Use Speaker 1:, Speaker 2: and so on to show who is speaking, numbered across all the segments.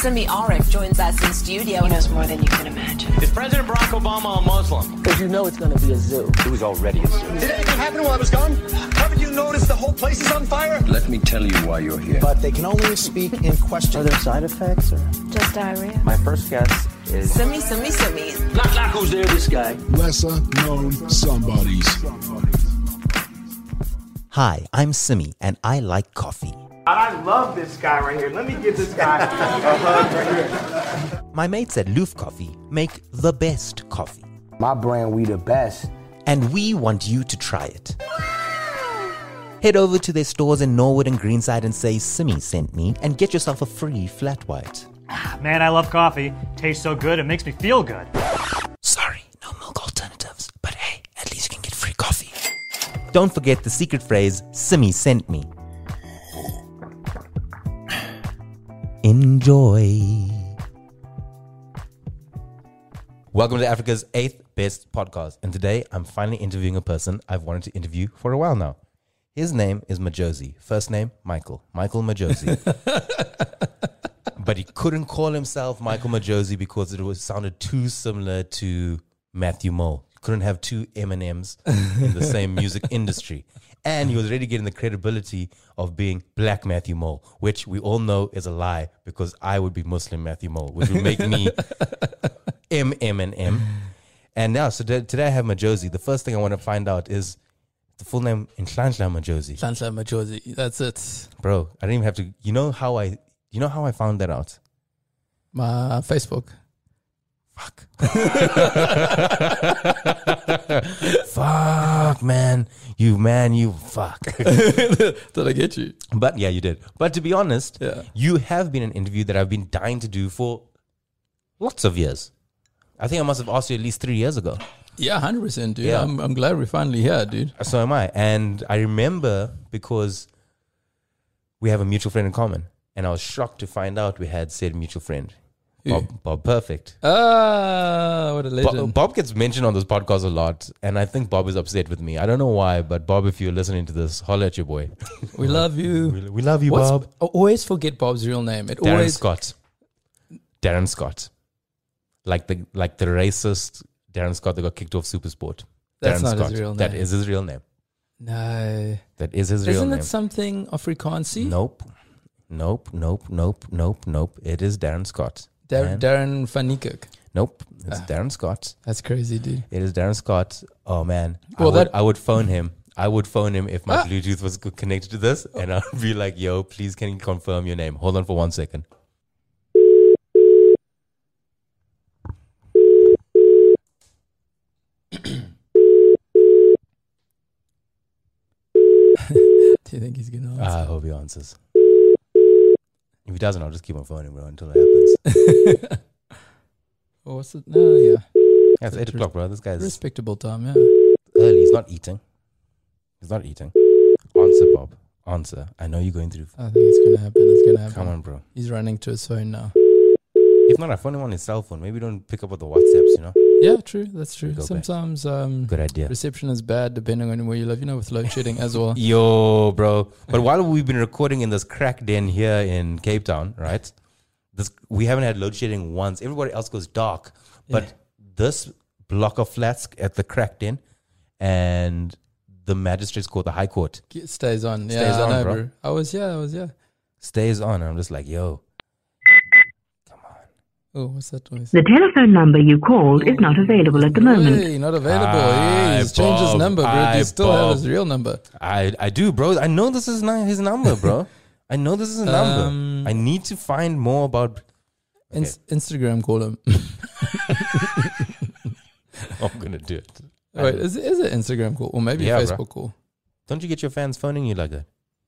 Speaker 1: Simi Arif joins us in studio.
Speaker 2: He knows more than you can imagine.
Speaker 3: Is President Barack Obama a Muslim?
Speaker 4: Because you know it's going to be a zoo.
Speaker 5: It was already a zoo.
Speaker 6: Did anything happen while I was gone? Haven't you noticed the whole place is on fire?
Speaker 5: Let me tell you why you're here.
Speaker 7: But they can only speak in question.
Speaker 8: Are there side effects or?
Speaker 9: Just diarrhea.
Speaker 10: My first guess is.
Speaker 1: Simi, Simi, Simi.
Speaker 11: Not Laco's there, this guy.
Speaker 12: Lesser known somebodies.
Speaker 13: Hi, I'm Simi, and I like coffee.
Speaker 14: I love this guy right here. Let me give this guy a hug right
Speaker 13: here. My mates at Loof Coffee make the best coffee.
Speaker 15: My brand, we the best.
Speaker 13: And we want you to try it. Head over to their stores in Norwood and Greenside and say Simi sent me and get yourself a free flat white.
Speaker 16: Man, I love coffee. Tastes so good, it makes me feel good.
Speaker 13: Sorry, no milk alternatives, but hey, at least you can get free coffee. Don't forget the secret phrase Simi sent me. Enjoy. Welcome to Africa's eighth best podcast. And today I'm finally interviewing a person I've wanted to interview for a while now. His name is Majosi. First name, Michael. Michael Majosi. but he couldn't call himself Michael Majosi because it was sounded too similar to Matthew Mole. Couldn't have two M&Ms in the same music industry and he was already getting the credibility of being black Matthew Mole, which we all know is a lie because I would be Muslim Matthew Mole, which would make me M M and M. And now, so today I have Majosi. The first thing I want to find out is the full name in Shlanshla Majosi.
Speaker 17: Shlanshla Majosi. That's it,
Speaker 13: bro. I didn't even have to. You know how I? You know how I found that out?
Speaker 17: My Facebook.
Speaker 13: Fuck. fuck, man. You, man, you fuck.
Speaker 17: did I get you?
Speaker 13: But yeah, you did. But to be honest,
Speaker 17: yeah.
Speaker 13: you have been an interview that I've been dying to do for lots of years. I think I must have asked you at least three years ago.
Speaker 17: Yeah, 100%, dude. Yeah. I'm, I'm glad we're finally here, dude.
Speaker 13: So am I. And I remember because we have a mutual friend in common. And I was shocked to find out we had said mutual friend. Bob, Bob, Perfect.
Speaker 17: Ah, what a legend.
Speaker 13: Bob, Bob, gets mentioned on this podcast a lot, and I think Bob is upset with me. I don't know why, but Bob, if you're listening to this, holler at your boy.
Speaker 17: We love you.
Speaker 13: We, we love you, What's, Bob.
Speaker 17: I always forget Bob's real name. It
Speaker 13: Darren
Speaker 17: always,
Speaker 13: Scott. Darren Scott. Like the like the racist Darren Scott that got kicked off Supersport.
Speaker 17: That's
Speaker 13: Darren
Speaker 17: not
Speaker 13: Scott.
Speaker 17: his real name.
Speaker 13: That is his real name.
Speaker 17: No.
Speaker 13: That is his
Speaker 17: Isn't
Speaker 13: real name.
Speaker 17: Isn't it something Afrikaansi?
Speaker 13: Nope. Nope, nope, nope, nope, nope. It is Darren Scott.
Speaker 17: Dar- Darren Fanikuk.
Speaker 13: Nope, it's ah, Darren Scott.
Speaker 17: That's crazy, dude.
Speaker 13: It is Darren Scott. Oh man, well, I would, that- I would phone him. I would phone him if my ah. Bluetooth was connected to this, and I'd be like, "Yo, please, can you confirm your name? Hold on for one second.
Speaker 17: Do you think he's gonna answer? I
Speaker 13: hope he answers. If he doesn't, I'll just keep on phoning bro until it happens.
Speaker 17: Or what's it? No, yeah.
Speaker 13: Yeah, it's, it's eight re- o'clock, bro. This guy's
Speaker 17: respectable time. Yeah.
Speaker 13: Early. He's not eating. He's not eating. Answer, Bob. Answer. I know you're going through.
Speaker 17: I think it's gonna happen. It's gonna happen.
Speaker 13: Come on, bro.
Speaker 17: He's running to his phone now.
Speaker 13: If not, I phone him on his cell phone. Maybe don't pick up with the WhatsApps. You know.
Speaker 17: Yeah, true. That's true. Go Sometimes um,
Speaker 13: good idea.
Speaker 17: Reception is bad depending on where you live. You know, with load shedding as well.
Speaker 13: Yo, bro. But while we've been recording in this crack den here in Cape Town, right? This we haven't had load shedding once. Everybody else goes dark, but yeah. this block of flats at the crack den, and the magistrates court, the high court
Speaker 17: it stays on. Stays yeah, on, I know, bro. bro. I was yeah, I was yeah.
Speaker 13: Stays on. I'm just like yo.
Speaker 17: Oh, what's that noise?
Speaker 18: The telephone number you called is not available at the moment.
Speaker 17: Hey, not available. Aye, he's Bob, changed his number, bro. Aye, you still Bob. have his real number?
Speaker 13: I, I do, bro. I know this is not his number, bro. I know this is a number. Um, I need to find more about.
Speaker 17: Okay. Ins- Instagram call him.
Speaker 13: I'm gonna do it.
Speaker 17: Wait, is it, is it Instagram call or maybe yeah, Facebook bro. call?
Speaker 13: Don't you get your fans phoning you like that?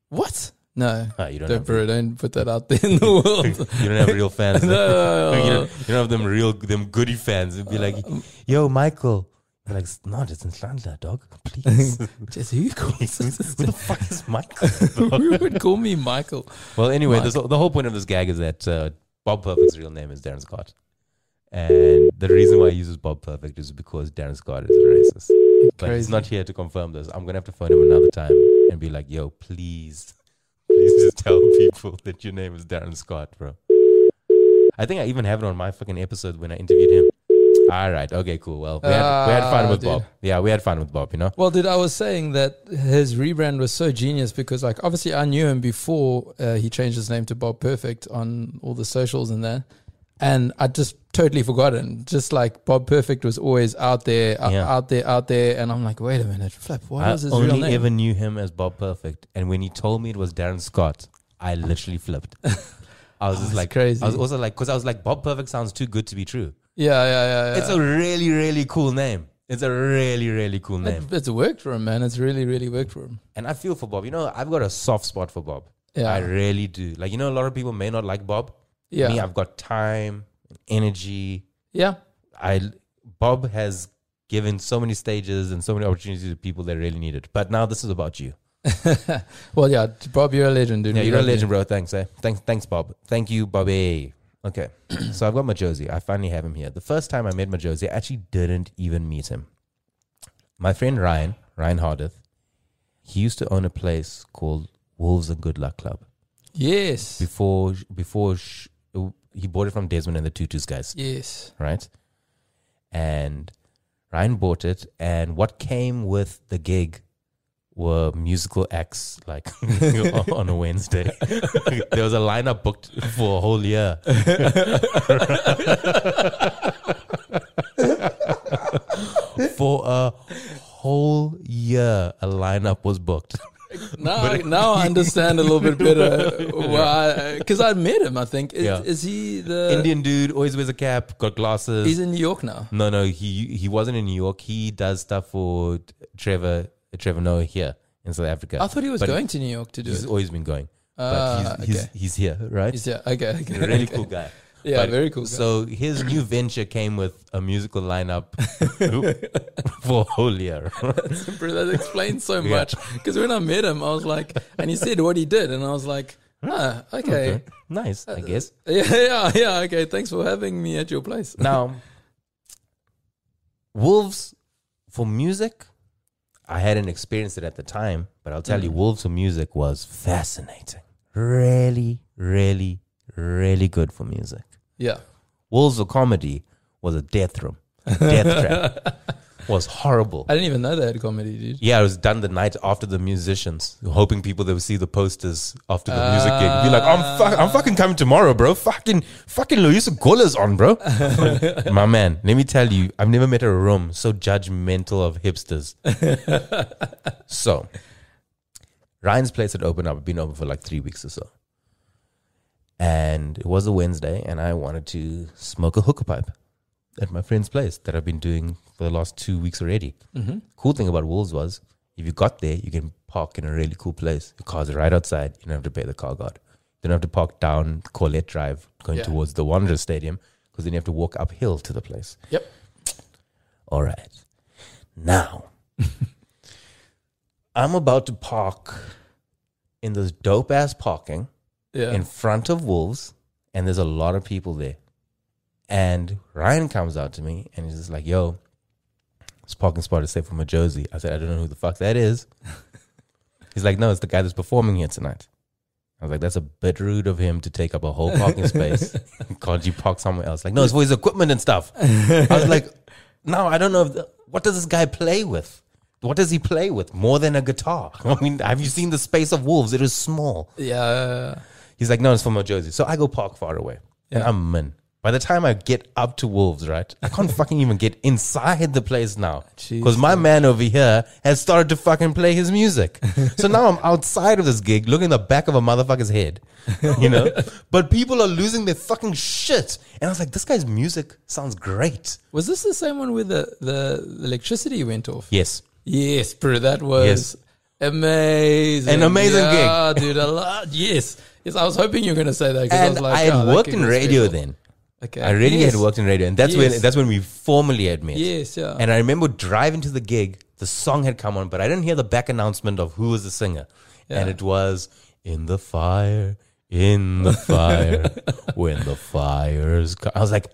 Speaker 17: What? No,
Speaker 13: ah, you don't,
Speaker 17: don't bro, don't put that out there in the world.
Speaker 13: you don't have real fans.
Speaker 17: no,
Speaker 13: you, don't, you, don't, have them real, them goody fans. It'd be like, yo, Michael. They're like, no, it's in Slandla, dog. Please.
Speaker 17: Just who calls
Speaker 13: Who the fuck is Michael?
Speaker 17: who would call me Michael?
Speaker 13: Well, anyway, this, the whole point of this gag is that uh, Bob Perfect's real name is Darren Scott. And the reason why he uses Bob Perfect is because Darren Scott is racist. Crazy. But he's not here to confirm this. I'm going to have to phone him another time and be like, yo, please. Please just tell people that your name is Darren Scott, bro. I think I even have it on my fucking episode when I interviewed him. All right. Okay, cool. Well, we had, we had fun
Speaker 17: Ah,
Speaker 13: with
Speaker 17: dude.
Speaker 13: Bob. Yeah, we had fun with Bob, you know?
Speaker 17: Well, dude, I was saying that his rebrand was so genius because, like, obviously I knew him before uh, he changed his name to Bob Perfect on all the socials and that. And I just totally forgotten. Just like Bob Perfect was always out there, out-
Speaker 13: Yeah.
Speaker 17: out there, out there. And I'm like, wait a minute, Flip, what
Speaker 13: I
Speaker 17: is his
Speaker 13: only
Speaker 17: real name?
Speaker 13: ever knew him as Bob Perfect, and when he told me it was Darren Scott, I literally flipped. I was just like
Speaker 17: crazy.
Speaker 13: I was also like, because I was like, Bob Perfect sounds too good to be true.
Speaker 17: yeah, yeah, yeah.
Speaker 13: It's a really, really cool name. It's a really, really cool
Speaker 17: yeah.
Speaker 13: name,
Speaker 17: It- it's worked for him, man. It's really, really worked for him.
Speaker 13: and I feel for Bob. You know, I've got a soft spot for Bob.
Speaker 17: Yeah.
Speaker 13: I really do. Like, you know, a lot of people may not like Bob.
Speaker 17: Yeah.
Speaker 13: me, I've got time, energy.
Speaker 17: Yeah.
Speaker 13: I Bob has given so many stages and so many opportunities to people that really need it. But now this is about you.
Speaker 17: Well, yeah, Bob, you're a legend, dude.
Speaker 13: Yeah,
Speaker 17: We
Speaker 13: you're a
Speaker 17: love you.
Speaker 13: legend, bro. Thanks, eh? Thanks, thanks, Bob. Thank you, Bobby. Okay, so I've got my Josie. I finally have him here. The first time I met my Josie, I actually didn't even meet him. My friend Ryan, Ryan Hardeth, he used to own a place called Wolves and Good Luck Club
Speaker 17: Yes.
Speaker 13: before before sh- uh, he bought it from Desmond and the Tutus guys,
Speaker 17: Yes.
Speaker 13: right? And Ryan bought it, and what came with the gig were musical acts like on a Wednesday. there was a lineup booked for a whole year. for a whole year, a lineup was booked.
Speaker 17: Now, I- now I understand a little bit better uh, why. Because I met him, I think. Is,
Speaker 13: Yeah.
Speaker 17: is he the.
Speaker 13: Indian dude always wears a cap, got glasses.
Speaker 17: He's in New York now.
Speaker 13: no, no, he he wasn't in New York. He does stuff for Trevor Trevor Noah here in South Africa.
Speaker 17: I thought he was
Speaker 13: But
Speaker 17: going to New York to do
Speaker 13: He's
Speaker 17: it.
Speaker 13: always been going.
Speaker 17: Ah,
Speaker 13: but he's, he's,
Speaker 17: okay.
Speaker 13: he's here, right?
Speaker 17: He's, yeah, okay. okay.
Speaker 13: really cool guy.
Speaker 17: Yeah, very cool guy.
Speaker 13: So his new venture came with a musical lineup for whole year.
Speaker 17: Bro, that explains so
Speaker 13: Yeah.
Speaker 17: much. Because when I met him, I was like, and he said what he did, and I was like, ah, okay. Uh,
Speaker 13: nice, I guess.
Speaker 17: Yeah, yeah, yeah, okay. Thanks for having me at your place.
Speaker 13: Now, Wolves for music, I hadn't experienced it at the time, but I'll tell you, Wolves for music was fascinating. Really, really, really good for music.
Speaker 17: Yeah.
Speaker 13: Wolves for comedy was a death room, death trap. was horrible.
Speaker 17: I didn't even know they had comedy, dude.
Speaker 13: Yeah, it was done the night after the musicians, hoping people they would see the posters after the music gig. Be like, I'm, fuck, I'm fucking coming tomorrow, bro. Fucking, fucking Luis Gola's on, bro. My man, let me tell you, I've never met a room so judgmental of hipsters. so, Ryan's place had opened up, it'd been open for like three weeks or so. And it was a Wednesday, and I wanted to smoke a hookah pipe at my friend's place that I've been doing for the last two weeks already.
Speaker 17: Mm-hmm.
Speaker 13: Cool thing about Wolves was if you got there, you can park in a really cool place. Your car's right outside. You don't have to pay the car guard. You don't have to park down Colette Drive going
Speaker 17: Yeah.
Speaker 13: towards the Wanderers Stadium because then you have to walk uphill to the place.
Speaker 17: Yep.
Speaker 13: All right. Now, I'm about to park in this dope ass parking
Speaker 17: Yeah.
Speaker 13: in front of wolves and there's a lot of people there and ryan comes out to me and he's just like yo this parking spot is safe for my josie i said i don't know who the fuck that is he's like no it's the guy that's performing here tonight I was like, that's a bit rude of him to take up a whole parking space. Can't you park somewhere else? Like, no, it's for his equipment and stuff. I was like, no, I don't know. If the, what does this guy play with? What does he play with more than a guitar? I mean, have you seen the space of wolves? It is small.
Speaker 17: yeah.
Speaker 13: He's like, no, it's from Mount Josie. So I go park far away. And I'm in. By the time I get up to Wolves, right? I can't fucking even get inside the place now. Because my man over here has started to fucking play his music. so now I'm outside of this gig looking at the back of a motherfucker's head, you know? but people are losing their fucking shit. And I was like, this guy's music sounds great.
Speaker 17: Was this the same one where the, the electricity went off?
Speaker 13: Yes.
Speaker 17: Yes, bro, that was
Speaker 13: Yes.
Speaker 17: amazing.
Speaker 13: An amazing
Speaker 17: yeah, dude. A lot. Yes, yes. I was hoping you were going to say that because I
Speaker 13: And
Speaker 17: was like,
Speaker 13: I had
Speaker 17: "Oh, that
Speaker 13: worked
Speaker 17: gig
Speaker 13: in
Speaker 17: was
Speaker 13: radio
Speaker 17: special."
Speaker 13: then.
Speaker 17: Okay,
Speaker 13: I really
Speaker 17: Yes.
Speaker 13: had worked in radio, and that's
Speaker 17: Yes.
Speaker 13: when that's when we formally had met.
Speaker 17: Yes, yeah.
Speaker 13: And I remember driving to the gig. The song had come on, but I didn't hear the back announcement of who was the singer, and
Speaker 17: Yeah.
Speaker 13: it was "In the Fire, In the Fire, When the Fires." Co-. I was like,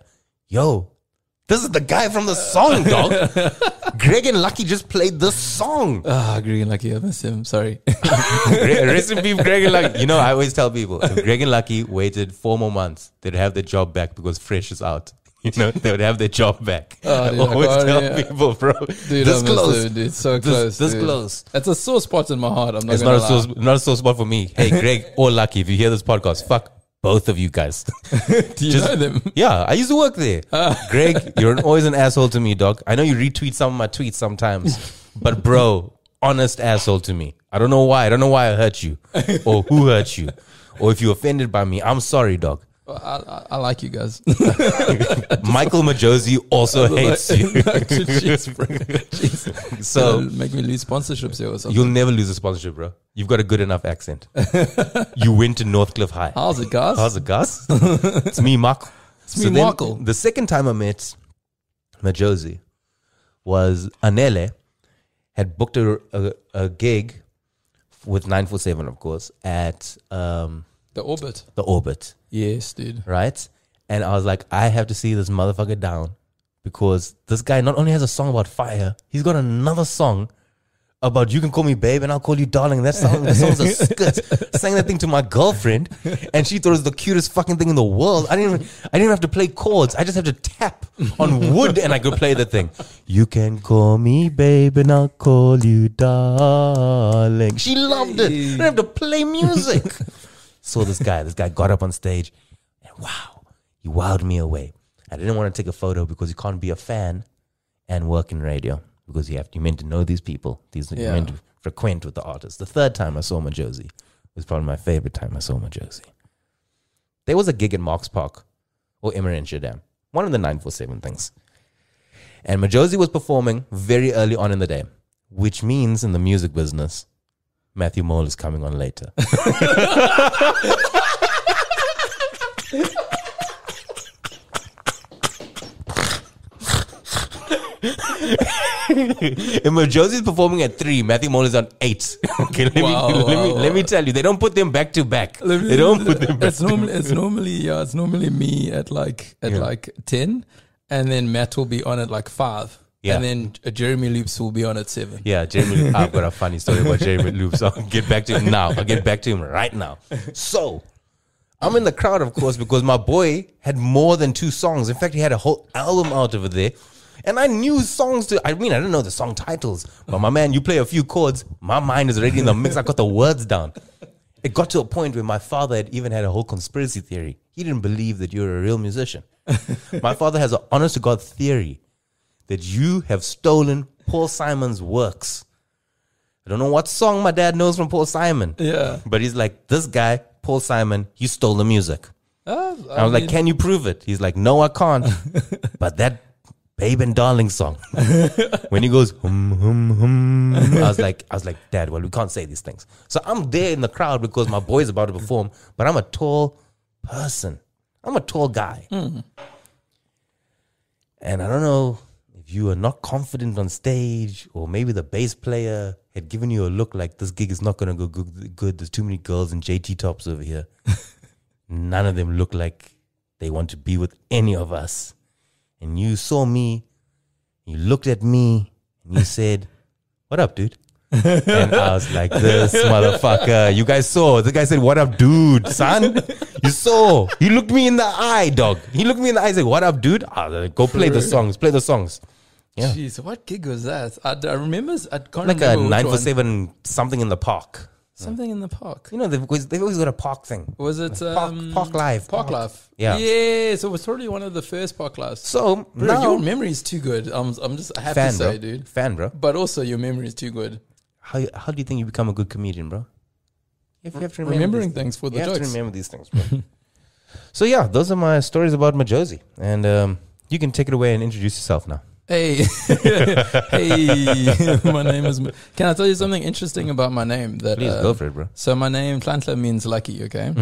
Speaker 13: "Yo, This is the guy from the song, dog. Greg and Lucky just played the song.
Speaker 17: Ah, Greg and Lucky, I miss him. Sorry.
Speaker 13: Gre- Rest in peace, Greg and Lucky. You know, I always tell people if Greg and Lucky waited four more months, they'd have their job back because Fresh is out. You know, they would have their job back.
Speaker 17: Oh, dude,
Speaker 13: I
Speaker 17: I
Speaker 13: always
Speaker 17: can't-
Speaker 13: tell
Speaker 17: yeah.
Speaker 13: people, bro.
Speaker 17: Dude, I
Speaker 13: this
Speaker 17: miss
Speaker 13: close.
Speaker 17: him, dude. So
Speaker 13: This-
Speaker 17: close.
Speaker 13: this
Speaker 17: dude.
Speaker 13: close.
Speaker 17: It's a sore spot in my heart. I'm not
Speaker 13: It's
Speaker 17: gonna
Speaker 13: not a,
Speaker 17: lie.
Speaker 13: sore, not a sore spot for me. Hey, Greg or Lucky, if you hear this podcast, fuck both of you guys.
Speaker 17: Do you
Speaker 13: Just-
Speaker 17: know them?
Speaker 13: Yeah, I used to work there. Greg, you're an- always an asshole to me, dog. I know you retweet some of my tweets sometimes, but bro, honest asshole to me. I don't know why. I don't know why I hurt you or who hurt you or if you offended by me. I'm sorry, dog.
Speaker 17: I, I, I like you guys.
Speaker 13: Michael Majosi also hates you.
Speaker 17: Jeez, bro. Jeez.
Speaker 13: So-
Speaker 17: It'll make me lose sponsorships here or something.
Speaker 13: You'll never lose a sponsorship, bro. You've got a good enough accent. you went to Northcliffe High.
Speaker 17: How's it, guys?
Speaker 13: How's it, Gus? it's me, Mark. It's
Speaker 17: me, Markle.
Speaker 13: The second time I met Majosi was Anele had booked a, a, a gig with 947, of course, at um,
Speaker 17: the orbit?
Speaker 13: the Orbit,
Speaker 17: Yes, dude.
Speaker 13: right? And I was like, I have to see this motherfucker down because this guy not only has a song about fire, he's got another song about you can call me babe and I'll call you darling. That song, that song's a skit. Sang that thing to my girlfriend, and she thought it was the cutest fucking thing in the world. I didn't, even, I didn't have to play chords. I just had to tap on wood, and I could play the thing. You can call me babe and I'll call you darling. She loved it. I didn't have to play music. Saw this guy. This guy got up on stage, and wow, he wowed me away. I didn't want to take a photo because you can't be a fan and work in radio because you have you meant to know these people. These you
Speaker 17: Yeah.
Speaker 13: meant to frequent with the artists. The third time I saw Majosi was probably my favorite time I saw Majosi. There was a gig in Marks Park or Emirate Shadam, one of the nine four seven things, and Majosi was performing very early on in the day, which means in the music business, Matthew Mole is coming on later. And Majosi is performing at three. Matthew Mole is on eight. Okay, let,
Speaker 17: Wow,
Speaker 13: me, let, me,
Speaker 17: wow,
Speaker 13: let me
Speaker 17: wow.
Speaker 13: tell you, they don't put them back to back.
Speaker 17: Let me-
Speaker 13: They don't put them back.
Speaker 17: It's normally it's normally yeah, it's normally me at like at
Speaker 13: Yeah.
Speaker 17: like ten, and then Matt will be on at like five,
Speaker 13: Yeah.
Speaker 17: and then uh, Jeremy Loops will be on at seven.
Speaker 13: Yeah, Jeremy. Lou- I've got a funny story about Jeremy Loops. I'll get back to him now. I'll get back to him right now. So I'm in the crowd, of course, because my boy had more than two songs. In fact, he had a whole album out over there. And I knew songs to, I mean, I didn't know the song titles, but my man, you play a few chords, my mind is already in the mix. I got the words down. It got to a point where my father had even had a whole conspiracy theory. He didn't believe that you're a real musician. my father has an honest to God theory that you have stolen Paul Simon's works. I don't know what song my dad knows from Paul Simon.
Speaker 17: Yeah.
Speaker 13: But he's like, this guy, Paul Simon, you stole the music.
Speaker 17: Uh,
Speaker 13: I, was like, can you prove it? He's like, no, I can't. but that Babe and Darling song, when he goes, hum, hum, hum, I was like, I was like, Dad, well, we can't say these things. So I'm there in the crowd because my boy's about to perform, but I'm a tall person. I'm a tall guy. And I don't know if you are not confident on stage or maybe the bass player had given you a look like this gig is not going to go good, good. There's too many girls in JT tops over here. None of them look like they want to be with any of us. And you saw me, you looked at me, and you said, What up, dude? and I was like, This motherfucker. You guys saw. The guy said, What up, dude, son? You saw. He looked me in the eye, dog. He looked me in the eye and said, What up, dude? I was like, Go play the songs. Play the songs. Yeah.
Speaker 17: Jeez, what gig was that? I, I remember. I can't
Speaker 13: Like a
Speaker 17: remember which
Speaker 13: 9 for
Speaker 17: one.
Speaker 13: 7 something in the park.
Speaker 17: Something in the park.
Speaker 13: You know, they've always, they've always got a park thing.
Speaker 17: Was it
Speaker 13: Park-
Speaker 17: um,
Speaker 13: Park Live,
Speaker 17: Park,
Speaker 13: Park.
Speaker 17: Live.
Speaker 13: Yeah.
Speaker 17: Yes, it was probably one of the first Park Lives.
Speaker 13: So
Speaker 17: Bro,
Speaker 13: now,
Speaker 17: your memory is too good. I'm, I'm just, I have
Speaker 13: fan,
Speaker 17: to
Speaker 13: bro.
Speaker 17: say, dude.
Speaker 13: Fan, bro.
Speaker 17: But also, your memory is too good.
Speaker 13: how how do you think you become a good comedian, bro? If you have to
Speaker 17: Remembering
Speaker 13: these
Speaker 17: things for the
Speaker 13: you have to
Speaker 17: jokes.
Speaker 13: remember these things, bro. so yeah, those are my stories about Majosi, and um, you can take it away and introduce yourself now.
Speaker 17: Hey, hey, my name is. Can I tell you something interesting about my name? That
Speaker 13: Please
Speaker 17: uh,
Speaker 13: go for it, Mm-hmm. bro.
Speaker 17: So my name Tlantla means lucky, okay?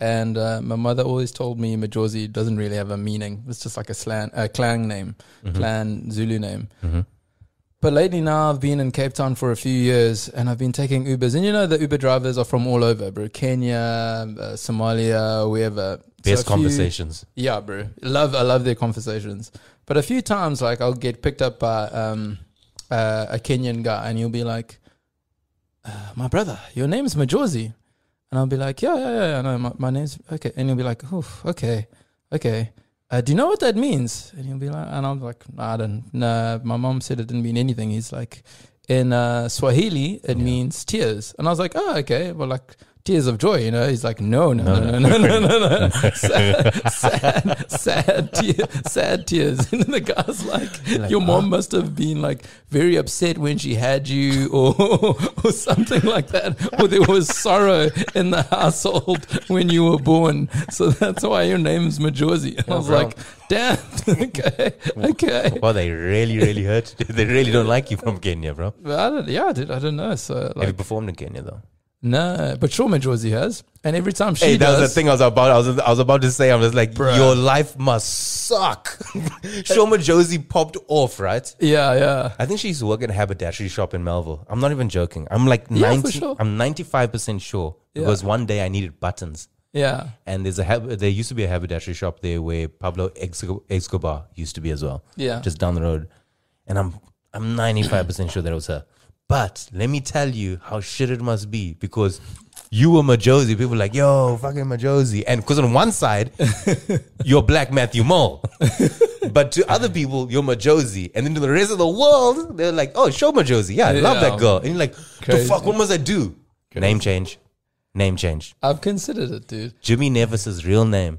Speaker 17: And uh, my mother always told me Majosi doesn't
Speaker 13: mm-hmm,
Speaker 17: really have a meaning. It's just like a slang, a clan name, clan Zulu name. But lately now I've been in Cape Town for a few years and I've been taking Ubers. And you know the Uber drivers are from all over, bro. Kenya, uh, Somalia, wherever.
Speaker 13: Best
Speaker 17: a few-
Speaker 13: conversations.
Speaker 17: yeah, bro. Love I love their conversations. But a few times like I'll get picked up by um uh, a Kenyan guy and he'll be like, uh, my brother, your name's Majosi. And I'll be like, yeah, yeah, yeah, yeah, no, my, my name's, okay. And he'll be like, oh, okay, okay. Uh, do you know what that means? And he'll be like, and I'm like, "No, I don't, nah, my mom said it didn't mean anything. He's like, in uh, Swahili, it means tears. And I was like, oh, okay, well, like, tears of joy, you know? He's like, no, no, no, no, no, no, no, no. no. sad, sad, sad, tear, sad tears. And then the guy's like, your mom must have been like very upset when she had you or, or something like that. Or there was sorrow in the household when you were born. So that's why your name's Majosi. And I was like, damn, okay, okay.
Speaker 13: Well, they really, really hurt. they really don't like you from Kenya, bro.
Speaker 17: But I don't, yeah, dude, I don't know. So
Speaker 13: Have you
Speaker 17: like,
Speaker 13: performed in Kenya though?
Speaker 17: no, but sure, Majosi has. And every time she
Speaker 13: Hey, that
Speaker 17: does,
Speaker 13: was the thing I was about. I was, I was about to say. I was like,
Speaker 17: Bruh.
Speaker 13: your life must suck. Shoma Josie popped off, right?
Speaker 17: yeah, yeah.
Speaker 13: I think she used to work at a haberdashery shop in Melville. I'm not even joking. I'm like
Speaker 17: Yeah, for
Speaker 13: 90,
Speaker 17: sure.
Speaker 13: I'm 95% sure
Speaker 17: Yeah.
Speaker 13: because one day I needed buttons.
Speaker 17: Yeah.
Speaker 13: And there's a hab- there used to be a haberdashery shop there where Pablo Exco- Escobar used to be as well.
Speaker 17: Yeah.
Speaker 13: just down the road. And I'm I'm 95 percent sure that was her. But let me tell you how shit it must be because you were Majosi. People were like yo fucking Majosi, and because on one side you're Black Matthew Mole. But to other people, you're Majosi. And then to the rest of the world, they're like, oh, show Majosi. Yeah, I love
Speaker 17: Yeah.
Speaker 13: that girl. And you're like, the
Speaker 17: Crazy.
Speaker 13: fuck, what must I do? Name change. Name change.
Speaker 17: I've considered it, dude.
Speaker 13: Jimmy Nevis's real name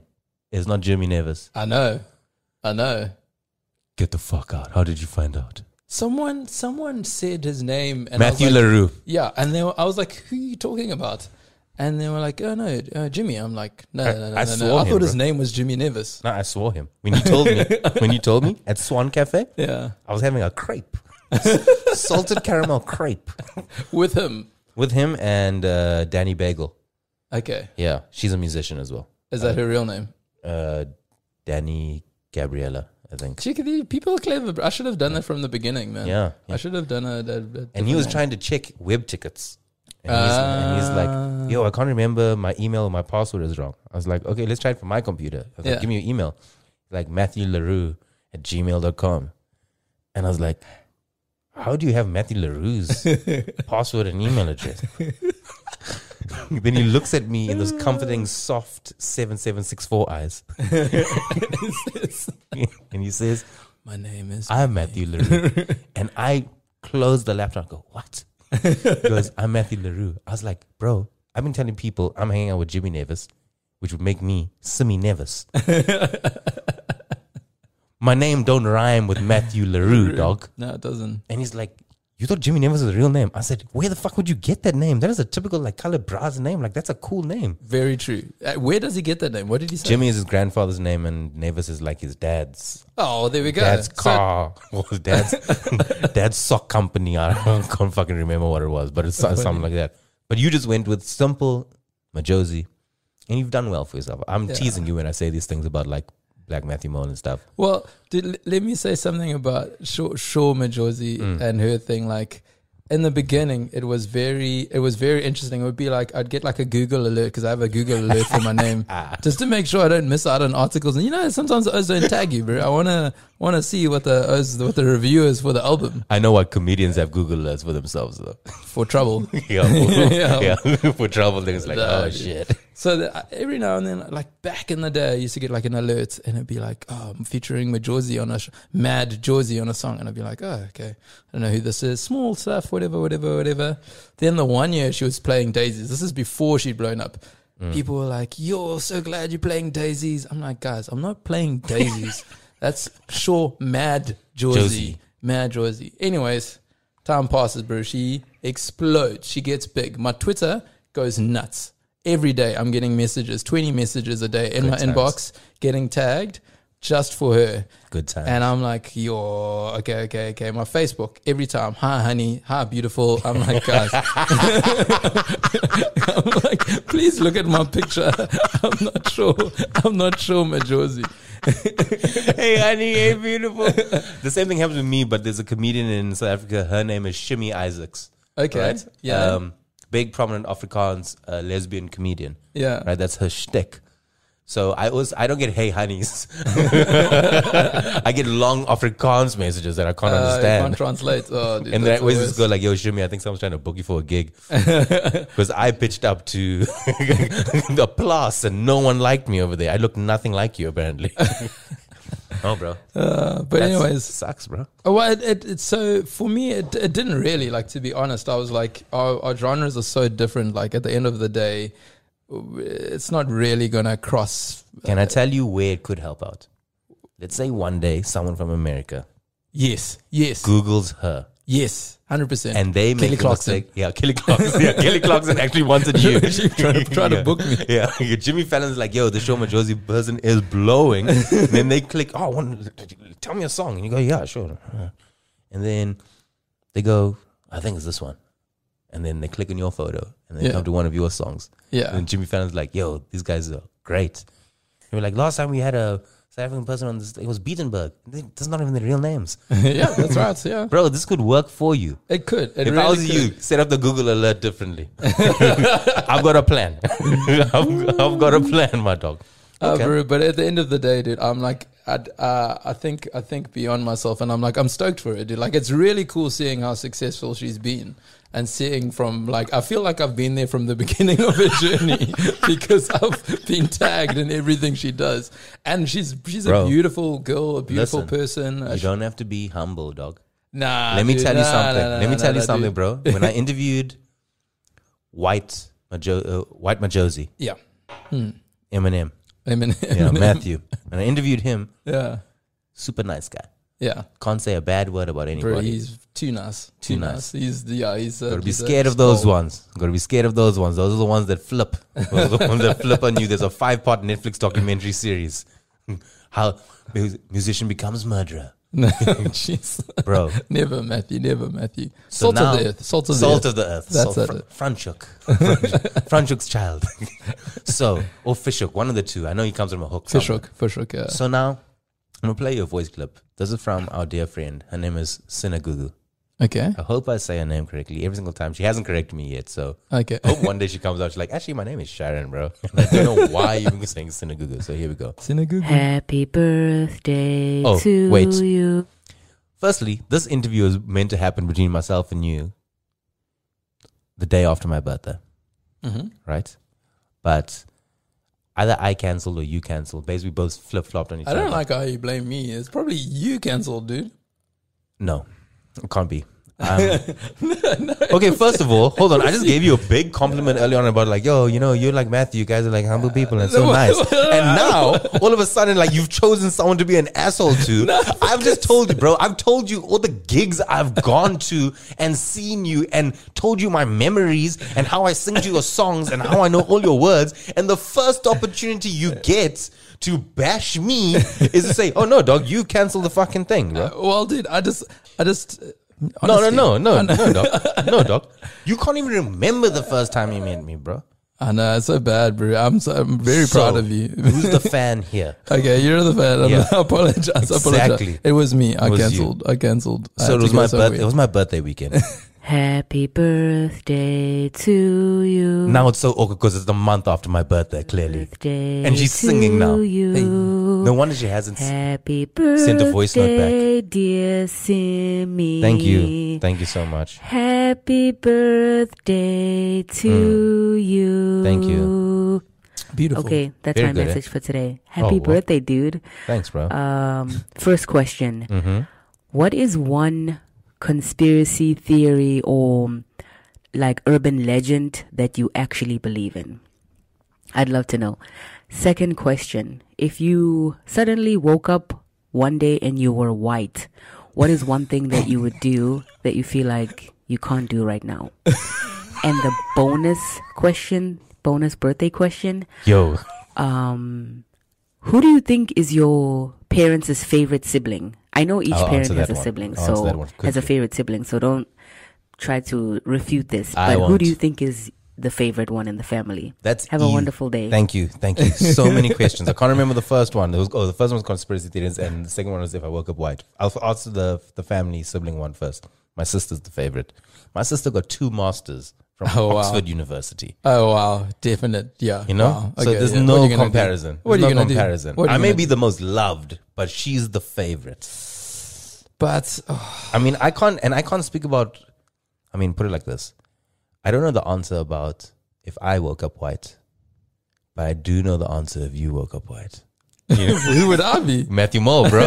Speaker 13: is not Jimmy Nevis.
Speaker 17: I know. I know.
Speaker 13: Get the fuck out. How did you find out?
Speaker 17: Someone someone said his name and
Speaker 13: Matthew
Speaker 17: I was like,
Speaker 13: LaRue.
Speaker 17: Yeah, and they were, I was like, Who are you talking about? And they were like, Oh no, uh, Jimmy. I'm like, No, no, no, no,
Speaker 13: I
Speaker 17: no. I,
Speaker 13: saw
Speaker 17: thought
Speaker 13: him,
Speaker 17: his
Speaker 13: bro.
Speaker 17: name was Jimmy Nevis.
Speaker 13: No, I saw him. When you told me when you told me at Swan Cafe,
Speaker 17: Yeah.
Speaker 13: I was having a crepe. Salted caramel crepe.
Speaker 17: With him.
Speaker 13: With him and uh, Danny Bagel.
Speaker 17: Okay.
Speaker 13: Yeah. She's a musician as well.
Speaker 17: Is that her real name?
Speaker 13: Uh, Danny Gabriella, I think.
Speaker 17: Check it, the people are clever. bro. I should have done that from the beginning, man.
Speaker 13: Yeah, yeah.
Speaker 17: I should have done it. at- at
Speaker 13: and he was trying
Speaker 17: different
Speaker 13: to check web tickets. And he's, and he's like, yo, I can't remember my email or my password is wrong. I was like, okay, let's try it from my computer. I was
Speaker 17: Yeah.
Speaker 13: like, give me your email. Like Matthew LaRue at gmail.com. And I was like, how do you have Matthew LaRue's password and email address? then he looks at me in those comforting, soft 7764 eyes. and he says,
Speaker 17: one. Ah. My name is.
Speaker 13: I'm Matthew LaRue. and I closed the laptop and go, What? Because I'm Matthew LaRue. I was like, Bro, I've been telling people I'm hanging out with Jimmy Nevis, which would make me Simi Nevis. My name don't rhyme with Matthew LaRue, dog.
Speaker 17: no, it doesn't.
Speaker 13: And he's like, You thought Jimmy Nevis was a real name? I said, Where the fuck would you get that name? That is a typical like color bras name. Like that's a cool name.
Speaker 17: Very true. Uh, Where does he get that name? What did he say?
Speaker 13: Jimmy is his grandfather's name and Nevis is like his dad's.
Speaker 17: Oh, there we go.
Speaker 13: dad's
Speaker 17: So-
Speaker 13: car or dad's dad's sock company. I don't, can't fucking remember what it was, but it's so- something like that. But you just went with simple Majosi, and you've done well for yourself. I'm teasing you when I say these things about like Black Matthew Mole and stuff.
Speaker 17: Well, did, l- let me say something about Shaw, Shaw Majosi and her thing. Like in the beginning, it was very, it was very interesting. It would be like I'd get like a Google alert because I have a Google alert for my name, just to make sure I don't miss out on articles. And you know, sometimes the O's don't tag you, bro. I wanna wanna see what the O's, what the review is for the album
Speaker 13: I know what comedians have Google alerts for themselves though.
Speaker 17: for Trouble.
Speaker 13: yeah, for,
Speaker 17: Yeah.
Speaker 13: yeah, for trouble things like oh
Speaker 17: Nah, dude.
Speaker 13: shit.
Speaker 17: So that every now and then, like back in the day, I used to get like an alert and it'd be like, oh, I'm featuring Majosi on a sh- Mad Josie on a song. And I'd be like, oh, okay. I don't know who this is. Small stuff, whatever, whatever, whatever. Then the one year she was playing Daisies. This is before she'd blown up.
Speaker 13: Mm.
Speaker 17: People were like, yo, so glad you're playing Daisies. I'm like, guys, I'm not playing Daisies. That's sure Mad Josie.
Speaker 13: Josie.
Speaker 17: Mad Josie. Anyways, time passes, bro. She explodes. She gets big. My Twitter goes nuts. Every day I'm getting messages, 20 messages a day in my
Speaker 13: times.
Speaker 17: inbox, getting tagged just for her.
Speaker 13: Good times.
Speaker 17: And I'm like, yo, okay, okay, okay. My Facebook, every time, hi, honey, hi, beautiful. I'm like, guys, I'm like, please look at my picture. I'm not sure. I'm not sure, Majosi.
Speaker 13: hey, honey, hey, beautiful. the same thing happens with me, but there's a comedian in South Africa. Her name is Shimmy Isaacs.
Speaker 17: Okay, yeah.
Speaker 13: Um, big, prominent Afrikaans uh, lesbian comedian.
Speaker 17: Yeah.
Speaker 13: Right? That's her shtick. So I always I don't get hey honeys. I get long Afrikaans messages that I can't
Speaker 17: Uh, you
Speaker 13: understand.
Speaker 17: can't translate. Oh, dude,
Speaker 13: and then I
Speaker 17: that's
Speaker 13: always
Speaker 17: the
Speaker 13: just go
Speaker 17: worst.
Speaker 13: like, "Yo, Shimmy, I think someone's trying to book you for a gig," because I pitched up to the plus, and no one liked me over there. I look nothing like you, apparently. oh, bro.
Speaker 17: Uh, but
Speaker 13: That's-
Speaker 17: anyways,
Speaker 13: sucks, bro.
Speaker 17: Oh, well, it, it, it's so for me, it, it didn't really like to be honest. I was like, our, our genres are so different. Like at the end of the day, w- it's not really gonna cross.
Speaker 13: Can I tell you where it could help out? Let's say one day someone from America
Speaker 17: Yes, yes,
Speaker 13: Googles her.
Speaker 17: yes, hundred percent.
Speaker 13: and they make the mistake. Yeah, Kelly Clarkson. Yeah, Kelly Clarkson actually wanted you.
Speaker 17: She tried to- tried to
Speaker 13: Yeah.
Speaker 17: book me.
Speaker 13: Yeah, Yeah, Jimmy Fallon's like, yo, the show my Josie person is blowing. then they click, oh, one, tell me a song, and you go, yeah, sure. And then they go, I think it's this one. And then they click on your photo, and they
Speaker 17: Yeah.
Speaker 13: come to one of your songs.
Speaker 17: Yeah.
Speaker 13: And Jimmy Fallon's like, yo, these guys are great. And we're like, last time we had a South African person on this, it was Beatenberg. That's not even their real names.
Speaker 17: yeah, that's right. Yeah,
Speaker 13: Bro, this could work for you
Speaker 17: it could. It
Speaker 13: if
Speaker 17: really
Speaker 13: I was
Speaker 17: could.
Speaker 13: you, set up the Google alert differently. I've got a plan. I've, I've got a plan, my dog.
Speaker 17: Uh,
Speaker 13: Okay.
Speaker 17: bro, but at the end of the day, dude, I'm like, I'd, uh, I think, I think beyond myself, and I'm like, I'm stoked for it, dude. Like, it's really cool seeing how successful she's been, and seeing from like, I feel like I've been there from the beginning of her journey because I've been tagged in everything she does, and she's she's
Speaker 13: Bro.
Speaker 17: a beautiful girl, a beautiful
Speaker 13: Listen,
Speaker 17: person. Uh,
Speaker 13: You
Speaker 17: sh-
Speaker 13: don't have to be humble, dog.
Speaker 17: nah,
Speaker 13: Let me
Speaker 17: dude,
Speaker 13: tell you
Speaker 17: nah, nah,
Speaker 13: something.
Speaker 17: nah,
Speaker 13: Let me
Speaker 17: nah,
Speaker 13: tell you
Speaker 17: nah,
Speaker 13: something,
Speaker 17: dude.
Speaker 13: bro. When I interviewed White Majo- uh, White Majosi,
Speaker 17: yeah,
Speaker 13: Eminem,
Speaker 17: I mean,
Speaker 13: you know, Matthew, and I interviewed him,
Speaker 17: yeah,
Speaker 13: super nice guy.
Speaker 17: yeah.
Speaker 13: Can't say a bad word about anybody.
Speaker 17: Bro, he's too nice, too,
Speaker 13: Too
Speaker 17: nice.
Speaker 13: nice.
Speaker 17: He's yeah, he's uh,
Speaker 13: Gotta be
Speaker 17: he's a
Speaker 13: scared of those
Speaker 17: skull.
Speaker 13: ones. Gotta be scared of those ones. Those are the ones that flip. Those are the ones that flip on you. There's a five part Netflix documentary series. How mu- musician becomes murderer.
Speaker 17: No, jeez.
Speaker 13: Bro.
Speaker 17: never, Matthew. Never, Matthew.
Speaker 13: So
Speaker 17: salt
Speaker 13: now-
Speaker 17: of the earth. Salt of the
Speaker 13: Salt
Speaker 17: earth.
Speaker 13: of the earth.
Speaker 17: That's
Speaker 13: Salt-
Speaker 17: it.
Speaker 13: Fr- Franchuk. Franchuk. Franchuk's child. so, or Fishhook, one of the two. I know he comes from a hook. somewhere.
Speaker 17: Fishhook. Fishhook. Yeah.
Speaker 13: So now, I'm gonna play you a voice clip. This is from our dear friend. Her name is Sinagugu.
Speaker 17: okay.
Speaker 13: I hope I say her name correctly every single time. She hasn't corrected me yet, so
Speaker 17: Okay.
Speaker 13: I hope one day she comes out. She's like, actually, my name is Sharon, bro. And I don't know why you were saying Sinagugu. So here we go.
Speaker 17: Synagogue.
Speaker 18: Happy birthday
Speaker 13: Oh,
Speaker 18: to
Speaker 13: wait.
Speaker 18: you.
Speaker 13: Firstly, this interview is meant to happen between myself and you the day after my birthday, Mm-hmm. right? But either I cancelled or you cancelled. Basically, we both flip flopped on each
Speaker 17: I
Speaker 13: other.
Speaker 17: don't like how you blame me. It's probably you cancelled, dude.
Speaker 13: No, it can't be. Um, okay, first of all, hold on. I just gave you a big compliment earlier on about like, yo, you know, you're like Matthew. You guys are like humble people and so nice. And now, all of a sudden, like you've chosen someone to be an asshole to. I've just told you, bro. I've told you all the gigs I've gone to and seen you and told you my memories and how I sing to your songs and how I know all your words. And the first opportunity you get to bash me is to say, oh no, dog, you cancel the fucking thing, bro.
Speaker 17: Well, dude, I just, I just. uh,
Speaker 13: No, no, no, no, no, doc. No, doc. You can't even remember the first time you met me, bro.
Speaker 17: I know it's so bad, bro. I'm so, I'm very proud
Speaker 13: So,
Speaker 17: of you.
Speaker 13: who's the fan here?
Speaker 17: okay, you're the fan. I'm-
Speaker 13: Yeah.
Speaker 17: I apologize. I apologize.
Speaker 13: Exactly.
Speaker 17: It was me. I
Speaker 13: It was you.
Speaker 17: cancelled. I cancelled. I
Speaker 13: So
Speaker 17: had
Speaker 13: it
Speaker 17: to
Speaker 13: was
Speaker 17: go
Speaker 13: my birth-
Speaker 17: somewhere.
Speaker 13: it was my birthday weekend.
Speaker 18: Happy birthday to you.
Speaker 13: now it's so awkward because it's the month after my birthday, clearly.
Speaker 18: Birthday
Speaker 13: And she's singing
Speaker 18: to
Speaker 13: now.
Speaker 18: You.
Speaker 13: No wonder she hasn't. s-
Speaker 18: Happy
Speaker 13: Send a voice note back.
Speaker 18: birthday, dear Simi.
Speaker 13: Thank you, thank you so much.
Speaker 18: Happy birthday to you.
Speaker 13: Mm. Thank you.
Speaker 17: beautiful.
Speaker 18: Okay, that's
Speaker 13: Very
Speaker 18: my
Speaker 13: good, eh?
Speaker 18: message for today. Happy
Speaker 13: well.
Speaker 18: birthday, dude.
Speaker 13: Thanks, bro.
Speaker 17: Uh,
Speaker 18: Um, first question What is one conspiracy theory or like urban legend that you actually believe in? I'd love to know. Second question If you suddenly woke up one day and you were white, what is one thing that you would do that you feel like you can't do right now? and the bonus question, bonus birthday question
Speaker 13: Yo,
Speaker 18: um, who do you think is your parents' favorite sibling? I know each
Speaker 13: I'll
Speaker 18: parent
Speaker 13: answer
Speaker 18: has
Speaker 13: that
Speaker 18: a
Speaker 13: one.
Speaker 18: sibling,
Speaker 13: I'll answer that
Speaker 18: so
Speaker 13: one
Speaker 18: has a
Speaker 13: quickly.
Speaker 18: favorite sibling. So don't try to refute
Speaker 13: I
Speaker 18: this. but who
Speaker 13: won't.
Speaker 18: do you think is the favorite one in the family.
Speaker 13: That's
Speaker 18: have a
Speaker 13: you.
Speaker 18: wonderful day.
Speaker 13: Thank you, thank you. So many questions. I can't remember the first one. There was oh, the first one was conspiracy theories, and the second one was if I woke up white. I'll answer the the family sibling one first. My sister's the favorite. My sister got two masters from
Speaker 17: Oh, wow.
Speaker 13: Oxford University.
Speaker 17: Oh wow, definite. Yeah,
Speaker 13: You know,
Speaker 17: Wow.
Speaker 13: so
Speaker 17: Okay,
Speaker 13: there's
Speaker 17: yeah. What are
Speaker 13: no
Speaker 17: you gonna do?
Speaker 13: comparison.
Speaker 17: What are
Speaker 13: There's
Speaker 17: you
Speaker 13: no
Speaker 17: gonna do?
Speaker 13: comparison.
Speaker 17: What are
Speaker 13: I
Speaker 17: you
Speaker 13: may
Speaker 17: gonna
Speaker 13: be
Speaker 17: do?
Speaker 13: the most loved, but she's the favorite.
Speaker 17: but oh,
Speaker 13: I mean, I can't, and I can't speak about. I mean, put it like this: I don't know the answer about if I woke up white, but I do know the answer if you woke up white. You know?
Speaker 17: who would I be?
Speaker 13: Matthew Mole, bro.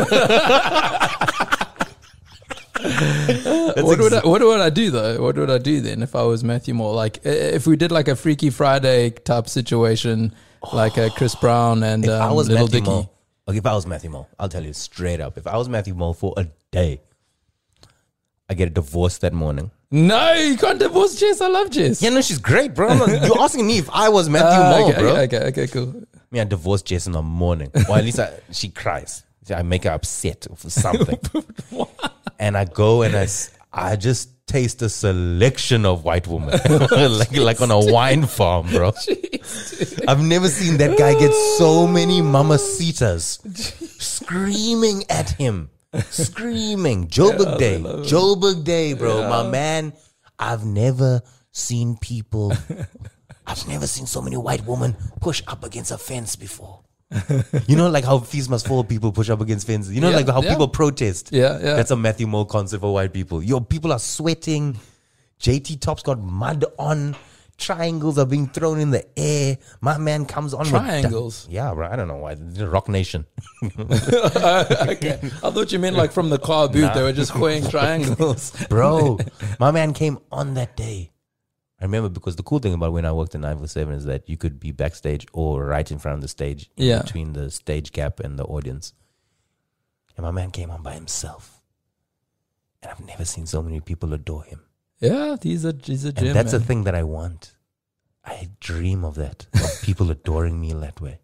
Speaker 17: what would I, what would I do though? What would I do then if I was Matthew Moore? Like i- if we did like a Freaky Friday type situation, like a Chris Brown and
Speaker 13: If
Speaker 17: um,
Speaker 13: I was
Speaker 17: Little
Speaker 13: Matthew
Speaker 17: Dicky.
Speaker 13: Mole, okay, if I was Matthew Mole, I'll tell you straight up. If I was Matthew Mole for a day, I get a divorce that morning.
Speaker 17: No, you can't divorce Jess. I love Jess.
Speaker 13: Yeah, no, she's great, bro. I'm not- you're asking me if I was Matthew
Speaker 17: Ah,
Speaker 13: Mole,
Speaker 17: okay,
Speaker 13: bro.
Speaker 17: okay, okay, okay, cool.
Speaker 13: Me, I divorce Jess in the morning, or at least I, she cries. I make her upset for something, and I go and I, s- I just taste a selection of white women, like like on a wine farm, bro. I've never seen that guy get so many mamacitas screaming at him, screaming. Joburg Day, Joburg Day, bro, my man. I've never seen people. I've never seen so many white women push up against a fence before. you know, like how Feast Must Fall people push up against fences. You know,
Speaker 17: Yeah,
Speaker 13: like how
Speaker 17: yeah.
Speaker 13: people protest.
Speaker 17: Yeah, yeah.
Speaker 13: That's a Matthew Moore concert for white people. Yo, people are sweating. JT Top's got mud on. Triangles are being thrown in the air. My man comes on
Speaker 17: Triangles?
Speaker 13: With yeah, bro. I don't know why. The Rock Nation.
Speaker 17: okay. I thought you meant like from the car booth. They were just playing triangles.
Speaker 13: Bro, my man came on that day. I remember because the cool thing about when I worked in 947 is that you could be backstage or right in front of the stage, in
Speaker 17: Yeah.
Speaker 13: between the stage gap and the audience. And my man came on by himself. And I've never seen so many people adore him.
Speaker 17: Yeah, he's a he's a
Speaker 13: And
Speaker 17: gym.
Speaker 13: that's
Speaker 17: man.
Speaker 13: a thing that I want. I dream of that, of people adoring me that way.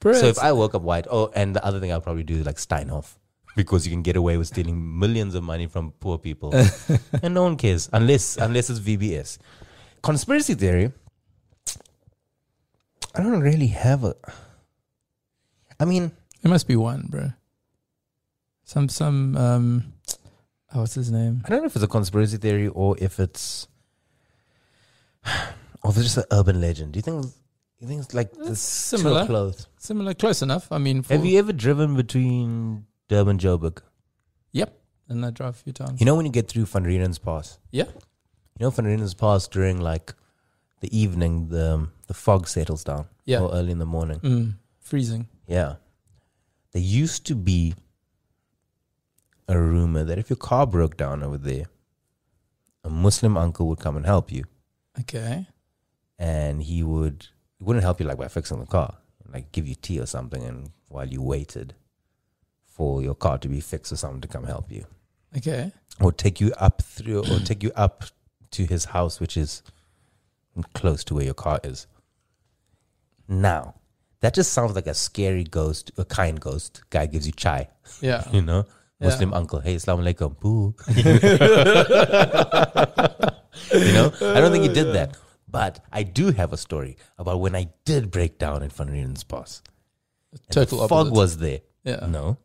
Speaker 17: Bro,
Speaker 13: So if
Speaker 17: it's-
Speaker 13: I woke up white, oh, and the other thing I'll probably do is like Steinhoff because you can get away with stealing millions of money from poor people, and no one cares unless unless it's VBS. Conspiracy theory. I don't really have a. I mean,
Speaker 17: It must be one, bro. Some some um oh, what's his name?
Speaker 13: I don't know if it's a conspiracy theory or if it's, or if it's just an urban legend. Do you think? You think it's like this
Speaker 17: similar.
Speaker 13: Clothes?
Speaker 17: Similar close enough. I mean for,
Speaker 13: Have you ever driven between Durban and Joburg?
Speaker 17: Yep. And I drive a few times.
Speaker 13: You know when you get through Van Rieden's Pass.
Speaker 17: yeah.
Speaker 13: You know, Fernandina's pass during like the evening, the um, the fog settles down,
Speaker 17: Yeah.
Speaker 13: or early in the morning.
Speaker 17: Mm, freezing.
Speaker 13: Yeah, there used to be a rumor that if your car broke down over there, a Muslim uncle would come and help you,
Speaker 17: Okay.
Speaker 13: and he would he wouldn't help you like by fixing the car, like give you tea or something, and while you waited for your car to be fixed or someone to come help you,
Speaker 17: Okay.
Speaker 13: or take you up through, or take you up to his house, which is close to where your car is. Now, that just sounds like a scary ghost, a kind ghost. Guy gives you chai,
Speaker 17: Yeah.
Speaker 13: you know,
Speaker 17: Yeah.
Speaker 13: Muslim uncle. Hey, Islam alaikum. Boo. you know, I don't think he did that. But I do have a story about when I did break down in Funrin's pass. And the
Speaker 17: Total
Speaker 13: fog
Speaker 17: opposite.
Speaker 13: was there.
Speaker 17: Yeah.
Speaker 13: No.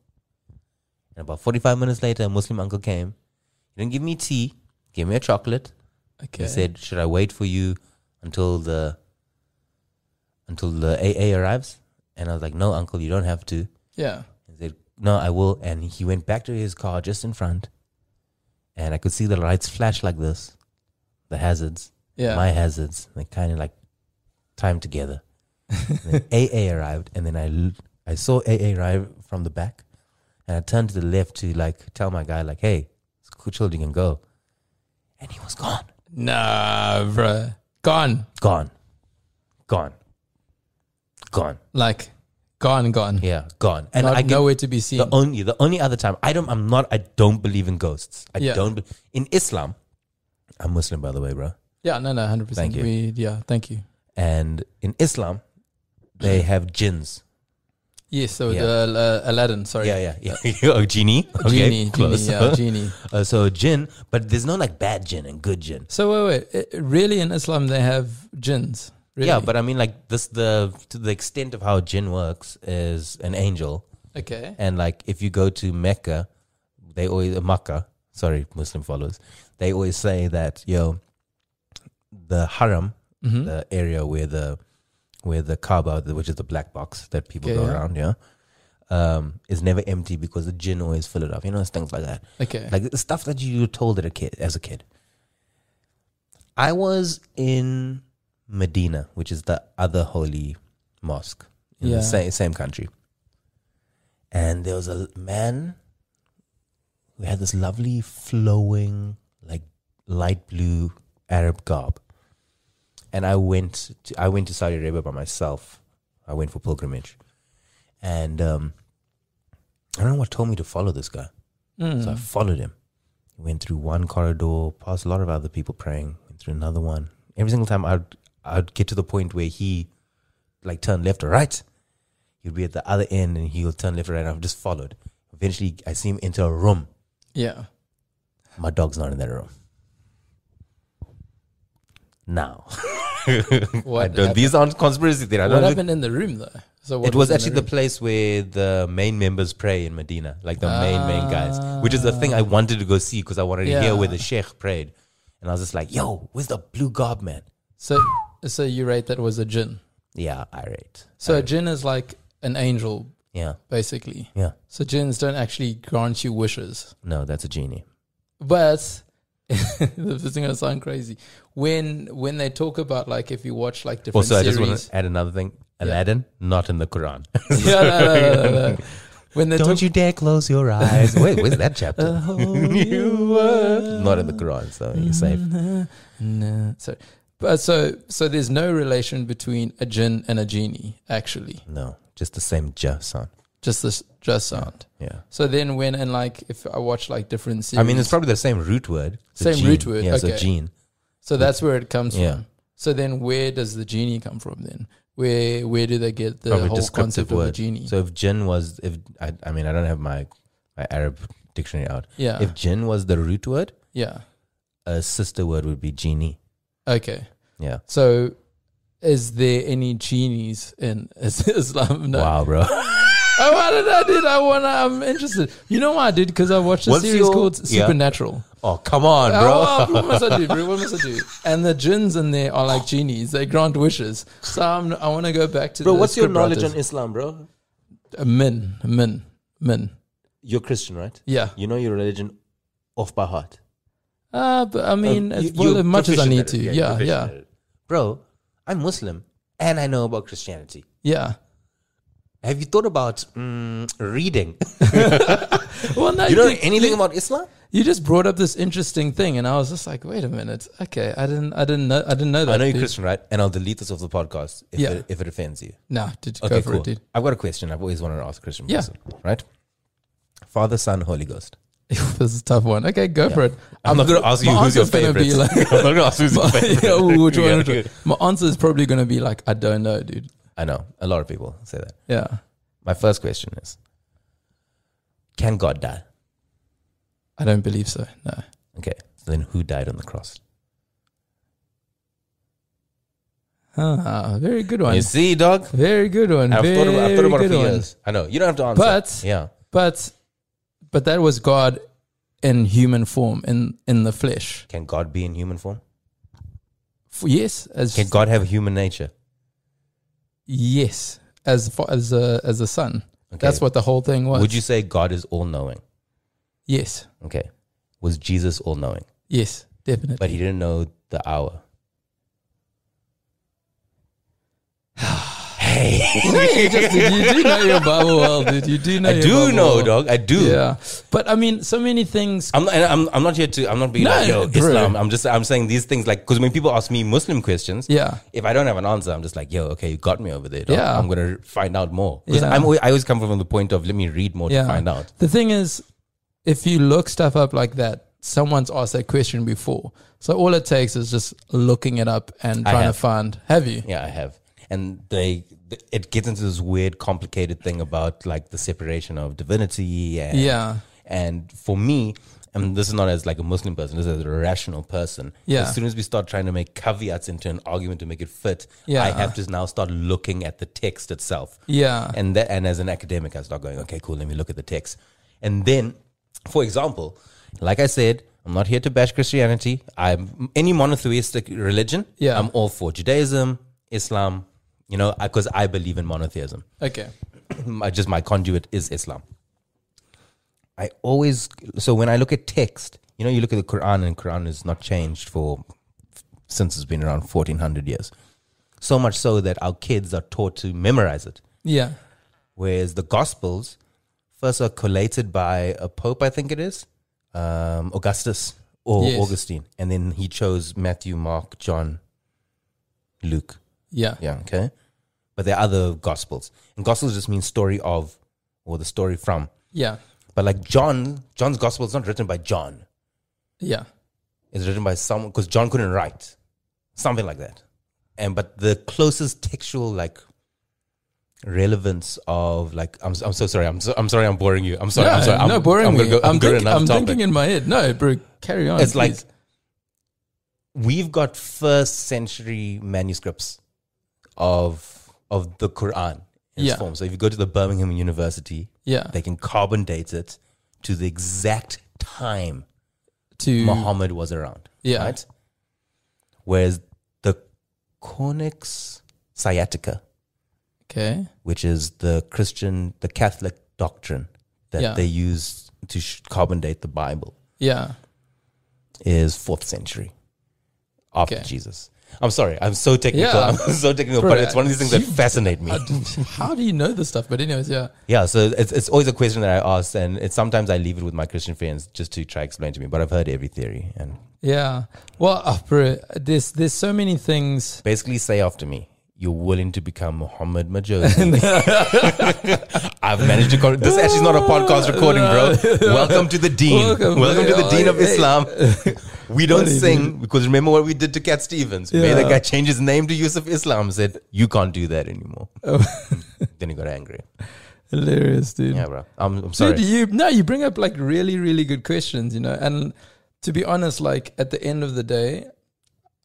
Speaker 13: And about 45 minutes later, a Muslim uncle came. He didn't give me tea, gave me a chocolate.
Speaker 17: Okay.
Speaker 13: He said, "Should I wait for you until the until the AA arrives?" And I was like, "No, uncle, you don't have to."
Speaker 17: yeah.
Speaker 13: He said, "No, I will." And he went back to his car just in front, and I could see the lights flash like this, the hazards,
Speaker 17: Yeah.
Speaker 13: my hazards, they kind of like timed together. And then AA arrived, and then I l- I saw AA arrive from the back, and I turned to the left to like tell my guy like, "Hey, it's cool, children can go," and he was gone.
Speaker 17: nah, bro. Gone.
Speaker 13: gone, gone, gone.
Speaker 17: Like gone, gone.
Speaker 13: Yeah, gone. And I
Speaker 17: Not,
Speaker 13: can,
Speaker 17: nowhere to be seen.
Speaker 13: the only the only other time I don't I'm not I don't believe in ghosts. I
Speaker 17: Yeah.
Speaker 13: don't be- in Islam. I'm Muslim, by the way, bro.
Speaker 17: yeah, no, no, hundred
Speaker 13: Thank
Speaker 17: percent.
Speaker 13: you.
Speaker 17: We yeah, thank you. Mm-hmm.
Speaker 13: And in Islam, they have jinns.
Speaker 17: Yes, so the uh, Aladdin. Sorry.
Speaker 13: Yeah, yeah. yeah. oh, genie. Okay,
Speaker 17: Genie,
Speaker 13: close.
Speaker 17: genie, yeah, genie.
Speaker 13: Uh, so gin, but there's no like bad gin and good gin.
Speaker 17: So wait, wait. uh, Really, in Islam, they have jinns. Really?
Speaker 13: Yeah, but I mean like this the to the extent of how gin works is an angel,
Speaker 17: okay.
Speaker 13: and like if you go to Mecca, they always uh, Makkah. Sorry, Muslim followers. They always say that yo, the Haram,
Speaker 17: Hmm? Mm-hmm.
Speaker 13: the area where the where the Kaaba, the- which is the black box that people
Speaker 17: Okay,
Speaker 13: go
Speaker 17: yeah.
Speaker 13: around, yeah, um, is never empty because the jinn always fill it up. You know, it's things like that.
Speaker 17: Okay.
Speaker 13: Like the stuff that you were told at a kid as a kid. I was in Medina, which is the other holy mosque in the
Speaker 17: Yeah.
Speaker 13: same same country. And there was a man who had this lovely flowing, like light blue Arab garb. And I went to I went to Saudi Arabia by myself. I went for pilgrimage. And um, I don't know what told me to follow this guy.
Speaker 17: Mm.
Speaker 13: So I followed him. Went through one corridor, past a lot of other people praying, went through another one. Every single time I'd I'd get to the point where he like turned left or right. He'd be at the other end and he'll turn left or right and I've just followed. Eventually I see him enter a room.
Speaker 17: yeah.
Speaker 13: My dog's not in that room. Now.
Speaker 17: What? hap-
Speaker 13: these aren't conspiracy theories. I
Speaker 17: what
Speaker 13: don't
Speaker 17: happened in the room though? So what
Speaker 13: it was
Speaker 17: in
Speaker 13: actually the
Speaker 17: room?
Speaker 13: place where the main members pray in Medina, like the main main guys, which is the thing I
Speaker 17: Ah.
Speaker 13: wanted to go see because I wanted to hear where the sheikh prayed, and I was just like, "Yo, where's the blue garb man?"
Speaker 17: So so you rate that was a jinn.
Speaker 13: Yeah, irate.
Speaker 17: So a jinn is like an angel,
Speaker 13: Yeah,
Speaker 17: basically.
Speaker 13: yeah.
Speaker 17: So jinns don't actually grant you wishes,
Speaker 13: No, that's a genie.
Speaker 17: but this is gonna sound crazy. When when they talk about like if you watch like different
Speaker 13: Also, I
Speaker 17: series,
Speaker 13: just want to add another thing: Aladdin, not in the Quran.
Speaker 17: yeah, no, no, no, no, no. when they
Speaker 13: Don't
Speaker 17: talk,
Speaker 13: you dare close your eyes. Wait, where's that chapter? not in the Quran, so
Speaker 17: Mm-hmm.
Speaker 13: you're safe.
Speaker 17: No, sorry. But so so there's no relation between a jinn and a genie actually,
Speaker 13: No, just the same ja sound.
Speaker 17: just this just sound.
Speaker 13: Yeah.
Speaker 17: So then when and like if I watch like different series,
Speaker 13: I mean, it's probably the same root word. It's a
Speaker 17: Same
Speaker 13: gene.
Speaker 17: root word,
Speaker 13: Yeah, it's a
Speaker 17: okay.
Speaker 13: gene.
Speaker 17: so that's where it comes
Speaker 13: Yeah.
Speaker 17: from. So then where does the genie come from then? Where where do they get the
Speaker 13: Probably
Speaker 17: whole
Speaker 13: descriptive
Speaker 17: concept of
Speaker 13: word.
Speaker 17: a genie?
Speaker 13: So if jinn was, if I, I mean, I don't have my, my Arab dictionary out.
Speaker 17: Yeah.
Speaker 13: If jinn was the root word,
Speaker 17: yeah.
Speaker 13: a sister word would be genie.
Speaker 17: Okay.
Speaker 13: Yeah.
Speaker 17: So is there any genies in is- Islam? No.
Speaker 13: Wow, bro.
Speaker 17: Oh, why did I did? I wanna. I'm interested. You know why I did? Because I watched a
Speaker 13: What's
Speaker 17: series
Speaker 13: your-
Speaker 17: called
Speaker 13: yeah.
Speaker 17: Supernatural.
Speaker 13: oh, come on,
Speaker 17: Oh,
Speaker 13: bro.
Speaker 17: what must I do, bro? What must I do? And the jinns in there are like genies; they grant wishes. So I'm, I want to go back to
Speaker 13: bro,
Speaker 17: the
Speaker 13: what's your
Speaker 17: script
Speaker 13: knowledge on
Speaker 17: writers.
Speaker 13: Islam, bro?
Speaker 17: Uh, min, min, min?
Speaker 13: You're Christian, right?
Speaker 17: Yeah.
Speaker 13: You know your religion off by heart.
Speaker 17: Uh, but I mean,
Speaker 13: Uh,
Speaker 17: as,
Speaker 13: you-
Speaker 17: well,
Speaker 13: you're
Speaker 17: as much as I
Speaker 13: proficient
Speaker 17: need
Speaker 13: at
Speaker 17: to.
Speaker 13: it. Yeah,
Speaker 17: Yeah,
Speaker 13: you're
Speaker 17: yeah,
Speaker 13: proficient at it. Bro, I'm Muslim and I know about Christianity.
Speaker 17: yeah.
Speaker 13: Have you thought about mm, reading?
Speaker 17: Well, no,
Speaker 13: You don't know
Speaker 17: you-
Speaker 13: anything
Speaker 17: you-
Speaker 13: about Islam?
Speaker 17: You just brought up this interesting thing, and I was just like, "Wait a minute, okay, I didn't, I didn't know, I didn't know that."
Speaker 13: I know you're
Speaker 17: dude.
Speaker 13: Christian, right? And I'll delete this off the podcast if,
Speaker 17: Yeah.
Speaker 13: it, if it offends you.
Speaker 17: Nah, did you
Speaker 13: Okay,
Speaker 17: go for
Speaker 13: cool.
Speaker 17: it, dude?
Speaker 13: I've got a question. I've always wanted to ask a Christian
Speaker 17: Yeah.
Speaker 13: person, right? Father, Son, Holy Ghost.
Speaker 17: this is a tough one. Okay, go for it.
Speaker 13: I'm not going to ask you
Speaker 17: my
Speaker 13: who's your
Speaker 17: answer's gonna
Speaker 13: favorite.
Speaker 17: be like-
Speaker 13: I'm not going to ask who's your favorite.
Speaker 17: yeah, which one,
Speaker 13: Yeah,
Speaker 17: which one?
Speaker 13: okay.
Speaker 17: My answer is probably going to be like, I don't know, dude.
Speaker 13: I know a lot of people say that.
Speaker 17: Yeah.
Speaker 13: My first question is: Can God die?
Speaker 17: I don't believe so. No.
Speaker 13: Okay, so then who died on the cross?
Speaker 17: Ah, very good one.
Speaker 13: You see, dog.
Speaker 17: Very good one.
Speaker 13: I've
Speaker 17: very
Speaker 13: thought about, I've thought about it
Speaker 17: good
Speaker 13: for
Speaker 17: one.
Speaker 13: years. I know you don't have to answer,
Speaker 17: But-
Speaker 13: yeah,
Speaker 17: But but that was God in human form, in in the flesh.
Speaker 13: can God be in human form?
Speaker 17: F- yes, as
Speaker 13: Can God have human nature?
Speaker 17: yes, as far as a as a son.
Speaker 13: Okay.
Speaker 17: That's what the whole thing was.
Speaker 13: Would you say God is all knowing?
Speaker 17: Yes,
Speaker 13: Okay, was Jesus all knowing?
Speaker 17: yes, definitely.
Speaker 13: But he didn't know the hour.
Speaker 17: you, just- you do know your Bible well, dude. You do know.
Speaker 13: I
Speaker 17: your
Speaker 13: do
Speaker 17: Bible
Speaker 13: know,
Speaker 17: well.
Speaker 13: dog. I do.
Speaker 17: Yeah, but I mean, so many things.
Speaker 13: I'm not, and I'm, I'm not here to, I'm not being
Speaker 17: No,
Speaker 13: like, yo,
Speaker 17: bro.
Speaker 13: Islam. I'm just, I'm saying these things like, because when people ask me Muslim questions,
Speaker 17: Yeah.
Speaker 13: if I don't have an answer, I'm just like, yo, okay, you got me over there. dog.
Speaker 17: Yeah.
Speaker 13: I'm going to find out more. 'Cause
Speaker 17: Yeah.
Speaker 13: I'm always, I always come from the point of, let me read more to find out.
Speaker 17: The thing is, if you look stuff up like that, someone's asked that question before. So all it takes is just looking it up and
Speaker 13: I
Speaker 17: trying
Speaker 13: have.
Speaker 17: to find. Have you?
Speaker 13: Yeah, I have. And they, it gets into this weird, complicated thing about like the separation of divinity and
Speaker 17: Yeah.
Speaker 13: And for me, and this is not as like a Muslim person, this is as a rational person.
Speaker 17: Yeah.
Speaker 13: As soon as we start trying to make caveats into an argument to make it fit,
Speaker 17: Yeah.
Speaker 13: I have to now start looking at the text itself.
Speaker 17: Yeah.
Speaker 13: And that and as an academic, I start going, okay, cool, let me look at the text. And then, for example, like I said, I'm not here to bash Christianity. I'm any monotheistic religion.
Speaker 17: Yeah.
Speaker 13: I'm all for Judaism, Islam, you know, because I believe in monotheism
Speaker 17: Okay.
Speaker 13: my, just my conduit is Islam. I always so when I look at text, you know, you look at the Quran and Quran is not changed for since it's been around fourteen hundred years. So much so that our kids are taught to memorize it.
Speaker 17: Yeah.
Speaker 13: Whereas the Gospels first are collated by a pope, I think it is, um, Augustus or
Speaker 17: Yes.
Speaker 13: Augustine, and then he chose Matthew, Mark, John, Luke.
Speaker 17: Yeah.
Speaker 13: Yeah. Okay. But there are other gospels. And gospels just means story of or the story from.
Speaker 17: Yeah.
Speaker 13: But like John, John's gospel is not written by John.
Speaker 17: Yeah.
Speaker 13: It's written by someone because John couldn't write. Something like that. And but the closest textual like relevance of like I'm I'm so sorry. I'm so, I'm sorry I'm boring you. I'm sorry.
Speaker 17: no,
Speaker 13: I'm sorry. I'm,
Speaker 17: no, boring
Speaker 13: I'm
Speaker 17: me.
Speaker 13: gonna go-
Speaker 17: I'm,
Speaker 13: I'm, going
Speaker 17: thinking,
Speaker 13: enough
Speaker 17: I'm
Speaker 13: topic.
Speaker 17: thinking in my head. No, bro, carry on.
Speaker 13: it's like
Speaker 17: please.
Speaker 13: we've got first century manuscripts of of the Quran in
Speaker 17: Yeah.
Speaker 13: its form. So if you go to the Birmingham University,
Speaker 17: Yeah.
Speaker 13: they can carbon date it to the exact time
Speaker 17: to
Speaker 13: Muhammad was around.
Speaker 17: Mm. Yeah.
Speaker 13: Right? Whereas the Cornix Sciatica,
Speaker 17: Okay.
Speaker 13: which is the Christian, the Catholic doctrine that
Speaker 17: Yeah.
Speaker 13: they use to sh- carbon date the Bible,
Speaker 17: Yeah.
Speaker 13: is fourth century after
Speaker 17: Okay.
Speaker 13: Jesus. I'm sorry, I'm so technical.
Speaker 17: Yeah.
Speaker 13: I'm so technical,
Speaker 17: Bro,
Speaker 13: but it's one of these things that
Speaker 17: you-
Speaker 13: fascinate me.
Speaker 17: How do you know this stuff? But anyways, yeah.
Speaker 13: yeah, so it's, it's always a question that I ask, and it's sometimes I leave it with my Christian friends just to try explain to me. But I've heard every theory, and
Speaker 17: Yeah. Well, uh, bro, there's there's so many things.
Speaker 13: basically say after me, you're willing to become Muhammad Majosi. I've managed to. Call, this actually is not a podcast recording, bro. Welcome to the dean.
Speaker 17: Welcome,
Speaker 13: Welcome, to the
Speaker 17: bro.
Speaker 13: dean of
Speaker 17: Hey.
Speaker 13: Islam. We don't
Speaker 17: Funny,
Speaker 13: sing because remember what we did to Cat Stevens. Made
Speaker 17: Yeah.
Speaker 13: that guy change his name to Yusuf Islam. Said you can't do that anymore.
Speaker 17: Oh.
Speaker 13: then he got angry.
Speaker 17: Hilarious, dude.
Speaker 13: Yeah, bro. I'm, I'm sorry.
Speaker 17: Dude, you no, you bring up like really, really good questions, you know. And to be honest, like at the end of the day,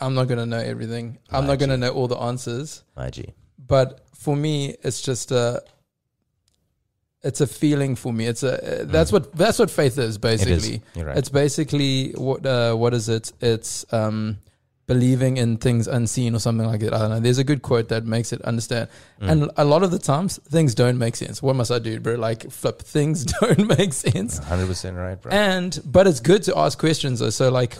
Speaker 17: I'm not gonna know everything. I'm not gonna know all the answers.
Speaker 13: My G.
Speaker 17: But for me, it's just a, it's a feeling for me. It's a uh, that's what that's what faith is basically.
Speaker 13: You're right.
Speaker 17: It's basically what uh, what is it? It's um, believing in things unseen or something like that. I don't know. There's a good quote that makes it understand. And a lot of the times, things don't make sense. What must I do, bro? Like flip, things don't make sense.
Speaker 13: 100% right, bro.
Speaker 17: And but it's good to ask questions though. So like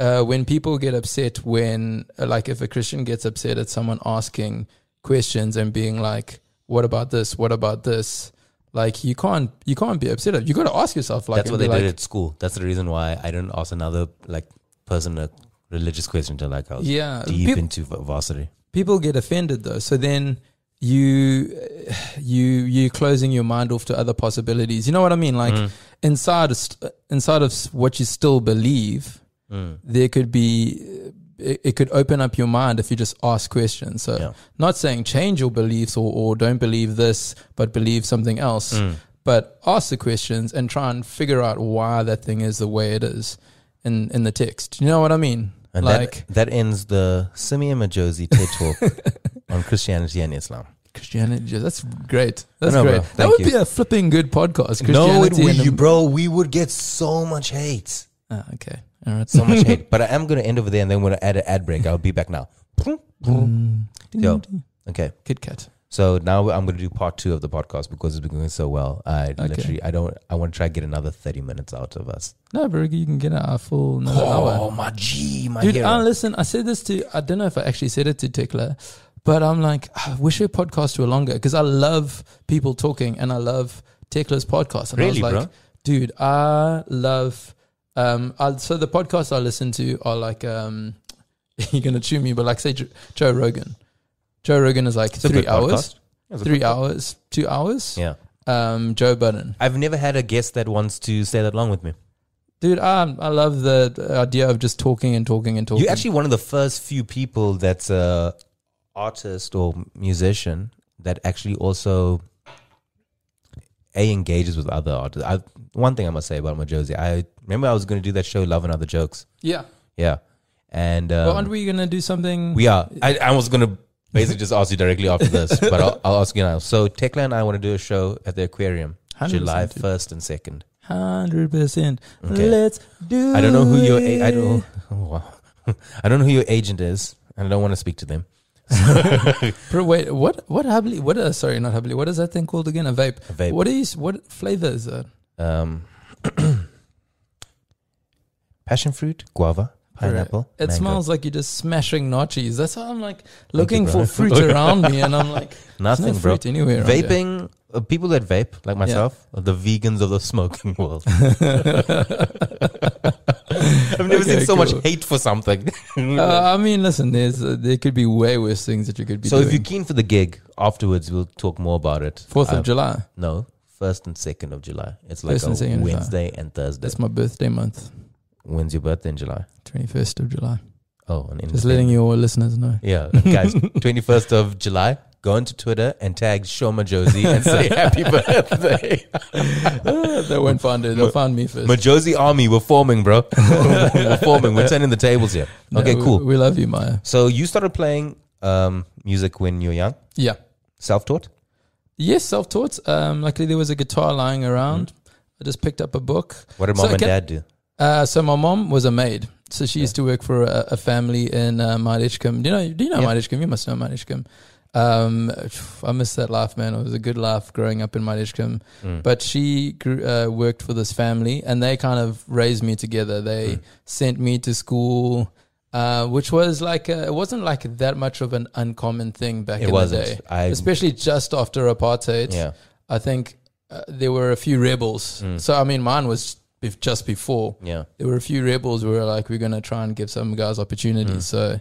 Speaker 17: uh, when people get upset when uh, like if a Christian gets upset at someone asking questions and being like, What about this? What about this? Like you can't you can't be upset. You gotta ask yourself like
Speaker 13: That's what
Speaker 17: and
Speaker 13: they
Speaker 17: be
Speaker 13: did
Speaker 17: like,
Speaker 13: at school. That's the reason why I didn't ask another like person a religious question until like I was
Speaker 17: Yeah,
Speaker 13: deep
Speaker 17: peop-
Speaker 13: into v- varsity.
Speaker 17: people get offended though so then you you you closing your mind off to other possibilities you know what i mean like
Speaker 13: Mm.
Speaker 17: inside of st- inside of s- what you still believe there could be it, it could open up your mind if you just ask questions so
Speaker 13: Yeah.
Speaker 17: not saying change your beliefs or, or don't believe this but believe something else
Speaker 13: Mm.
Speaker 17: but ask the questions and try and figure out why that thing is the way it is in in the text you know what i mean
Speaker 13: And
Speaker 17: like
Speaker 13: that, that ends the Simeon Majosi TED Talk on Christianity and Islam.
Speaker 17: Christianity. That's great. That's
Speaker 13: No, no, bro.
Speaker 17: great. that
Speaker 13: Thank
Speaker 17: would
Speaker 13: you.
Speaker 17: be a flipping good podcast.
Speaker 13: No, it,
Speaker 17: Christianity
Speaker 13: we,
Speaker 17: and-
Speaker 13: you, bro, we would get so much hate.
Speaker 17: Ah, okay. All right.
Speaker 13: So much hate. But I am going to end over there and then we're going to add an ad break. I'll be back now. Yo, okay.
Speaker 17: Kit Kat.
Speaker 13: So now I'm going to do part two of the podcast because it's been going so well. I
Speaker 17: Okay.
Speaker 13: literally, I don't, I want to try to get another 30 minutes out of us.
Speaker 17: No, bro, you can get a full another
Speaker 13: Oh,
Speaker 17: hour.
Speaker 13: my G, my
Speaker 17: Dude,
Speaker 13: hero.
Speaker 17: ah, listen, I said this to, I don't know if I actually said it to Tekla, but I'm like, I wish your podcast were longer because I love people talking and I love Tekla's podcast. And I was
Speaker 13: Really,
Speaker 17: like,
Speaker 13: bro?
Speaker 17: dude, I love, um, I, so the podcasts I listen to are like, um, you're going to chew me, but like, say, Jo- Joe Rogan. Joe Rogan is like
Speaker 13: a
Speaker 17: three
Speaker 13: good
Speaker 17: hours.
Speaker 13: podcast. It's a
Speaker 17: three
Speaker 13: good pod-
Speaker 17: hours, two hours.
Speaker 13: Yeah.
Speaker 17: Um, Joe Budden,
Speaker 13: I've never had a guest that wants to stay that long with me.
Speaker 17: dude, I, I love the the idea of just talking and talking and talking.
Speaker 13: You're actually one of the first few people that's a artist or musician that actually also a engages with other artists. I, one thing I must say about Majosi, I remember I was going to do that show, Love and Other Jokes.
Speaker 17: Yeah.
Speaker 13: Yeah, and um,
Speaker 17: well, aren't we gonna do something?
Speaker 13: we are. I, I was going to basically just ask you directly after this, but I'll, I'll ask you now. So Tekla and I want to do a show at the aquarium,
Speaker 17: 100%,
Speaker 13: July
Speaker 17: dude.
Speaker 13: first and second.
Speaker 17: Hundred percent.
Speaker 13: Okay.
Speaker 17: Let's do.
Speaker 13: I don't know who your a- I
Speaker 17: it.
Speaker 13: don't oh, wow. I don't know who your agent is, and I don't want to speak to them.
Speaker 17: Bro, wait. What? What? Hubley? What? Uh, sorry, not Hubley. What is that thing called again? A vape.
Speaker 13: A vape.
Speaker 17: What is? What flavor is that?
Speaker 13: Um, passion fruit, guava, pineapple.
Speaker 17: It
Speaker 13: mango.
Speaker 17: smells like you're just smashing nachos. That's how I'm like looking
Speaker 13: you,
Speaker 17: for
Speaker 13: bro.
Speaker 17: fruit around me, and I'm like there's no
Speaker 13: nothing, bro.
Speaker 17: fruit Anywhere around here.
Speaker 13: Vaping. Uh, people that vape, like myself, are the vegans of the smoking world. I've never
Speaker 17: Okay,
Speaker 13: seen so much
Speaker 17: cool.
Speaker 13: hate for something.
Speaker 17: Uh, I mean, listen. There's uh, there could be way worse things that you could be
Speaker 13: so, if
Speaker 17: doing.
Speaker 13: you're keen for the gig, afterwards we'll talk more about it.
Speaker 17: Fourth
Speaker 13: Um,
Speaker 17: of July.
Speaker 13: No, first and second of July. It's like
Speaker 17: First and
Speaker 13: a
Speaker 17: second of July.
Speaker 13: Wednesday and Thursday.
Speaker 17: That's my birthday month.
Speaker 13: When's your birthday in July?
Speaker 17: Twenty first of July.
Speaker 13: Oh, on
Speaker 17: Just letting your listeners know.
Speaker 13: Yeah, guys, 21st of July, go onto Twitter and tag Shoma Josie and say happy birthday.
Speaker 17: they won't find it. They'll find me first.
Speaker 13: My Josie army, we're forming, bro. we're forming. We're turning the tables here.
Speaker 17: No,
Speaker 13: Okay,
Speaker 17: we-
Speaker 13: cool.
Speaker 17: We love you, Maya.
Speaker 13: So you started playing um, music when you were young,
Speaker 17: Yeah.
Speaker 13: self-taught.
Speaker 17: Yes, self taught. Um, luckily, there was a guitar lying around.
Speaker 13: Mm.
Speaker 17: I just picked up a book.
Speaker 13: What did
Speaker 17: So
Speaker 13: mom
Speaker 17: I
Speaker 13: and
Speaker 17: can-
Speaker 13: dad do?
Speaker 17: Uh, so my mom was a maid. So she used to work for a, a family in uh, Marichkum. Do you know? Do you know
Speaker 13: Yeah.
Speaker 17: Marichkum? You must know Marichkum. Um, I miss that life, man. It was a good life growing up in Marichkum.
Speaker 13: Mm.
Speaker 17: But she grew, uh, worked for this family, and they kind of raised me together. They
Speaker 13: Mm.
Speaker 17: sent me to school, uh, which was like a, it wasn't like that much of an uncommon thing back
Speaker 13: It
Speaker 17: in
Speaker 13: wasn't.
Speaker 17: the day,
Speaker 13: I-
Speaker 17: especially just after apartheid.
Speaker 13: Yeah. Mm.
Speaker 17: I think uh, there were a few rebels. So I mean, mine was bef- just before.
Speaker 13: Yeah.
Speaker 17: There were a few rebels who were like, we're gonna try and give some guys opportunities.
Speaker 13: Hmm.
Speaker 17: So,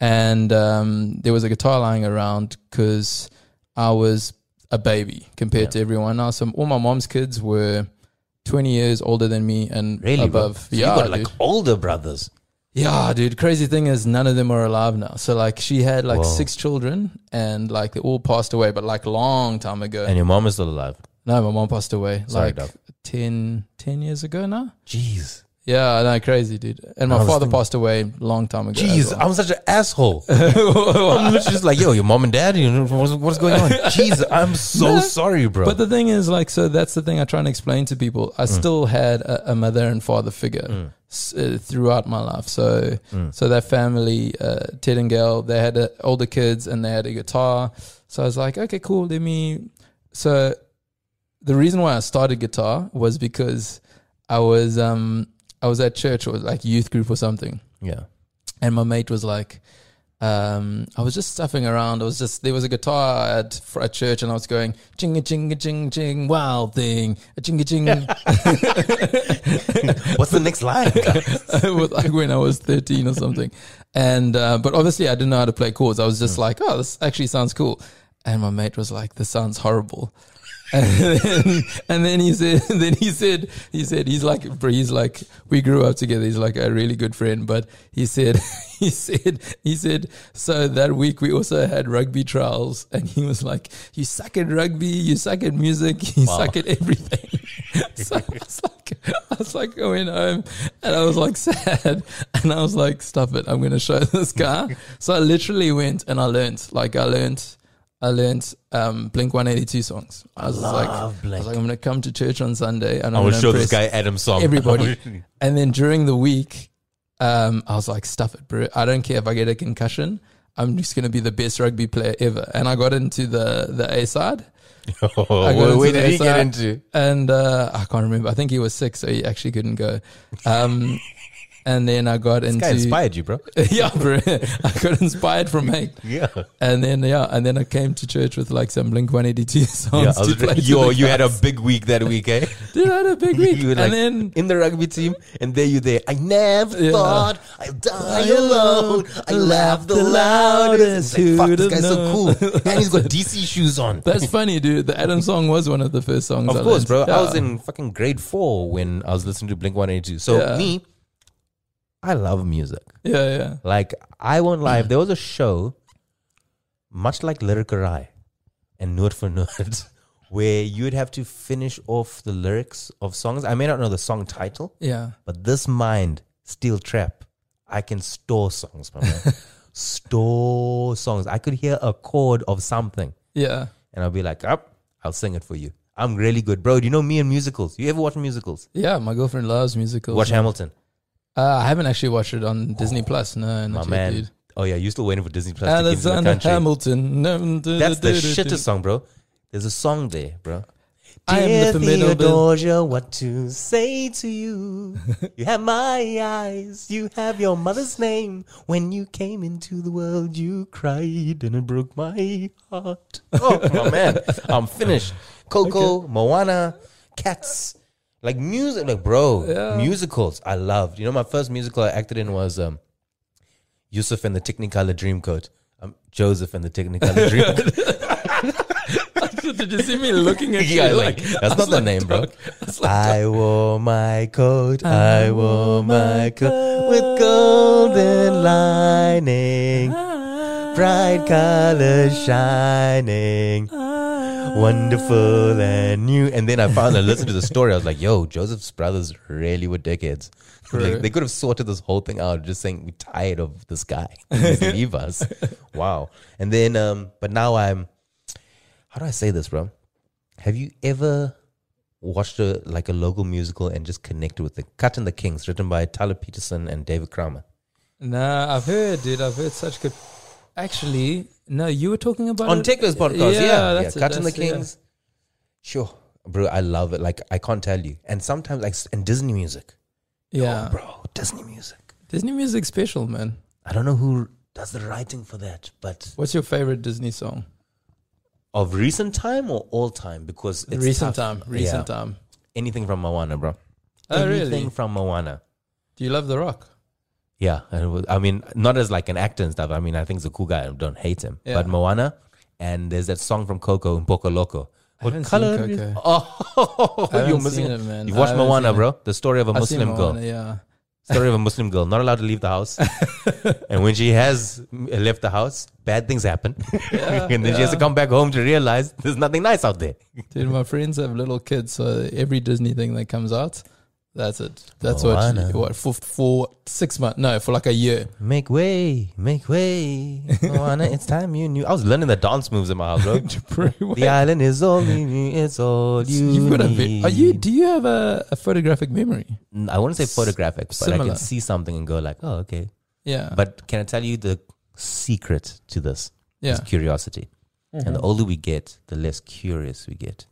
Speaker 17: and um, there was a guitar lying around because I was a baby compared to everyone else. Um, all my mom's kids were twenty years older than me and
Speaker 13: Really? bro?
Speaker 17: above.
Speaker 13: So you got like
Speaker 17: dude.
Speaker 13: older brothers.
Speaker 17: Yeah, dude. Crazy thing is, none of them are alive now. So like, she had like
Speaker 13: Whoa.
Speaker 17: six children, and like they all passed away, but like long time ago.
Speaker 13: And your mom is still alive.
Speaker 17: no, my mom passed away
Speaker 13: Sorry,
Speaker 17: like
Speaker 13: dog.
Speaker 17: 10, 10 years ago now.
Speaker 13: Jeez.
Speaker 17: Yeah, no, crazy, dude. And
Speaker 13: I
Speaker 17: my
Speaker 13: was
Speaker 17: father
Speaker 13: thinking-
Speaker 17: passed away long time ago. as
Speaker 13: Jeez,
Speaker 17: well.
Speaker 13: I'm such an asshole. I'm literally just like, yo, your mom and dad, you know, what's, what's going on? Jeez, I'm so
Speaker 17: No.
Speaker 13: sorry, bro.
Speaker 17: But the thing is, like, so that's the thing I try and explain to people. I still had a, a mother and father figure
Speaker 13: Mm.
Speaker 17: s- uh, throughout my life. So, so that family, uh, Ted and Gail, they had uh, older kids and they had a guitar. So I was like, okay, cool. Let me. So, the reason why I started guitar was because I was um I was at church or like youth group or something,
Speaker 13: yeah.
Speaker 17: and my mate was like, um, I was just stuffing around. I was just there was a guitar at for a church, and I was going ching a ching a ching ching wild thing a ching a ching
Speaker 13: What's the next line?
Speaker 17: with, like when I was thirteen or something. And uh, but obviously I didn't know how to play chords. I was just like, oh, this actually sounds cool. And my mate was like, this sounds horrible. and, then, and then he said, then he said, he said, he's like, bro, he's like, we grew up together. He's like a really good friend, but he said, he said, he said, so that week we also had rugby trials and he was like, you suck at rugby, you suck at music, you suck at everything. so I was like, I was like going home and I was like sad and I was like, stop it. I'm going to show this guy. so I literally went and I learned, like I learned, I learned um, Blink 182 songs. I was like, I was like, I'm going to come to church on Sunday and
Speaker 13: I
Speaker 17: I'm
Speaker 13: will
Speaker 17: going to
Speaker 13: show this
Speaker 17: impress
Speaker 13: guy Adam's song.
Speaker 17: everybody. and then during the week, um, I was like, stuff it, bro. I don't care if I get a concussion. I'm just going to be the best rugby player ever. And I got into the, the A side. I got
Speaker 13: where
Speaker 17: into
Speaker 13: Oh, did
Speaker 17: the
Speaker 13: he get
Speaker 17: SR,
Speaker 13: into?
Speaker 17: And uh, I can't remember. I think he was six, so he actually couldn't go. Um, and then I got
Speaker 13: This
Speaker 17: into
Speaker 13: guy inspired you, bro.
Speaker 17: yeah, bro. I got inspired from Hank.
Speaker 13: Yeah.
Speaker 17: And then yeah, and then I came to church with like some Blink One Eighty Two
Speaker 13: Yeah,
Speaker 17: songs.
Speaker 13: I was
Speaker 17: to play to
Speaker 13: yo,
Speaker 17: the
Speaker 13: you had a
Speaker 17: guys.
Speaker 13: big week that week, eh?
Speaker 17: dude, I had a big week.
Speaker 13: you were
Speaker 17: and
Speaker 13: like
Speaker 17: then
Speaker 13: in the rugby team, and there you there. I never
Speaker 17: Yeah.
Speaker 13: thought I'd die alone. I laughed the loudest. It's Like, Fuck,
Speaker 17: Who'd
Speaker 13: this
Speaker 17: have
Speaker 13: guy's so
Speaker 17: known?
Speaker 13: cool, and he's got DC shoes on.
Speaker 17: that's funny, dude. The Adam song was one of the first songs. I
Speaker 13: Of course, bro.
Speaker 17: learned.
Speaker 13: I was
Speaker 17: Yeah.
Speaker 13: in fucking grade four when I was listening to Blink 182. So,
Speaker 17: Yeah.
Speaker 13: me, I love music.
Speaker 17: Yeah, yeah.
Speaker 13: Like, I won't lie. if There was a show, much like Lyric Rai, and Nerd for Nerd, where you'd have to finish off the lyrics of songs. I may not know the song title,
Speaker 17: Yeah.
Speaker 13: but this mind, Steel Trap, I can store songs, my man. store songs. I could hear a chord of something
Speaker 17: Yeah.
Speaker 13: and I'll be like, up, I'll sing it for you. I'm really good, bro. Do you know me and musicals? You ever watch musicals?
Speaker 17: Yeah. My girlfriend loves musicals.
Speaker 13: Watch Hamilton,
Speaker 17: Uh, I haven't actually watched it on Disney Plus. No,
Speaker 13: my
Speaker 17: not yet,
Speaker 13: man.
Speaker 17: dude.
Speaker 13: Oh yeah, you still waiting for Disney Plus to give you the
Speaker 17: Alexander
Speaker 13: country?
Speaker 17: Hamilton. No, do,
Speaker 13: That's the
Speaker 17: do, do, do.
Speaker 13: shittest song, bro. There's a song there, bro.
Speaker 17: I am
Speaker 13: Dear
Speaker 17: the formidable-
Speaker 13: Theodosia, what to say to you? you have my eyes. You have your mother's name. When you came into the world, you cried and it broke my heart. Oh, my man. I'm finished. Coco, Moana, Cats. Like music, like bro, musicals. I loved. You know, my first musical I acted in was um, Yusuf and the Technicolor Dreamcoat. Um, Joseph and the Technicolor Dreamcoat.
Speaker 17: Did you see me looking at you?
Speaker 13: Yeah, like, that's not the name, bro. I wore my coat, I wore my coat with golden lining, bright colors shining, wonderful and new. And then I found and listened to the story. I was like, yo, Joseph's brothers really were dickheads. Like, they could have sorted this whole thing out just saying, we're tired of this guy. Just leave us. Wow. And then, um, but now I'm, how do I say this, bro? Have you ever watched a like a local musical and just connected with it? Cut and the Kings, written by Tyler Peterson and David Kramer.
Speaker 17: Nah, I've heard, dude. I've heard such good. Actually, no, you were talking about
Speaker 13: On
Speaker 17: it-
Speaker 13: Tekler's podcast, yeah. yeah,
Speaker 17: that's it,
Speaker 13: Cut and the
Speaker 17: that's it, yeah.
Speaker 13: Kings. Sure. Bro, I love it. Like I can't tell you. And sometimes like and Disney music.
Speaker 17: Yeah,
Speaker 13: Oh, bro, Disney music.
Speaker 17: Disney music special, man.
Speaker 13: I don't know who does the writing for that, but
Speaker 17: What's your favorite Disney song?
Speaker 13: of recent time or all time? Because it's
Speaker 17: recent
Speaker 13: tough.
Speaker 17: time, recent
Speaker 13: Yeah.
Speaker 17: time.
Speaker 13: Anything from Moana, bro.
Speaker 17: Oh,
Speaker 13: Anything
Speaker 17: really?
Speaker 13: from Moana.
Speaker 17: Do you love The Rock?
Speaker 13: Yeah, and it was- I mean, not as like an actor and stuff. I mean, I think he's a cool guy. I don't hate him.
Speaker 17: Yeah.
Speaker 13: But Moana, and there's that song from Coco and Poco Loco.
Speaker 17: haven't seen
Speaker 13: is-
Speaker 17: Coco.
Speaker 13: Oh,
Speaker 17: I haven't
Speaker 13: you're missing
Speaker 17: seen
Speaker 13: it,
Speaker 17: it, man.
Speaker 13: You've
Speaker 17: I
Speaker 13: watched
Speaker 17: haven't
Speaker 13: Moana,
Speaker 17: seen it.
Speaker 13: been, bro. The story of a
Speaker 17: I've seen
Speaker 13: Muslim girl.
Speaker 17: Moana, Yeah,
Speaker 13: Story of a Muslim girl, not allowed to leave the house. and when she has mm, left the house, bad things happen. and then she has to come back home to realize there's nothing nice out there.
Speaker 17: dude. My friends have little kids, so every Disney thing that comes out, that's it. That's
Speaker 13: Oh,
Speaker 17: what.
Speaker 13: Moana.
Speaker 17: What for? For six months? No, for like a year.
Speaker 13: Make way, make way. Moana, it's time you knew. I was learning the dance moves in my house, bro. The island is all you It's all you
Speaker 17: You've got a
Speaker 13: need.
Speaker 17: bit. Are you? Do you have a, a photographic memory?
Speaker 13: N- I wouldn't say photographic, but I
Speaker 17: similar.
Speaker 13: can see something and go like, "Oh, okay."
Speaker 17: Yeah,
Speaker 13: But can I tell you the secret to this?
Speaker 17: yeah.
Speaker 13: Is curiosity. And the older we get, the less curious we get.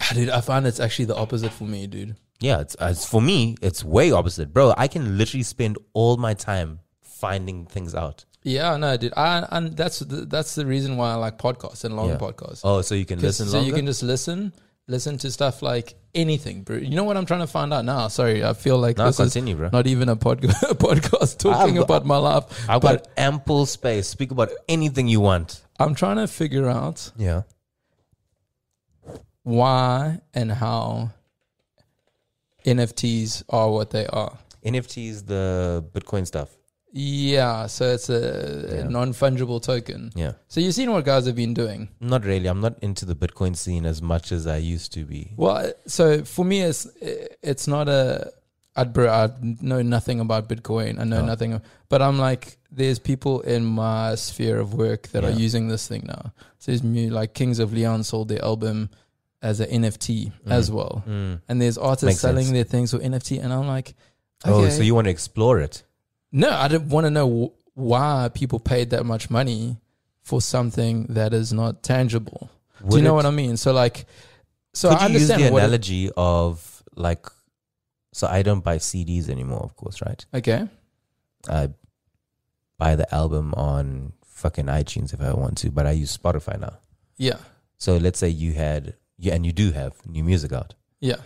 Speaker 17: Ah, Dude, I find it's actually the opposite for me, dude.
Speaker 13: Yeah, it's, it's for me. It's way opposite, bro. I can literally spend all my time finding things out.
Speaker 17: Yeah, no, dude. I and that's the, that's the reason why I like podcasts and long
Speaker 13: Yeah.
Speaker 17: podcasts.
Speaker 13: Oh, so you can
Speaker 17: 'Cause-
Speaker 13: listen.
Speaker 17: so you
Speaker 13: longer?
Speaker 17: can just listen, listen to stuff like anything, bro. You know what I'm trying to find out now? Sorry, I feel like
Speaker 13: No,
Speaker 17: this
Speaker 13: continue,
Speaker 17: is
Speaker 13: bro.
Speaker 17: not even a, pod- a podcast talking
Speaker 13: I've-
Speaker 17: about my life.
Speaker 13: I've
Speaker 17: but
Speaker 13: got ample space. Speak about anything you want.
Speaker 17: I'm trying to figure out
Speaker 13: Yeah.
Speaker 17: why and how NFTs are what they are.
Speaker 13: NFTs, the Bitcoin stuff.
Speaker 17: Yeah, so it's a
Speaker 13: Yeah.
Speaker 17: non fungible token.
Speaker 13: Yeah.
Speaker 17: So you've seen what guys have been doing.
Speaker 13: Not really. I'm not into the Bitcoin scene as much as I used to be.
Speaker 17: Well, so for me, it's it's not a. I'd bro, I know nothing about Bitcoin. I know nothing, but I'm like, there's people in my sphere of work that are
Speaker 13: Yeah.
Speaker 17: using this thing now. So there's mu like Kings of Leon sold their album as an NFT as well,
Speaker 13: Mm.
Speaker 17: and there's artists
Speaker 13: Mm-hmm. Makes
Speaker 17: selling
Speaker 13: sense.
Speaker 17: their things with NFT, and I'm like,
Speaker 13: Oh, so you want to explore it?
Speaker 17: no, I don't want to know wh- why people paid that much money for something that is not tangible. Do
Speaker 13: Would
Speaker 17: you know
Speaker 13: it-
Speaker 17: what I mean? So like, so
Speaker 13: Could
Speaker 17: I
Speaker 13: you use
Speaker 17: understand
Speaker 13: the
Speaker 17: what it-
Speaker 13: analogy of like? So I don't buy CDs anymore, of course, right?
Speaker 17: okay.
Speaker 13: I buy the album on fucking iTunes if I want to, but I use Spotify now.
Speaker 17: Yeah.
Speaker 13: So let's say you had, yeah, and you do have new music out,
Speaker 17: Yeah.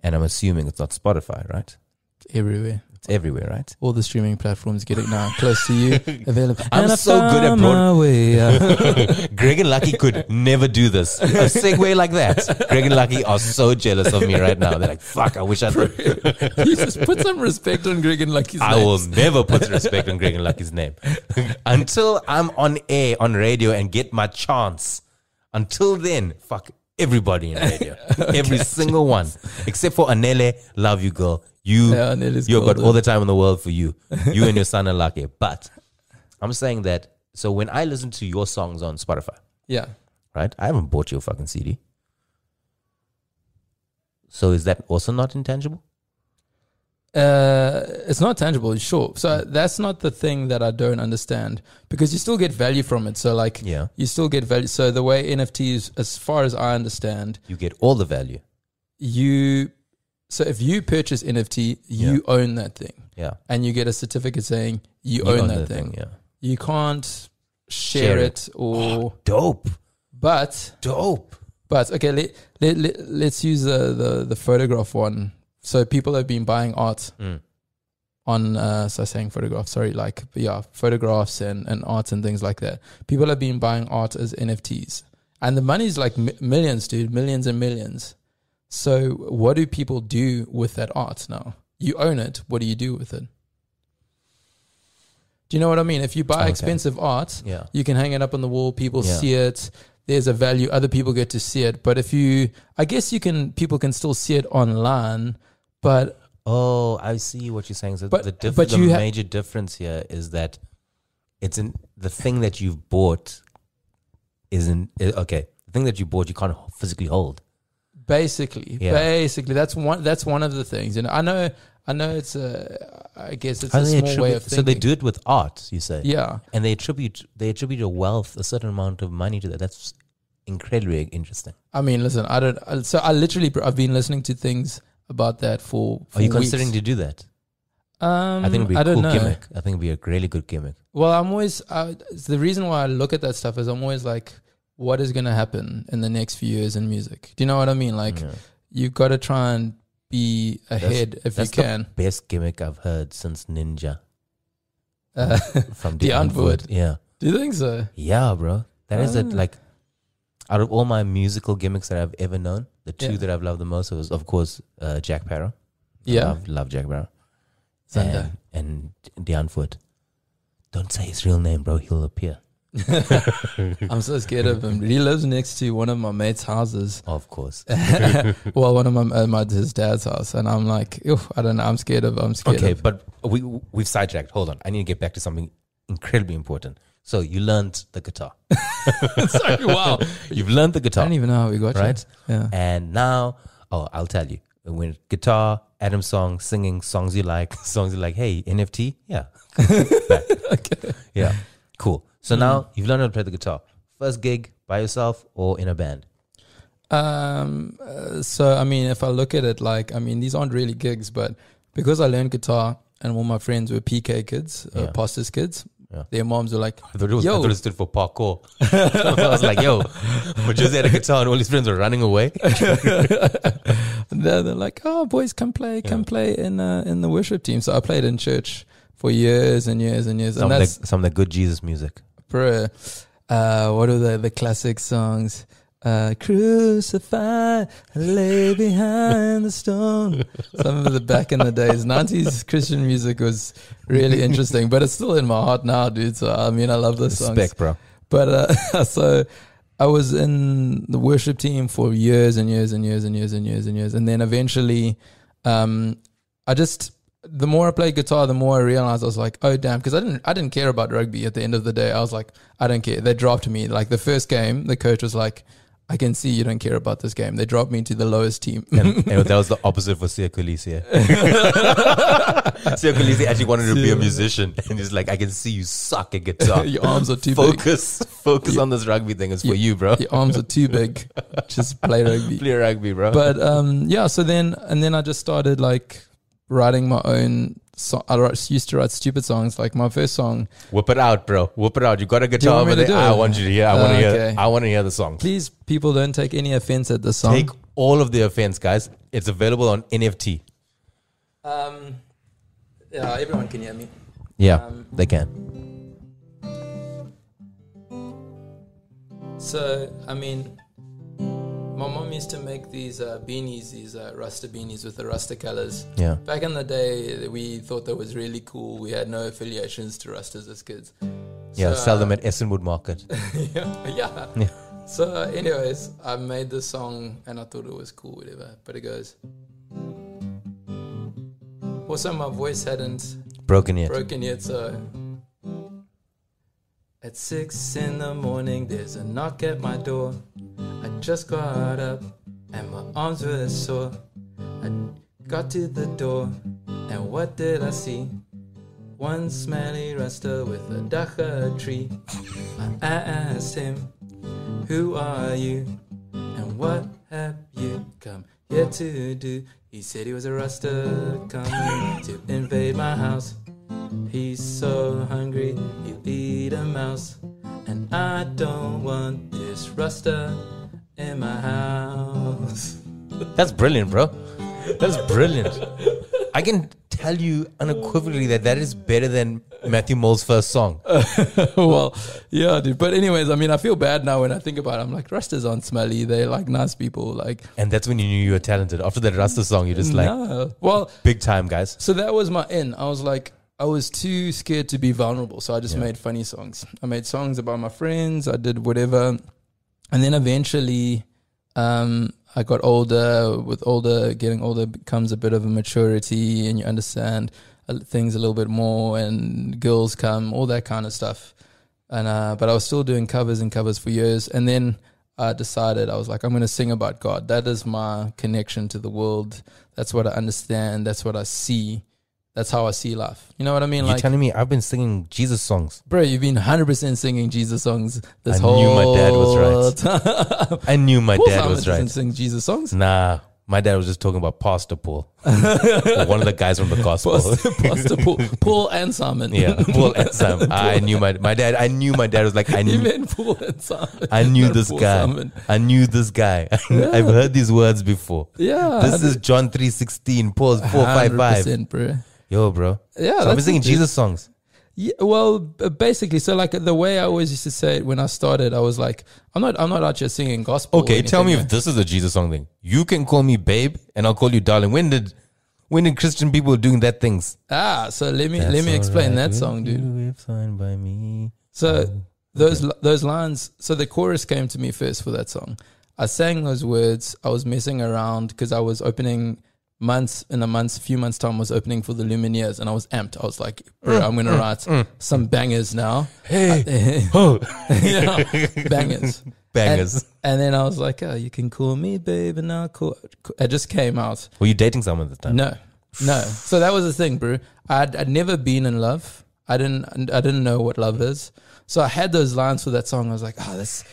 Speaker 13: and I'm assuming it's not Spotify, right?
Speaker 17: Everywhere.
Speaker 13: It's everywhere, right?
Speaker 17: All the streaming platforms get it now. Close to you. Available.
Speaker 13: I'm
Speaker 17: And I
Speaker 13: so good at
Speaker 17: found
Speaker 13: broad-
Speaker 17: my way out.
Speaker 13: Greg and Lucky could never do this. A segue like that. Greg and Lucky are so jealous of me right now. They're like, fuck, I wish I could.
Speaker 17: You just put some respect on Greg and Lucky's
Speaker 13: I
Speaker 17: names.
Speaker 13: will never put respect on Greg and Lucky's name. Until I'm on air on radio and get my chance, Until then, fuck everybody in radio. Every single one. Except for Anele, love you, girl. You,
Speaker 17: Yeah, Anele's
Speaker 13: you've got
Speaker 17: golden.
Speaker 13: all the time in the world for you. You and your son are lucky. But I'm saying that, so when I listen to your songs on Spotify,
Speaker 17: Yeah.
Speaker 13: right? I haven't bought your fucking CD. So is that also not intangible?
Speaker 17: Uh, it's not tangible, sure. So that's not the thing that I don't understand because you still get value from it. So like,
Speaker 13: Yeah.
Speaker 17: you still get value. So the way NFTs, as far as I understand,
Speaker 13: You get all the value.
Speaker 17: you, so if you purchase NFT, you
Speaker 13: Yeah.
Speaker 17: own that thing,
Speaker 13: Yeah.
Speaker 17: and you get a certificate saying
Speaker 13: You
Speaker 17: you, own,
Speaker 13: own
Speaker 17: that
Speaker 13: the
Speaker 17: thing.
Speaker 13: thing, yeah.
Speaker 17: You can't share,
Speaker 13: Share
Speaker 17: it,
Speaker 13: it.
Speaker 17: or
Speaker 13: Oh, Dope.
Speaker 17: but
Speaker 13: Dope.
Speaker 17: But okay, let, let, let, let's use the, the, the photograph one. So people have been buying art on, uh, so saying photographs, sorry, like, yeah, photographs and, and art and things like that. People have been buying art as NFTs. And the money's like mi- millions, dude, millions and millions. So what do people do with that art now? You own it. What do you do with it? Do you know what I mean? If you buy
Speaker 13: Okay.
Speaker 17: expensive art,
Speaker 13: Yeah.
Speaker 17: you can hang it up on the wall. People
Speaker 13: Yeah.
Speaker 17: see it. There's a value. Other people get to see it. But if you, I guess you can, people can still see it online. But
Speaker 13: Oh, I see what you're saying. So
Speaker 17: But-
Speaker 13: the diff-
Speaker 17: but
Speaker 13: the
Speaker 17: you ha-
Speaker 13: major difference here is that it's in the thing that you've bought isn't eh, okay. The thing that you bought you can't physically hold.
Speaker 17: basically,
Speaker 13: Yeah.
Speaker 17: basically, that's one. That's one of the things. And I know, I know, it's a. I guess it's
Speaker 13: How
Speaker 17: a
Speaker 13: do they
Speaker 17: small way
Speaker 13: attribute-
Speaker 17: of thinking.
Speaker 13: so they do it with art, you say.
Speaker 17: Yeah.
Speaker 13: And they attribute they attribute a wealth, a certain amount of money to that. That's incredibly interesting.
Speaker 17: I mean, listen, I don't. I- So I literally, I've been listening to things about that for. for
Speaker 13: Are you
Speaker 17: weeks.
Speaker 13: considering to do that?
Speaker 17: Um,
Speaker 13: I think it'd be a
Speaker 17: I don't
Speaker 13: cool
Speaker 17: know.
Speaker 13: gimmick. I think it'd be a really good gimmick.
Speaker 17: Well, I'm always uh, it's the reason why I look at that stuff is I'm always like, what is going to happen in the next few years in music? Do you know what I mean? Like, you've got to try and be ahead if you
Speaker 13: That's the
Speaker 17: can.
Speaker 13: best gimmick I've heard since Ninja
Speaker 17: Uh,
Speaker 13: from
Speaker 17: The
Speaker 13: the Antwoord.
Speaker 17: Antwoord.
Speaker 13: Yeah.
Speaker 17: do you think so?
Speaker 13: Yeah, bro. That is
Speaker 17: Ah.
Speaker 13: it. Like, out of all my musical gimmicks that I've ever known, the two
Speaker 17: Yeah.
Speaker 13: that I've loved the most was, of course, uh, Jack Parra. I
Speaker 17: Yeah.
Speaker 13: love, love Jack Parra.
Speaker 17: Zander.
Speaker 13: And, and Deion Foot. Don't say his real name, bro. He'll appear.
Speaker 17: I'm so scared of him. He lives next to one of my mates' houses.
Speaker 13: Of course.
Speaker 17: Well, one of my, uh, my his dad's house, and I'm like, "Ew, I don't know. I'm scared of. I'm scared.
Speaker 13: okay,
Speaker 17: of.
Speaker 13: but we we've sidetracked. Hold on, I need to get back to something incredibly important. So you learned the guitar.
Speaker 17: Sorry, wow.
Speaker 13: You've learned the
Speaker 17: I
Speaker 13: guitar.
Speaker 17: don't even know how we got here.
Speaker 13: right?
Speaker 17: Yeah.
Speaker 13: And now, oh, I'll tell you. When guitar, Adam song, singing songs you like, songs you like. Hey, NFT, yeah,
Speaker 17: okay. Hmm.
Speaker 13: yeah, cool. So now you've learned how to play the guitar. First gig by yourself or in a band?
Speaker 17: Um, uh, so I mean, if I look at it, like I mean, these aren't really gigs, but because I learned guitar and all my friends were PK kids, uh,
Speaker 13: Yeah.
Speaker 17: pastors kids,
Speaker 13: Yeah.
Speaker 17: their moms were like,
Speaker 13: I thought it, was, I
Speaker 17: "Yo,
Speaker 13: thought it stood for parkour. I was like, yo, but Jose had a guitar and all his friends were running away.
Speaker 17: they're, they're like, oh, boys, come play, come play in uh, in the worship team." So I played in church for years and years and years,
Speaker 13: Some
Speaker 17: and
Speaker 13: of,
Speaker 17: that's
Speaker 13: the, some of the good Jesus music.
Speaker 17: bro. Uh, what are the the classic songs? Uh, crucify, lay behind the stone. Some of the back in the days, nineties Christian music was really interesting, but it's still in my heart now, dude. So I mean, I love those songs.
Speaker 13: Respect, bro.
Speaker 17: But uh, so I was in the worship team for years and years and years and years and years and years, and then eventually, um, I just the more I played guitar, the more I realized I was like, oh damn, because I didn't I didn't care about rugby at the end of the day. I was like, I don't care. They dropped me like the first game. The coach was like, I can see you don't care about this game. They dropped me to the lowest team.
Speaker 13: And, and that was the opposite for Sia Khaleesi. Sia Khaleesi actually wanted to be a musician, and he's like, "I can see you suck at guitar.
Speaker 17: Your arms are too big.
Speaker 13: uh, focus, focus on this rugby thing. It's for you, bro.
Speaker 17: Your arms are too big. Just play rugby.
Speaker 13: Play rugby, bro.
Speaker 17: but um, yeah, so then and then I just started like writing my own. So I wrote- used to write stupid songs. Like my first song,
Speaker 13: Whip it out, bro. Whip it out. You got a
Speaker 17: you
Speaker 13: guitar
Speaker 17: want me
Speaker 13: over
Speaker 17: to
Speaker 13: there.
Speaker 17: do
Speaker 13: I
Speaker 17: it?
Speaker 13: want you to hear. I want to
Speaker 17: Uh,
Speaker 13: hear.
Speaker 17: okay.
Speaker 13: I want to hear the song.
Speaker 17: please, people don't take any offense at this song.
Speaker 13: Take all of the offense, guys. It's available on NFT.
Speaker 17: um, yeah, everyone can hear me.
Speaker 13: Yeah,
Speaker 17: Um,
Speaker 13: they can.
Speaker 17: So I mean, my mom used to make these uh, beanies, these uh, rasta beanies with the rasta colors.
Speaker 13: Yeah.
Speaker 17: Back in the day, we thought that was really cool. We had no affiliations to rastas as kids.
Speaker 13: Yeah,
Speaker 17: So, uh,
Speaker 13: sell them at Essenwood Market.
Speaker 17: yeah.
Speaker 13: Yeah.
Speaker 17: So, anyways, I made this song and I thought it was cool, whatever. But it goes. Also, my voice hadn't
Speaker 13: broken yet.
Speaker 17: Broken yet, so. At six in the morning, there's a knock at my door. I just got up and my arms were sore. I got to the door and what did I see? One smelly rasta with a dacha tree. I asked him, Who are you? And what have you come here to do? He said he was a rasta coming to invade my house. He's so hungry, he'll eat a mouse. And I don't want this rasta in my house.
Speaker 13: That's brilliant, bro. That's brilliant. I can tell you unequivocally that that is better than Matthew Mole's first song.
Speaker 17: well, yeah, dude. But anyways, I mean, I feel bad now when I think about it. I'm like, Rastas aren't smelly. They're like nice people. Like,
Speaker 13: and that's when you knew you were talented. After that Rasta song, you're just like,
Speaker 17: no. well,
Speaker 13: big time, guys.
Speaker 17: So that was my end. I was like, I was too scared to be vulnerable, so I just yeah. made funny songs. I made songs about my friends. I did whatever, and then eventually, um, I got older. With older, getting older becomes a bit of a maturity, and you understand things a little bit more. And girls come, all that kind of stuff. And uh, but I was still doing covers and covers for years. And then I decided I was like, I'm going to sing about God. That is my connection to the world. That's what I understand. That's what I see. That's how I see life. You know what I mean?
Speaker 13: You're like, telling me I've been singing Jesus songs,
Speaker 17: bro. You've been 100 percent singing Jesus songs this
Speaker 13: I
Speaker 17: whole.
Speaker 13: I knew my dad was right. I knew my
Speaker 17: Paul
Speaker 13: dad
Speaker 17: Simon
Speaker 13: was right.
Speaker 17: Sing Jesus songs.
Speaker 13: Nah, my dad was just talking about Pastor Paul, one of the guys from the gospel.
Speaker 17: Pastor, Pastor Paul, Paul and Simon.
Speaker 13: Yeah, Paul and Simon. I knew my my dad. I knew my dad was like I
Speaker 17: You
Speaker 13: knew.
Speaker 17: meant Paul and Simon.
Speaker 13: I knew
Speaker 17: not
Speaker 13: this
Speaker 17: Paul
Speaker 13: guy.
Speaker 17: Simon.
Speaker 13: I knew this guy. I've heard these words before.
Speaker 17: Yeah,
Speaker 13: This is John three sixteen. Paul's four five five.
Speaker 17: 100%, bro.
Speaker 13: Yo, bro.
Speaker 17: Yeah,
Speaker 13: so I've been
Speaker 17: that's
Speaker 13: singing
Speaker 17: it, dude.
Speaker 13: Jesus songs.
Speaker 17: Yeah, well, b- basically, so like the way I always used to say it when I started, I was like, I'm not, I'm not out here singing gospel. or
Speaker 13: Okay, tell me
Speaker 17: anything,
Speaker 13: if this is a Jesus song thing. You can call me babe, and I'll call you darling. When did when did Christian people doing that things?
Speaker 17: Ah, so let me let me explain that song, dude.
Speaker 13: Signed by me. Oh,
Speaker 17: So those li- those lines, so the chorus came to me first for that song. I sang those words. I was messing around because I was opening months in a month, few months time. I was opening for the Lumineers, and I was amped. I was like,
Speaker 13: Mm,
Speaker 17: bro, I'm gonna write some bangers now. Hey,
Speaker 13: Oh,
Speaker 17: yeah, bangers.
Speaker 13: Bangers.
Speaker 17: And, and then I was like, oh, you can call me babe, and I'll call. It just came out.
Speaker 13: were you dating someone at the time?
Speaker 17: No, no. So that was the thing, bro. I'd, I'd never been in love. I didn't. I didn't know what love is. So I had those lines for that song. I was like, oh, this.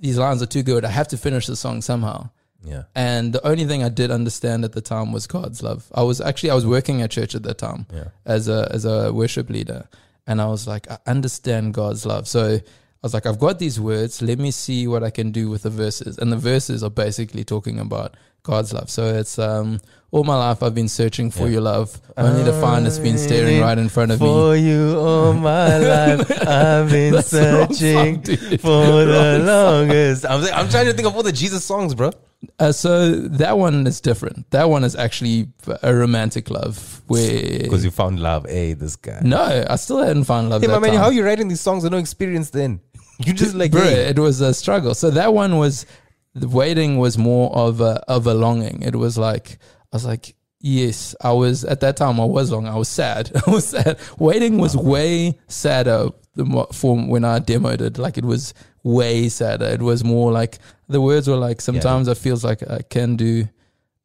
Speaker 17: These lines are too good. I have to finish the song somehow.
Speaker 13: Yeah.
Speaker 17: And the only thing I did understand at the time was God's love. I was actually I was working at church at that time
Speaker 13: Yeah.
Speaker 17: as a as a worship leader, and I was like, I understand God's love. So I was like, I've got these words. Let me see what I can do with the verses. And the verses are basically talking about God's love. So it's um all my life I've been searching for your love, only to find it's been staring right in front of me.
Speaker 13: For you all my life, I've been
Speaker 17: That's the wrong
Speaker 13: searching
Speaker 17: song, dude.
Speaker 13: for the longest. I'm, I'm trying to think of all the Jesus songs, bro.
Speaker 17: Uh, so that one is different. That one is actually a romantic love where.
Speaker 13: Because you found love. Hey, this guy.
Speaker 17: No, I still hadn't found love.
Speaker 13: Hey, my
Speaker 17: that
Speaker 13: man,
Speaker 17: time.
Speaker 13: how are you writing these songs with no experience then? You just like,
Speaker 17: Bro,
Speaker 13: hey.
Speaker 17: it was a struggle. So that one was the waiting was more of a of a longing. It was like I was like, yes, I was at that time. I was long. I was sad. I was sad. Waiting was way sadder than what for when I demoed it. Like it was way sadder. It was more like the words were like sometimes it feels like I can do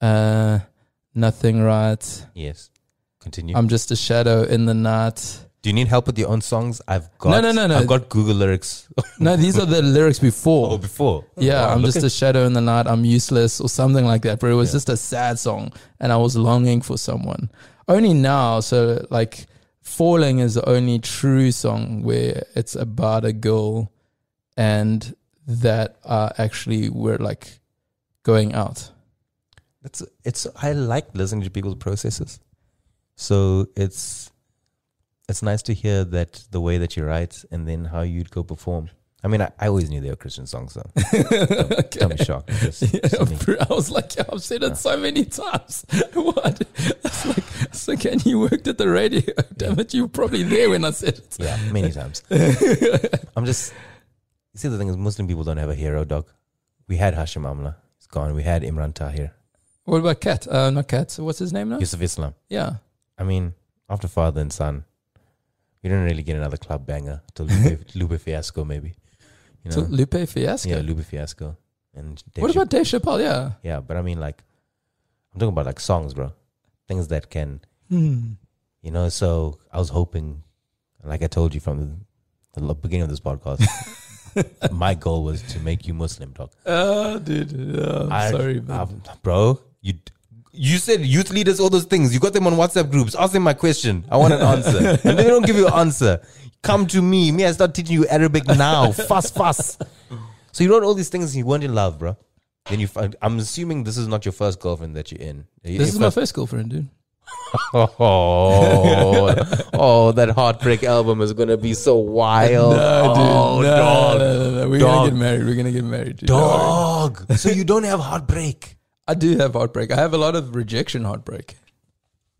Speaker 17: uh, nothing right.
Speaker 13: Yes. Continue.
Speaker 17: I'm just a shadow in the night.
Speaker 13: Do you need help with your own songs? I've got
Speaker 17: No, no, no, no.
Speaker 13: I've got Google lyrics.
Speaker 17: No, these are the lyrics before.
Speaker 13: or before.
Speaker 17: Yeah,
Speaker 13: Wow,
Speaker 17: I'm
Speaker 13: look
Speaker 17: just
Speaker 13: at-
Speaker 17: a shadow in the night. I'm useless, or something like that. But it was just a sad song, and I was longing for someone. Only now, so like, falling is the only true song where it's about a girl, and that uh, actually were like going out.
Speaker 13: It's it's I like listening to people's processes. So it's it's nice to hear that the way that you write and then how you'd go perform. I mean, I, I always knew they were Christian songs, so don't, don't be shocked. It's just- it's just me.
Speaker 17: I was like, yeah, I've said it so many times. what? It's like, so can you worked at the radio? Damn it, you were probably there when I said it.
Speaker 13: Yeah, many times. I'm just see, the thing is, Muslim people don't have a hero, dog. We had Hashim Amla. He's gone. We had Imran Tahir.
Speaker 17: What about Cat? Uh, not Cat. So what's his name now?
Speaker 13: Yusuf Islam.
Speaker 17: Yeah.
Speaker 13: I mean, after father and son, we don't really get another club banger till Lupe, Lupe Fiasco, maybe. You
Speaker 17: So Lupe Fiasco.
Speaker 13: Yeah, Lupe er Fiasco. And Dave
Speaker 17: what
Speaker 13: Chappelle.
Speaker 17: about Dave Chappelle? Yeah.
Speaker 13: Yeah, but I mean, like, I'm talking about like songs, bro. Things that can,
Speaker 17: Hmm.
Speaker 13: you know. So I was hoping, like I told you from the lo- beginning of this podcast, my goal was to make you Muslim, dog.
Speaker 17: Oh, dude. Yeah, I'm
Speaker 13: I-
Speaker 17: sorry, man.
Speaker 13: I've- bro. You you said youth leaders, all those things. You got them on WhatsApp groups. Ask them my question. I want an answer, and they don't give you an answer. Come to me. Me, I start teaching you Arabic now. Fast, fast. So you wrote all these things. You weren't in love, bro. Then you. Find, I'm assuming this is not your first girlfriend that you're in. Your
Speaker 17: this is my
Speaker 13: first-
Speaker 17: first girlfriend, dude.
Speaker 13: Oh, oh, that heartbreak album is gonna be so wild. oh, dog, dog,
Speaker 17: We're gonna get married. We're gonna get married. Dude. Don't worry.
Speaker 13: dog. So you don't have heartbreak,
Speaker 17: I do have heartbreak. I have a lot of rejection heartbreak.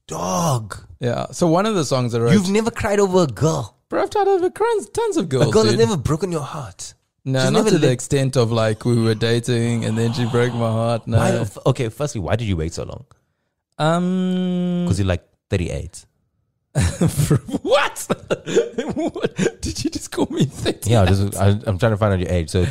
Speaker 13: dog.
Speaker 17: Yeah. So one of the songs I wrote,
Speaker 13: You've never cried over a girl.
Speaker 17: bro, I've tried over crons- tons of girls.
Speaker 13: A girl has
Speaker 17: dude.
Speaker 13: never broken your heart.
Speaker 17: no,
Speaker 13: she's
Speaker 17: not
Speaker 13: never
Speaker 17: to the
Speaker 13: let-
Speaker 17: extent of like we were dating and then she broke my heart. No.
Speaker 13: Why, f- okay, firstly, why did you wait so long?
Speaker 17: um.
Speaker 13: Because you're like 38.
Speaker 17: what? what? Did you just call me 30?
Speaker 13: Yeah, I just, I, I'm trying to find out your age. So,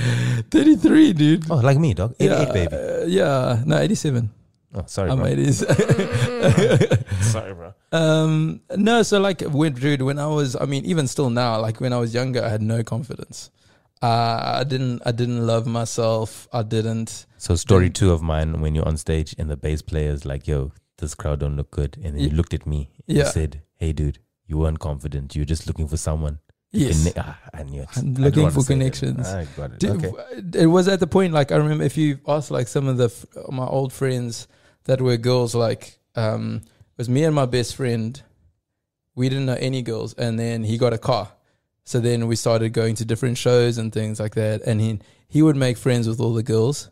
Speaker 17: 33, dude?
Speaker 13: oh, like me, dog. 88,
Speaker 17: yeah,
Speaker 13: baby.
Speaker 17: uh, yeah. No, 87.
Speaker 13: Oh, sorry,
Speaker 17: I'm
Speaker 13: bro.
Speaker 17: 80s.
Speaker 13: Sorry, bro.
Speaker 17: Um, no, so like, when, dude, when I was, I mean, even still now, like when I was younger, I had no confidence. Uh, I didn't, I didn't love myself. I didn't.
Speaker 13: So, story two of mine when you're on stage and the bass player is like, yo, this crowd don't look good. And then you
Speaker 17: Ye-
Speaker 13: looked at me and you
Speaker 17: Yeah.
Speaker 13: said, hey, dude, you weren't confident. You're just looking for someone.
Speaker 17: Yes.
Speaker 13: Conne- ah, I knew it.
Speaker 17: I'm
Speaker 13: I didn't
Speaker 17: looking
Speaker 13: want to
Speaker 17: for
Speaker 13: say it.
Speaker 17: connections.
Speaker 13: I got it.
Speaker 17: Dude,
Speaker 13: okay.
Speaker 17: w- It was at the point, like, I remember if you asked like some of the, f- my old friends that were girls, like, um, it was me and my best friend. We didn't know any girls. And then he got a car. So then we started going to different shows and things like that. And he, he would make friends with all the girls.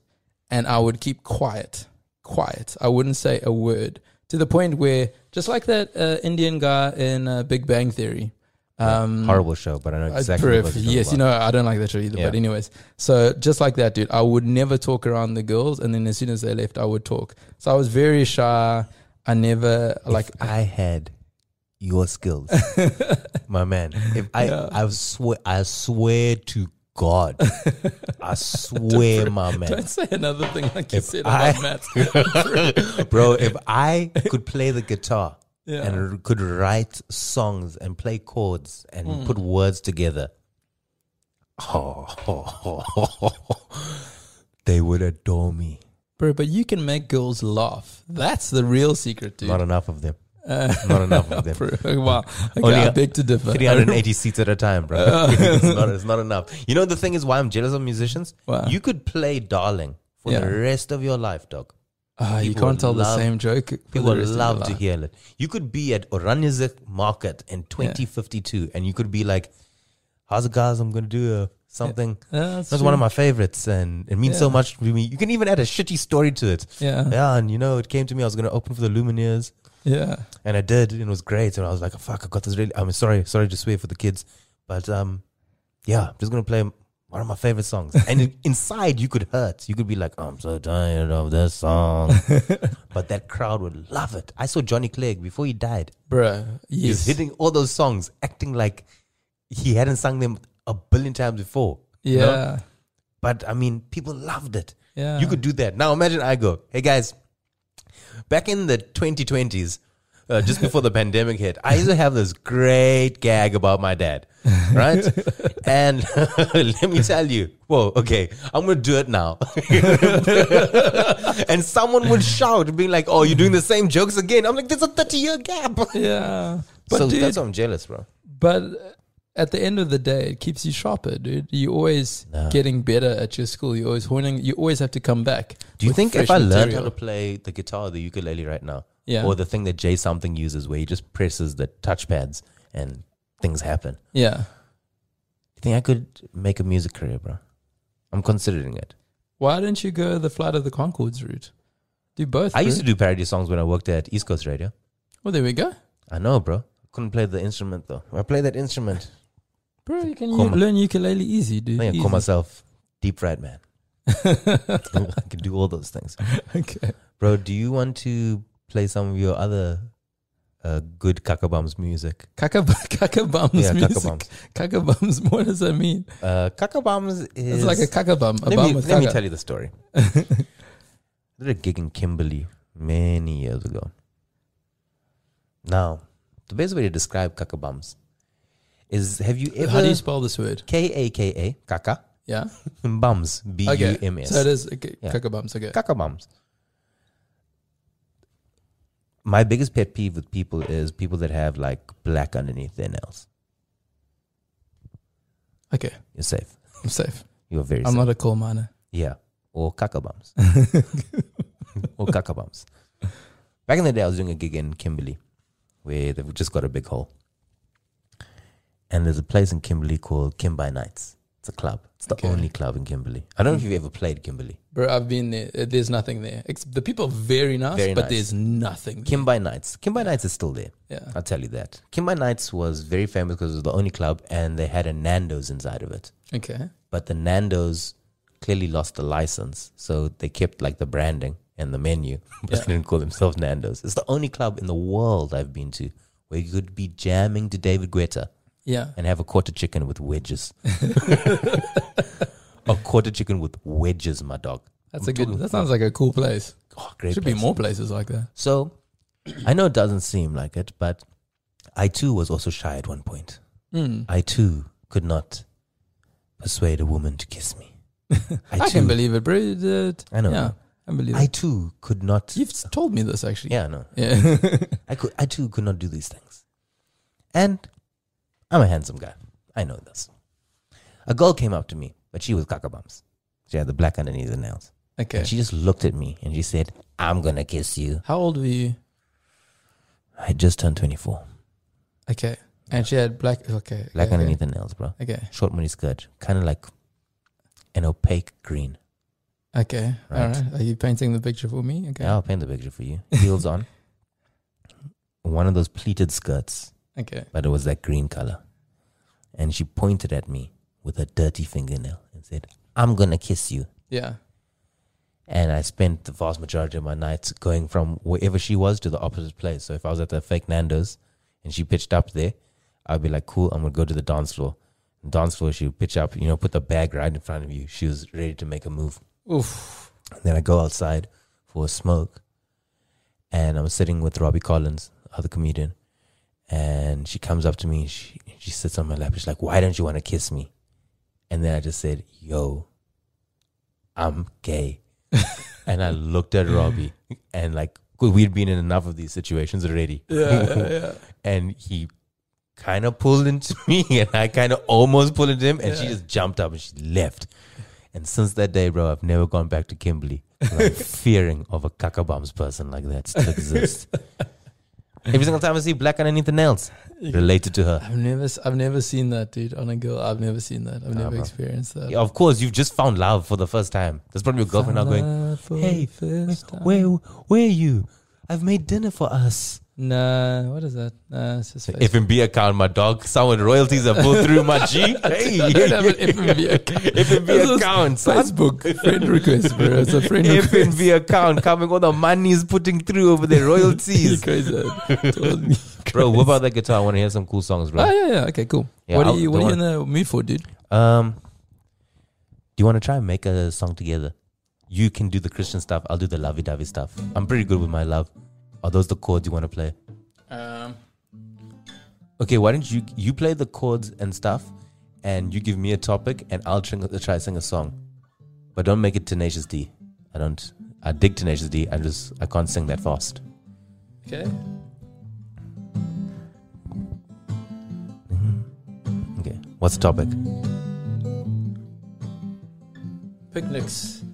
Speaker 17: and I would keep quiet, quiet. I wouldn't say a word to the point where, just like that uh, Indian guy in uh, Big Bang Theory, um,
Speaker 13: Horrible show, but I know
Speaker 17: I-
Speaker 13: exactly
Speaker 17: perif-
Speaker 13: what you're talking
Speaker 17: yes, you
Speaker 13: about.
Speaker 17: know, I don't like that show either. But
Speaker 13: Yeah.
Speaker 17: anyways, so just like that, dude, I would never talk around the girls, and then as soon as they left, I would talk. So I was very shy. I never like.
Speaker 13: if I had your skills, my man. If I, I swear, I swear to God, I swear, my man,
Speaker 17: Don't say another thing like you said
Speaker 13: I-
Speaker 17: about maths.
Speaker 13: bro. If I could play the guitar
Speaker 17: Yeah.
Speaker 13: and r- could write songs and play chords and put words together, they would adore me.
Speaker 17: Bro, but you can make girls laugh. That's the real secret, dude. Uh,
Speaker 13: Not enough of them. Not enough of them.
Speaker 17: wow. Okay,
Speaker 13: Only
Speaker 17: I
Speaker 13: a-
Speaker 17: beg to differ.
Speaker 13: 380 seats at a time, bro.
Speaker 17: Uh.
Speaker 13: it's, not, it's not enough. You know, the thing is why I'm jealous of musicians?
Speaker 17: Wow.
Speaker 13: You could play Darling for
Speaker 17: Yeah.
Speaker 13: the rest of your life, dog.
Speaker 17: Ah, you
Speaker 13: People
Speaker 17: can't tell the
Speaker 13: love-
Speaker 17: same joke. for the
Speaker 13: People
Speaker 17: rest of your
Speaker 13: love to
Speaker 17: life.
Speaker 13: hear it. You could be at Oranjezek Market in 2052 and you could be like, how's it, guys? I'm going to do uh something.
Speaker 17: Yeah, that's
Speaker 13: That's, one of
Speaker 17: true.
Speaker 13: my favorites and it means so
Speaker 17: Yeah.
Speaker 13: much to me. You can even add a shitty story to it.
Speaker 17: Yeah.
Speaker 13: Yeah, and you know, it came to me. I was going to open for the Lumineers.
Speaker 17: Yeah.
Speaker 13: and I did, and it was great. And I was like, oh, "Fuck, I got this really." I'm sorry, sorry to swear for the kids, but um, yeah, I'm just gonna play one of my favorite songs. And in- inside, you could hurt. You could be like, "I'm so tired of this song," but that crowd would love it. I saw Johnny Clegg before he died.
Speaker 17: Bruh.
Speaker 13: He's
Speaker 17: Yes.
Speaker 13: hitting all those songs, acting like he hadn't sung them a billion times before. you
Speaker 17: yeah.
Speaker 13: know? But I mean, people loved it.
Speaker 17: Yeah.
Speaker 13: You could do that. Now imagine I go, hey guys, back in the 2020s, uh, just before the pandemic hit, I used to have this great gag about my dad, right? and let me tell you, whoa, okay, I'm going to do it now. and someone would shout, being like, oh, you're doing the same jokes again. I'm like, there's a 30 year gap.
Speaker 17: Yeah. But
Speaker 13: so
Speaker 17: dude,
Speaker 13: that's why I'm jealous, bro.
Speaker 17: but at the end of the day, it keeps you sharper, dude. You're always getting better at your school. You're always honing. You always have to come back.
Speaker 13: Do you
Speaker 17: with
Speaker 13: think
Speaker 17: fresh
Speaker 13: if I learned how
Speaker 17: material.
Speaker 13: to play the guitar, or the ukulele right now,
Speaker 17: Yeah.
Speaker 13: or the thing that Jay something uses where he just presses the touchpads and things happen, do
Speaker 17: Yeah.
Speaker 13: you think I could make a music career, bro? I'm considering it.
Speaker 17: Why don't you go the Flight of the Concords route? Do both.
Speaker 13: I used to do parody songs when I worked at East Coast Radio.
Speaker 17: Well, there we go.
Speaker 13: I know, bro. Couldn't play the instrument though. I play that instrument.
Speaker 17: Bro, you can u- learn ukulele easy, dude.
Speaker 13: I can
Speaker 17: Easy.
Speaker 13: call myself deep fried man. I can do all those things.
Speaker 17: Okay.
Speaker 13: Bro, do you want to play some of your other uh, good Kakabums music?
Speaker 17: Kakab- Kakabums
Speaker 13: Yeah,
Speaker 17: music.
Speaker 13: Kakabums.
Speaker 17: Kakabums, what does that mean?
Speaker 13: Uh, Kakabums
Speaker 17: It's
Speaker 13: is.
Speaker 17: like a kakabum. A
Speaker 13: Let,
Speaker 17: bum
Speaker 13: me,
Speaker 17: with
Speaker 13: let me
Speaker 17: kaka.
Speaker 13: tell you the story. I did a gig in Kimberley many years ago. Now, the best way to describe Kakabums is have you ever.
Speaker 17: How do you spell this word?
Speaker 13: K A K A, Kaka,
Speaker 17: Yeah.
Speaker 13: Bums, B U
Speaker 17: Okay.
Speaker 13: M S.
Speaker 17: So it is okay,
Speaker 13: Yeah.
Speaker 17: kakabums. Okay.
Speaker 13: Kakabums. My biggest pet peeve with people is people that have like black underneath their nails.
Speaker 17: Okay.
Speaker 13: You're safe.
Speaker 17: I'm safe.
Speaker 13: You're very
Speaker 17: I'm
Speaker 13: safe.
Speaker 17: not a coal miner.
Speaker 13: yeah. Or kakabums. or kakabums. Back in the day, I was doing a gig in Kimberley where they've just got a big hole. And there's a place in Kimberley called Kimby Nights. It's a club. It's the
Speaker 17: Okay.
Speaker 13: only club in Kimberley. I don't know if you've ever played Kimberley.
Speaker 17: Bro, I've been there. Uh, There's nothing there. Ex- the people are very nice,
Speaker 13: Very
Speaker 17: but
Speaker 13: nice.
Speaker 17: there's nothing. there.
Speaker 13: Kimby Nights. Kimby Nights is still there.
Speaker 17: Yeah.
Speaker 13: I'll tell you that. Kimby Nights was very famous because it was the only club and they had a Nando's inside of it.
Speaker 17: Okay.
Speaker 13: But the Nando's clearly lost the license. So they kept like the branding and the menu, but
Speaker 17: Yeah.
Speaker 13: they didn't call themselves Nando's. It's the only club in the world I've been to where you could be jamming to David Guetta
Speaker 17: Yeah.
Speaker 13: and have a quarter chicken with wedges. a quarter chicken with wedges, my dog.
Speaker 17: That's
Speaker 13: I'm
Speaker 17: a good.
Speaker 13: talking-
Speaker 17: That sounds like a cool place.
Speaker 13: Oh, great
Speaker 17: Should be
Speaker 13: place.
Speaker 17: more places like that.
Speaker 13: So I know it doesn't seem like it, but I too was also shy at one point.
Speaker 17: Hmm.
Speaker 13: I too could not persuade a woman to kiss me.
Speaker 17: I, can believe it, bro. That-
Speaker 13: I know.
Speaker 17: Yeah, I believe
Speaker 13: I
Speaker 17: it.
Speaker 13: too could not.
Speaker 17: You've s- told me this actually.
Speaker 13: yeah, no.
Speaker 17: Yeah.
Speaker 13: I could. I too could not do these things. And I'm a handsome guy. I know this. A girl came up to me, but she was cockabums. She had the black underneath the nails.
Speaker 17: okay.
Speaker 13: And she just looked at me and she said, "I'm gonna kiss you."
Speaker 17: How old were you?
Speaker 13: I just turned 24.
Speaker 17: Okay. And she had black. Okay.
Speaker 13: Black
Speaker 17: okay,
Speaker 13: underneath the nails, bro.
Speaker 17: Okay.
Speaker 13: short mini skirt, kind of like an opaque green.
Speaker 17: Okay.
Speaker 13: Right.
Speaker 17: All right. Are you painting the picture for me? Okay.
Speaker 13: Yeah, I'll paint the picture for you. Heels on, one of those pleated skirts,
Speaker 17: Okay.
Speaker 13: but it was that green color. And she pointed at me with her dirty fingernail and said, "I'm gonna kiss you."
Speaker 17: Yeah.
Speaker 13: And I spent the vast majority of my nights going from wherever she was to the opposite place. So if I was at the fake Nando's and she pitched up there, I'd be like, cool, I'm going to go to the dance floor. Dance floor, she would pitch up, you know, put the bag right in front of you. She was ready to make a move.
Speaker 17: Oof.
Speaker 13: Then I go outside for a smoke, and I'm sitting with Robbie Collins, other comedian, and she comes up to me. And she she sits on my lap. She's like, "Why don't you want to kiss me?" And then I just said, "Yo, I'm gay," and I looked at Robbie, and like 'cause we'd been in enough of these situations already,
Speaker 17: Yeah. yeah, Uh, yeah.
Speaker 13: and he. Kind of pulled into me, and I kind of almost pulled into him, and she
Speaker 17: Yeah.
Speaker 13: just jumped up and she left. And since that day, bro, I've never gone back to Kimberley. 'cause I'm fearing of a cuckabombs person like that to exist. Every single time I see black underneath the nails, related to her.
Speaker 17: I've never. s- I've never seen that, dude. On a girl, I've never seen that. I've never
Speaker 13: bro.
Speaker 17: experienced that.
Speaker 13: Yeah, of course, you've just found love for the first time. There's probably your girlfriend now going,
Speaker 17: Love for
Speaker 13: "Hey,
Speaker 17: the first time.
Speaker 13: where, where are you? I've made dinner for us."
Speaker 17: Nah, what is that? Nah, it's just Facebook.
Speaker 13: FMB account, my dog. Someone royalties are pulled through my G. Hey,
Speaker 17: I don't have an FNB account. This
Speaker 13: FMB
Speaker 17: is
Speaker 13: account, son.
Speaker 17: Facebook friend request, bro. It's a friend request.
Speaker 13: FNB account coming. All the money is putting through over the
Speaker 17: You
Speaker 13: royalties.
Speaker 17: crazy. uh, Told me.
Speaker 13: bro, whip out that guitar. I want to hear some cool songs, bro.
Speaker 17: Oh yeah, yeah. Okay, cool.
Speaker 13: Yeah,
Speaker 17: what
Speaker 13: I'll-
Speaker 17: are you? What are you in
Speaker 13: don't
Speaker 17: the mood for, dude?
Speaker 13: Um, do you want to try and make a song together? You can do the Christian stuff. I'll do the lovey-dovey stuff. I'm pretty good with my love. Are those the chords you want to play?
Speaker 17: Um,
Speaker 13: Okay, why don't you you play the chords and stuff, and you give me a topic, and I'll try, try sing a song, but don't make it Tenacious D. I don't. I dig Tenacious D. I just I can't sing that fast.
Speaker 17: okay.
Speaker 13: Okay, what's the topic?
Speaker 17: Picnics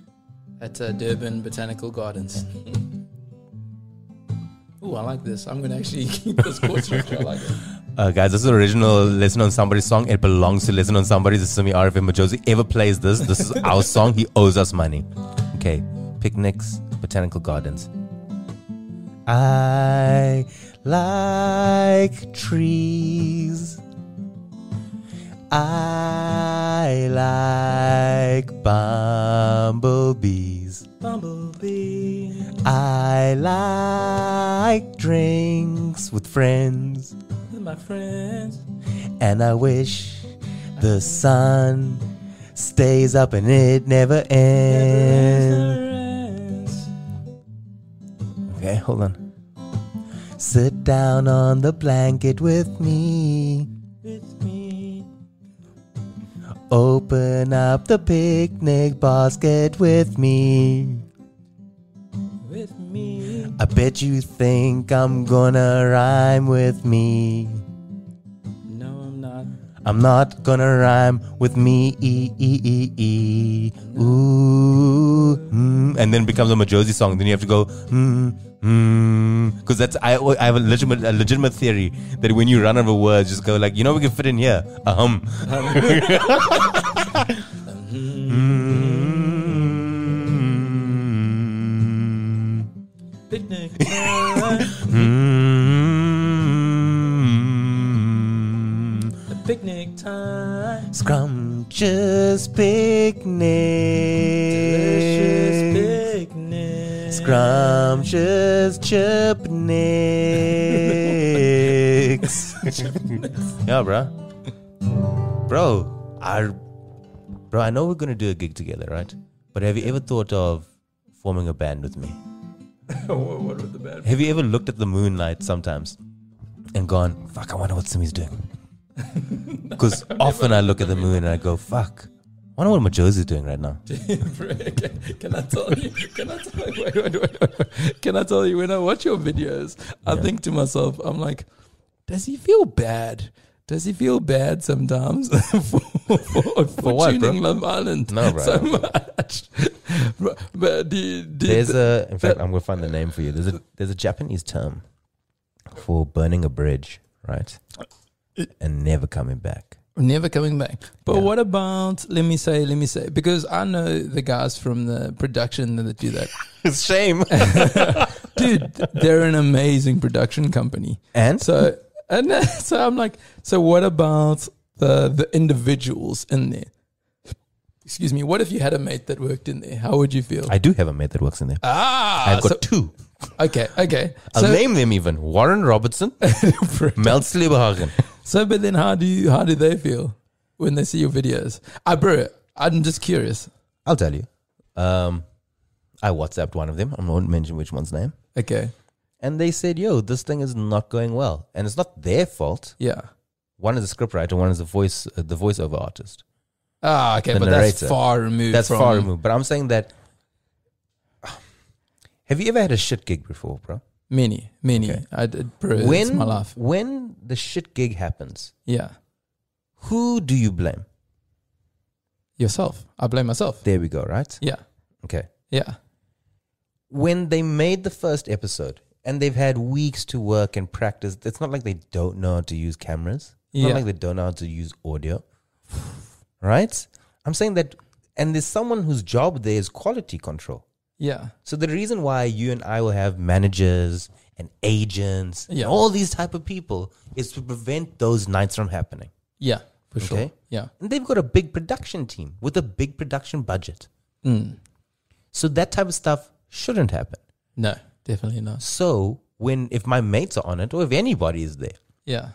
Speaker 17: at uh, Durban Botanical Gardens. Oh, I like this. I'm gonna actually keep this course. structure. I like it.
Speaker 13: Uh, guys, this is an original Listen on Somebody's song. It belongs to Listen on Somebody's. This is Simi RFM Majosi. Ever plays this, this is our song. He owes us money. Okay. Picnics, botanical gardens. I like trees. I like bumblebees.
Speaker 17: Bumblebee.
Speaker 13: I like drinks with friends.
Speaker 17: My friends.
Speaker 13: And I wish the sun stays up and it never ends. Okay, hold on. Sit down on the blanket with me.
Speaker 17: With me.
Speaker 13: Open up the picnic basket with me.
Speaker 17: With me.
Speaker 13: I bet you think I'm gonna rhyme with me.
Speaker 17: No, I'm not.
Speaker 13: I'm not gonna rhyme with me. E e e e. Ooh. Mm, and then it becomes a Majosi song. Then you have to go. Mm, mm. Because that's I, I have a legitimate a legitimate theory that when you run out of words, just go like you know we can fit in here. A hum. Mm.
Speaker 17: Picnic.
Speaker 13: Hmm. Mm.
Speaker 17: Picnic time.
Speaker 13: Scrumptious picnic.
Speaker 17: picnic.
Speaker 13: Scrumptious chipniks. yeah, bro. Bro, I, bro, I know we're gonna do a gig together, right? But have you ever thought of forming a band with me?
Speaker 17: Oh, what, what with the bad?
Speaker 13: Have you ever looked at the moonlight sometimes and gone, fuck, I wonder what Simi's doing? Because often I look at the moon and I go, fuck, I wonder what Majo's is doing right now.
Speaker 17: can, can I tell you? Can I tell you? Wait, wait, wait, wait. Can I tell you? When I watch your videos, I think to myself, I'm like, does he feel bad? Does he feel bad sometimes for, for, for,
Speaker 13: what,
Speaker 17: tuning
Speaker 13: bro?
Speaker 17: Love Island
Speaker 13: No, bro.
Speaker 17: so much? Bro, but do you- do you
Speaker 13: There's
Speaker 17: thi-
Speaker 13: a, in fact, I'm going to find the name for you. There's a, there's a Japanese term for burning a bridge, right? And never coming back.
Speaker 17: never coming back. But
Speaker 13: Yeah.
Speaker 17: what about? Let me say, let me say, because I know the guys from the production that do that,
Speaker 13: It's shame.
Speaker 17: dude. They're an amazing production company.
Speaker 13: And
Speaker 17: So and then- so I'm like, so what about the the individuals in there? Excuse me. What if you had a mate that worked in there? How would you feel?
Speaker 13: I do have a mate that works in there.
Speaker 17: ah,
Speaker 13: I've got
Speaker 17: so-
Speaker 13: two.
Speaker 17: okay, okay.
Speaker 13: I'll
Speaker 17: so,
Speaker 13: name them even Warren Robertson, Mel Sleeberhagen.
Speaker 17: so, but then how do you how do they feel when they see your videos? I bro, I'm just curious.
Speaker 13: I'll tell you. Um, I WhatsApped one of them. I won't mention which one's name.
Speaker 17: Okay,
Speaker 13: and they said, "Yo, this thing is not going well," and it's not their fault.
Speaker 17: yeah.
Speaker 13: One is a scriptwriter, one is a voice, uh, the voiceover artist.
Speaker 17: Ah, okay,
Speaker 13: The
Speaker 17: but that's
Speaker 13: narrator.
Speaker 17: far removed.
Speaker 13: That's
Speaker 17: from,
Speaker 13: far removed. But I'm saying that. Have you ever had a shit gig before, bro?
Speaker 17: Many, many. I did, bro. When,
Speaker 13: when
Speaker 17: it's my life.
Speaker 13: when the shit gig happens,
Speaker 17: Yeah,
Speaker 13: who do you blame?
Speaker 17: yourself. I blame myself.
Speaker 13: There we go. Right.
Speaker 17: Yeah,
Speaker 13: Okay.
Speaker 17: yeah.
Speaker 13: When they made the first episode. And they've had weeks to work and practice. It's not like they don't know how to use cameras. It's
Speaker 17: Yeah.
Speaker 13: not like they don't know how to use audio. right? I'm saying that, and there's someone whose job there is quality control.
Speaker 17: Yeah.
Speaker 13: So the reason why you and I will have managers and agents and
Speaker 17: Yeah.
Speaker 13: all these type of people is to prevent those nights from happening.
Speaker 17: Yeah. For sure.
Speaker 13: Okay.
Speaker 17: Yeah.
Speaker 13: And they've got a big production team with a big production budget.
Speaker 17: Mm,
Speaker 13: So that type of stuff shouldn't happen.
Speaker 17: No, definitely not.
Speaker 13: So when if my mates are on it or if anybody is there,
Speaker 17: Yeah.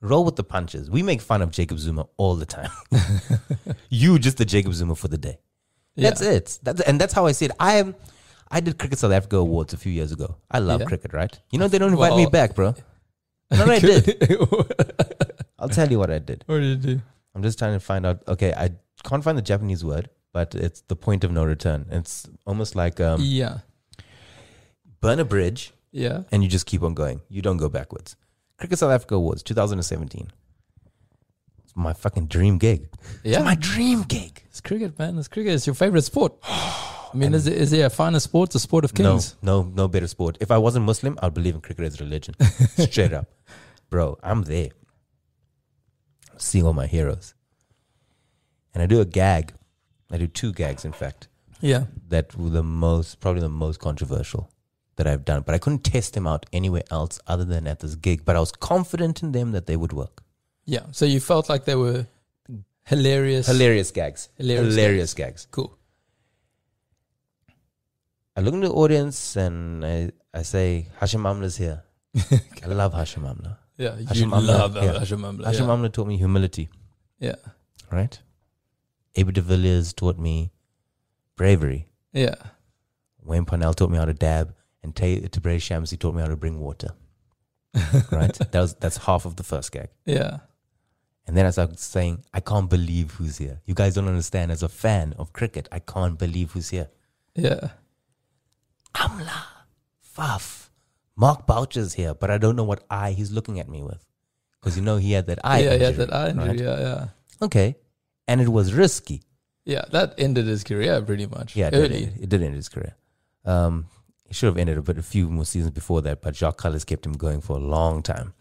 Speaker 13: roll with the punches. We make fun of Jacob Zuma all the time. you just the Jacob Zuma for the day. That's
Speaker 17: Yeah.
Speaker 13: it. That's and that's how I see it. I am. I did Cricket South Africa Awards a few years ago. I love
Speaker 17: Yeah.
Speaker 13: cricket, right? You know they don't invite me
Speaker 17: Well-
Speaker 13: back, bro. No, I did. I'll tell you what I did.
Speaker 17: what did you do?
Speaker 13: I'm just trying to find out. Okay, I can't find the Japanese word, but it's the point of no return. It's almost like um,
Speaker 17: Yeah.
Speaker 13: burn a bridge
Speaker 17: Yeah.
Speaker 13: and you just keep on going. You don't go backwards. Cricket South Africa Awards 2017. It's my fucking dream gig.
Speaker 17: Yeah.
Speaker 13: It's my dream gig.
Speaker 17: It's cricket, man. It's cricket. It's your favorite sport. I mean, is, there, is there a finer sport? The sport of kings.
Speaker 13: No, no, no better sport. If I wasn't Muslim, I'd believe in cricket as a religion. Straight up. Bro, I'm there. Seeing all my heroes. And I do a gag. I do two gags, in fact,
Speaker 17: Yeah.
Speaker 13: that were the most, probably the most controversial that I've done. But I couldn't test them out anywhere else other than at this gig. But I was confident in them that they would work.
Speaker 17: Yeah. So you felt like they were Hilarious.
Speaker 13: Hilarious gags.
Speaker 17: Hilarious
Speaker 13: Hilarious,
Speaker 17: gags.
Speaker 13: gags.
Speaker 17: Cool.
Speaker 13: I look in the audience and I, I say, Hashim Amla's here. I love Hashim Amla.
Speaker 17: Yeah, you
Speaker 13: Hashim
Speaker 17: love
Speaker 13: yeah.
Speaker 17: Hashim Amla,
Speaker 13: Hashim
Speaker 17: yeah.
Speaker 13: Amla taught me humility,
Speaker 17: Yeah.
Speaker 13: right? Abe de Villiers taught me bravery.
Speaker 17: Yeah.
Speaker 13: Wayne Parnell taught me how to dab, and Tay Tabray Shamsi taught me how to bring water. right? That was, that's half of the first gag.
Speaker 17: Yeah.
Speaker 13: And then I started saying, I can't believe who's here. You guys don't understand. As a fan of cricket, I can't believe who's here.
Speaker 17: Yeah.
Speaker 13: Amla, Faf, Mark Boucher's here, but I don't know what eye he's looking at me with. Because you know he had that eye.
Speaker 17: yeah, yeah,
Speaker 13: injury,
Speaker 17: that eye injury.
Speaker 13: right?
Speaker 17: Yeah, yeah.
Speaker 13: Okay. And it was risky.
Speaker 17: Yeah, that ended his career pretty much.
Speaker 13: Yeah, it did
Speaker 17: early.
Speaker 13: end- it did end his career. Um, he should have ended a, bit, a few more seasons before that, but Jacques Cullis kept him going for a long time.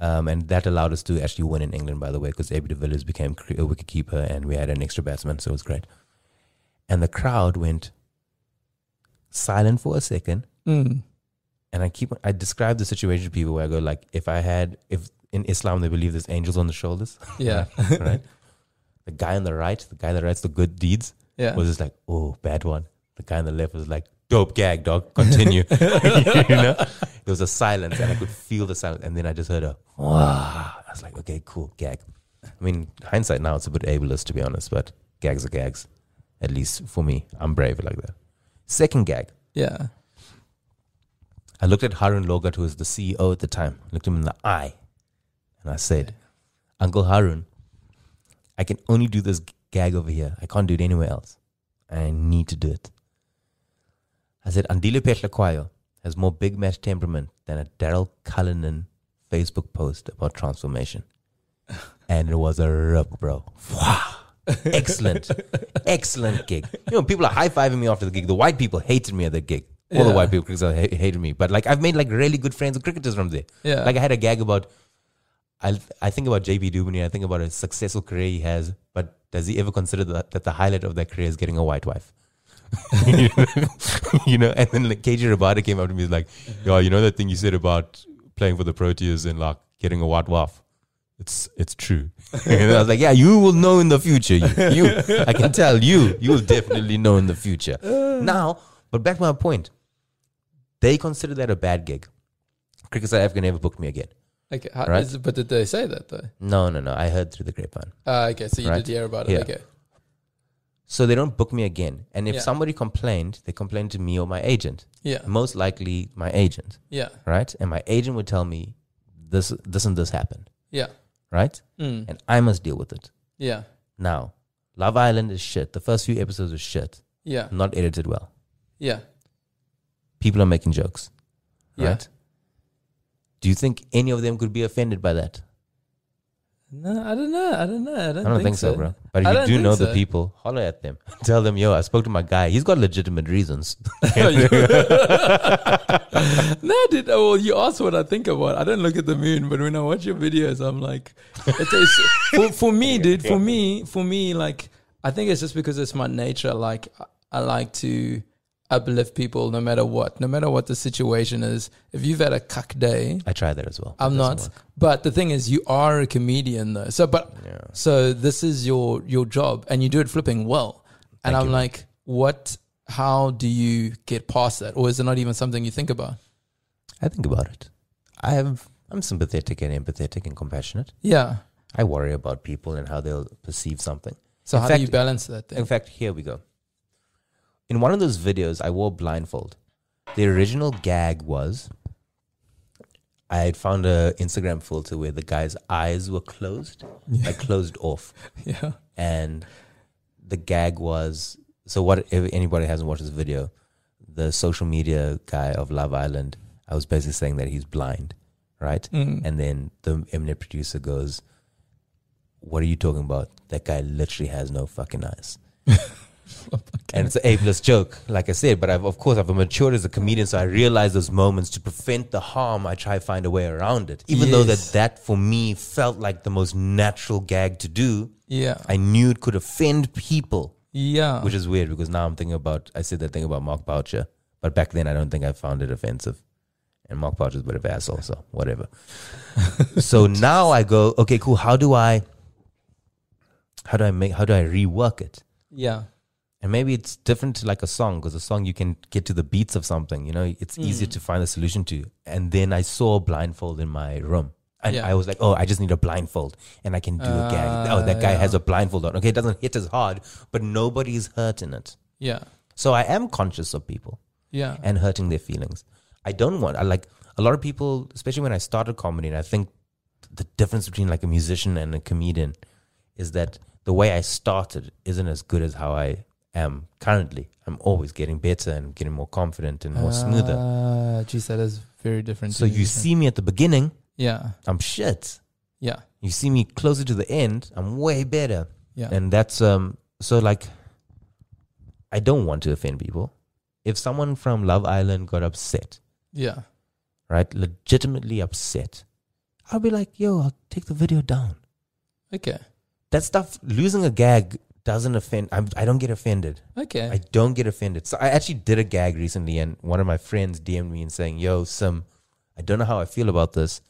Speaker 13: Um, and that allowed us to actually win in England, by the way, because Abby de Villiers became cre- a wicketkeeper and we had an extra batsman, so it was great. And the crowd went silent for a second.
Speaker 17: Mm.
Speaker 13: And I keep I describe the situation to people where I go like, if I had if in Islam they believe there's angels on the shoulders,
Speaker 17: Yeah.
Speaker 13: right? The guy on the right, the guy that writes the good deeds,
Speaker 17: Yeah.
Speaker 13: was just like, oh, bad one. The guy on the left was like, dope gag, dog. Continue. you know, there was a silence, and I could feel the silence, and then I just heard a wow. I was like, okay, cool, gag. I mean, hindsight now it's a bit ableist to be honest, but gags are gags. At least for me, I'm brave like that. Second gag,
Speaker 17: Yeah.
Speaker 13: I looked at Harun Logat, who was the CEO at the time, looked him in the eye, and I said, Uncle Harun, I can only do this g- gag over here. I can't do it anywhere else. I need to do it. I said, Andile Petlakwayo has more big match temperament than a Daryl Cullinan Facebook post about transformation. And it was a rip, bro. Wow. Excellent. Excellent gig. You know, people are high fiving me after the gig. The white people hated me at the gig. All the
Speaker 17: Yeah.
Speaker 13: white people cricketers ha- hated me. But like, I've made like really good friends with cricketers from there.
Speaker 17: Yeah.
Speaker 13: Like, I had a gag about, I, I think about JB Dubney. I think about a successful career he has. But does he ever consider that, that the highlight of that career is getting a white wife? you know, and then like KJ Rabada came up to me he's like, Yo, you know that thing you said about playing for the Proteas and like getting a white waff? It's it's true. and I was like, Yeah, you will know in the future. You, you I can tell you, you will definitely know in the future. Now, but back to my point. They consider that a bad gig. Cricket South Africa never booked me again.
Speaker 17: Okay. How,
Speaker 13: Right.
Speaker 17: is it- but did they say that though?
Speaker 13: No, no, no. I heard through the grapevine.
Speaker 17: Uh, okay. So you
Speaker 13: Right.
Speaker 17: did hear about it.
Speaker 13: Yeah.
Speaker 17: Okay.
Speaker 13: So they don't book me again. And if
Speaker 17: Yeah.
Speaker 13: somebody complained, they complained to me or my agent.
Speaker 17: Yeah.
Speaker 13: Most likely my agent.
Speaker 17: Yeah.
Speaker 13: right? And my agent would tell me this, this, and this happened,
Speaker 17: Yeah.
Speaker 13: right?
Speaker 17: Mm.
Speaker 13: And I must deal with it.
Speaker 17: Yeah.
Speaker 13: Now, Love Island is shit. The first few episodes are shit,
Speaker 17: Yeah.
Speaker 13: not edited well.
Speaker 17: Yeah.
Speaker 13: People are making jokes,
Speaker 17: Yeah.
Speaker 13: right? Do you think any of them could be offended by that?
Speaker 17: No, I don't know. I don't know. I don't,
Speaker 13: I don't think, so, bro. But if
Speaker 17: I
Speaker 13: you
Speaker 17: don't
Speaker 13: do
Speaker 17: think
Speaker 13: know
Speaker 17: so.
Speaker 13: the people, holler at them. Tell them, yo, I spoke to my guy. He's got legitimate reasons.
Speaker 17: No, dude. oh, Well, you asked what I think about. I don't look at the moon, but when I watch your videos, I'm like, it's, it's, for, for me, dude. For me, for me, like, I think it's just because it's my nature. Like, I, I like to uplift people, no matter what, no matter what the situation is. If you've had a cuck day,
Speaker 13: I tried that as well.
Speaker 17: I'm
Speaker 13: It doesn't
Speaker 17: not.
Speaker 13: work.
Speaker 17: But the thing is, you are a comedian though. So, but so this is your your job, and you do it flipping well. and I'm like, what? How do you get past that, or is it not even something you think about?
Speaker 13: I think about it. I have. I'm sympathetic and empathetic and compassionate.
Speaker 17: Yeah.
Speaker 13: I worry about people and how they'll perceive something.
Speaker 17: So
Speaker 13: In
Speaker 17: how
Speaker 13: fact-
Speaker 17: do you balance that? Then?
Speaker 13: In fact, here we go. In one of those videos, I wore blindfold. The original gag was I had found a Instagram filter where the guy's eyes were closed, like closed off,
Speaker 17: yeah.
Speaker 13: and the gag was so. What if anybody hasn't watched this video? The social media guy of Love Island, I was basically saying that he's blind, right? And then the eminent producer goes, "What are you talking about? That guy literally has no fucking eyes." and it's an ableist joke, like I said. But I've, of course, I've matured as a comedian, so I realize those moments to prevent the harm. I try to find a way around it, even though that
Speaker 17: Yes.
Speaker 13: that for me felt like the most natural gag to do.
Speaker 17: Yeah.
Speaker 13: I knew it could offend people,
Speaker 17: yeah.
Speaker 13: which is weird because now I'm thinking about I said that thing about Mark Boucher, but back then I don't think I found it offensive. And Mark Boucher's a bit of an asshole, so whatever. so now I go, okay, cool. How do I how do I make how do I rework it?
Speaker 17: Yeah.
Speaker 13: And maybe it's different to like a song because a song you can get to the beats of something, you know, it's
Speaker 17: Hmm.
Speaker 13: easier to find a solution to. And then I saw a blindfold in my room. And
Speaker 17: Yeah.
Speaker 13: I was like, oh, I just need a blindfold and I can do a gag. Oh, that guy
Speaker 17: Uh, yeah.
Speaker 13: has a blindfold on. Okay, it doesn't hit as hard, but nobody's hurt in it.
Speaker 17: Yeah.
Speaker 13: So I am conscious of people
Speaker 17: Yeah.
Speaker 13: and hurting their feelings. I don't want, I like a lot of people, especially when I started comedy, and I think the difference between like a musician and a comedian is that the way I started isn't as good as how I am currently. I'm always getting better and getting more confident and more smoother.
Speaker 17: Ah, geez, that is very different.
Speaker 13: So
Speaker 17: to
Speaker 13: you
Speaker 17: music.
Speaker 13: see me at the beginning,
Speaker 17: Yeah.
Speaker 13: I'm shit.
Speaker 17: Yeah.
Speaker 13: You see me closer to the end, I'm way better.
Speaker 17: Yeah.
Speaker 13: And that's um so like I don't want to offend people. If someone from Love Island got upset,
Speaker 17: yeah.
Speaker 13: right? Legitimately upset. I'll be like, yo, I'll take the video down.
Speaker 17: Okay.
Speaker 13: That stuff, losing a gag doesn't offend. I'm, I don't get offended.
Speaker 17: Okay.
Speaker 13: I don't get offended. So I actually did a gag recently, and one of my friends DM'd me and saying, yo, Sim, I don't know how I feel about this.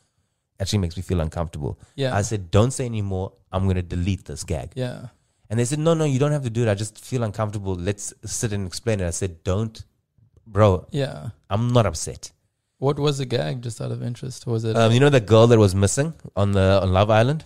Speaker 13: Actually makes me feel uncomfortable.
Speaker 17: Yeah.
Speaker 13: I said, don't say anymore. I'm going to delete this gag.
Speaker 17: yeah.
Speaker 13: And they said, no, no, you don't have to do it. I just feel uncomfortable. Let's sit and explain it. I said, don't, bro,
Speaker 17: Yeah.
Speaker 13: I'm not upset.
Speaker 17: What was the gag? Just out of interest, was it?
Speaker 13: Um, you know the girl that was missing on the on Love Island?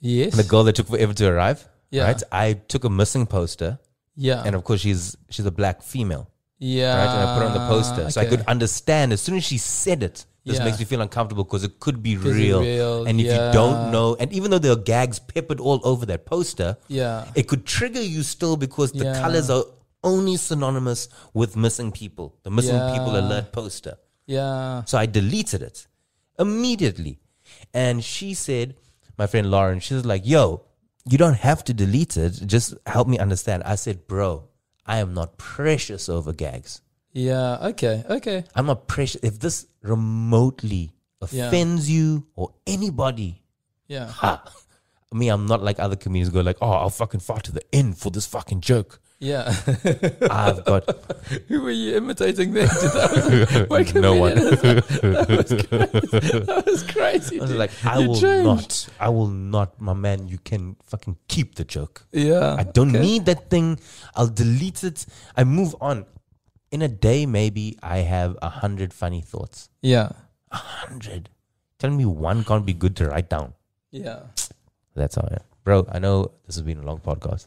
Speaker 17: yes.
Speaker 13: the girl that took forever to arrive.
Speaker 17: Yeah. Oh.
Speaker 13: Right. I took a missing poster,
Speaker 17: yeah.
Speaker 13: and of course she's she's a black female,
Speaker 17: yeah.
Speaker 13: right? And I put her on the poster, so I
Speaker 17: Ah, okay.
Speaker 13: could understand as soon as she said it. This
Speaker 17: Yeah.
Speaker 13: makes me feel uncomfortable because it could be
Speaker 17: Could be
Speaker 13: real.
Speaker 17: real,
Speaker 13: and if
Speaker 17: yeah.
Speaker 13: you don't know, and even though there are gags peppered all over that poster,
Speaker 17: Yeah.
Speaker 13: it could trigger you still because the
Speaker 17: Yeah.
Speaker 13: colors are only synonymous with missing people. The missing
Speaker 17: Yeah.
Speaker 13: people alert poster.
Speaker 17: Yeah.
Speaker 13: So I deleted it immediately. And she said, my friend Lauren, she was like, yo, you don't have to delete it. Just help me understand. I said, bro, I am not precious over gags.
Speaker 17: Yeah. Okay. Okay.
Speaker 13: I'm not precious. If this remotely
Speaker 17: Yeah.
Speaker 13: offends you or anybody,
Speaker 17: Yeah.
Speaker 13: ha. I mean, I'm not like other comedians go like, oh, I'll fucking fight to the end for this fucking joke.
Speaker 17: Yeah.
Speaker 13: I've got
Speaker 17: Who were you imitating there? That was- what
Speaker 13: No one.
Speaker 17: comedian is That That was crazy.
Speaker 13: I was
Speaker 17: dude.
Speaker 13: like, I
Speaker 17: You
Speaker 13: will
Speaker 17: changed.
Speaker 13: not. I will not, my man. You can fucking keep the joke.
Speaker 17: Yeah.
Speaker 13: I don't
Speaker 17: okay.
Speaker 13: need that thing. I'll delete it. I move on. In a day, maybe I have a hundred funny thoughts.
Speaker 17: Yeah.
Speaker 13: Hundred. Tell me one can't be good to write down.
Speaker 17: Yeah.
Speaker 13: That's how I am. Bro, I know this has been a long podcast.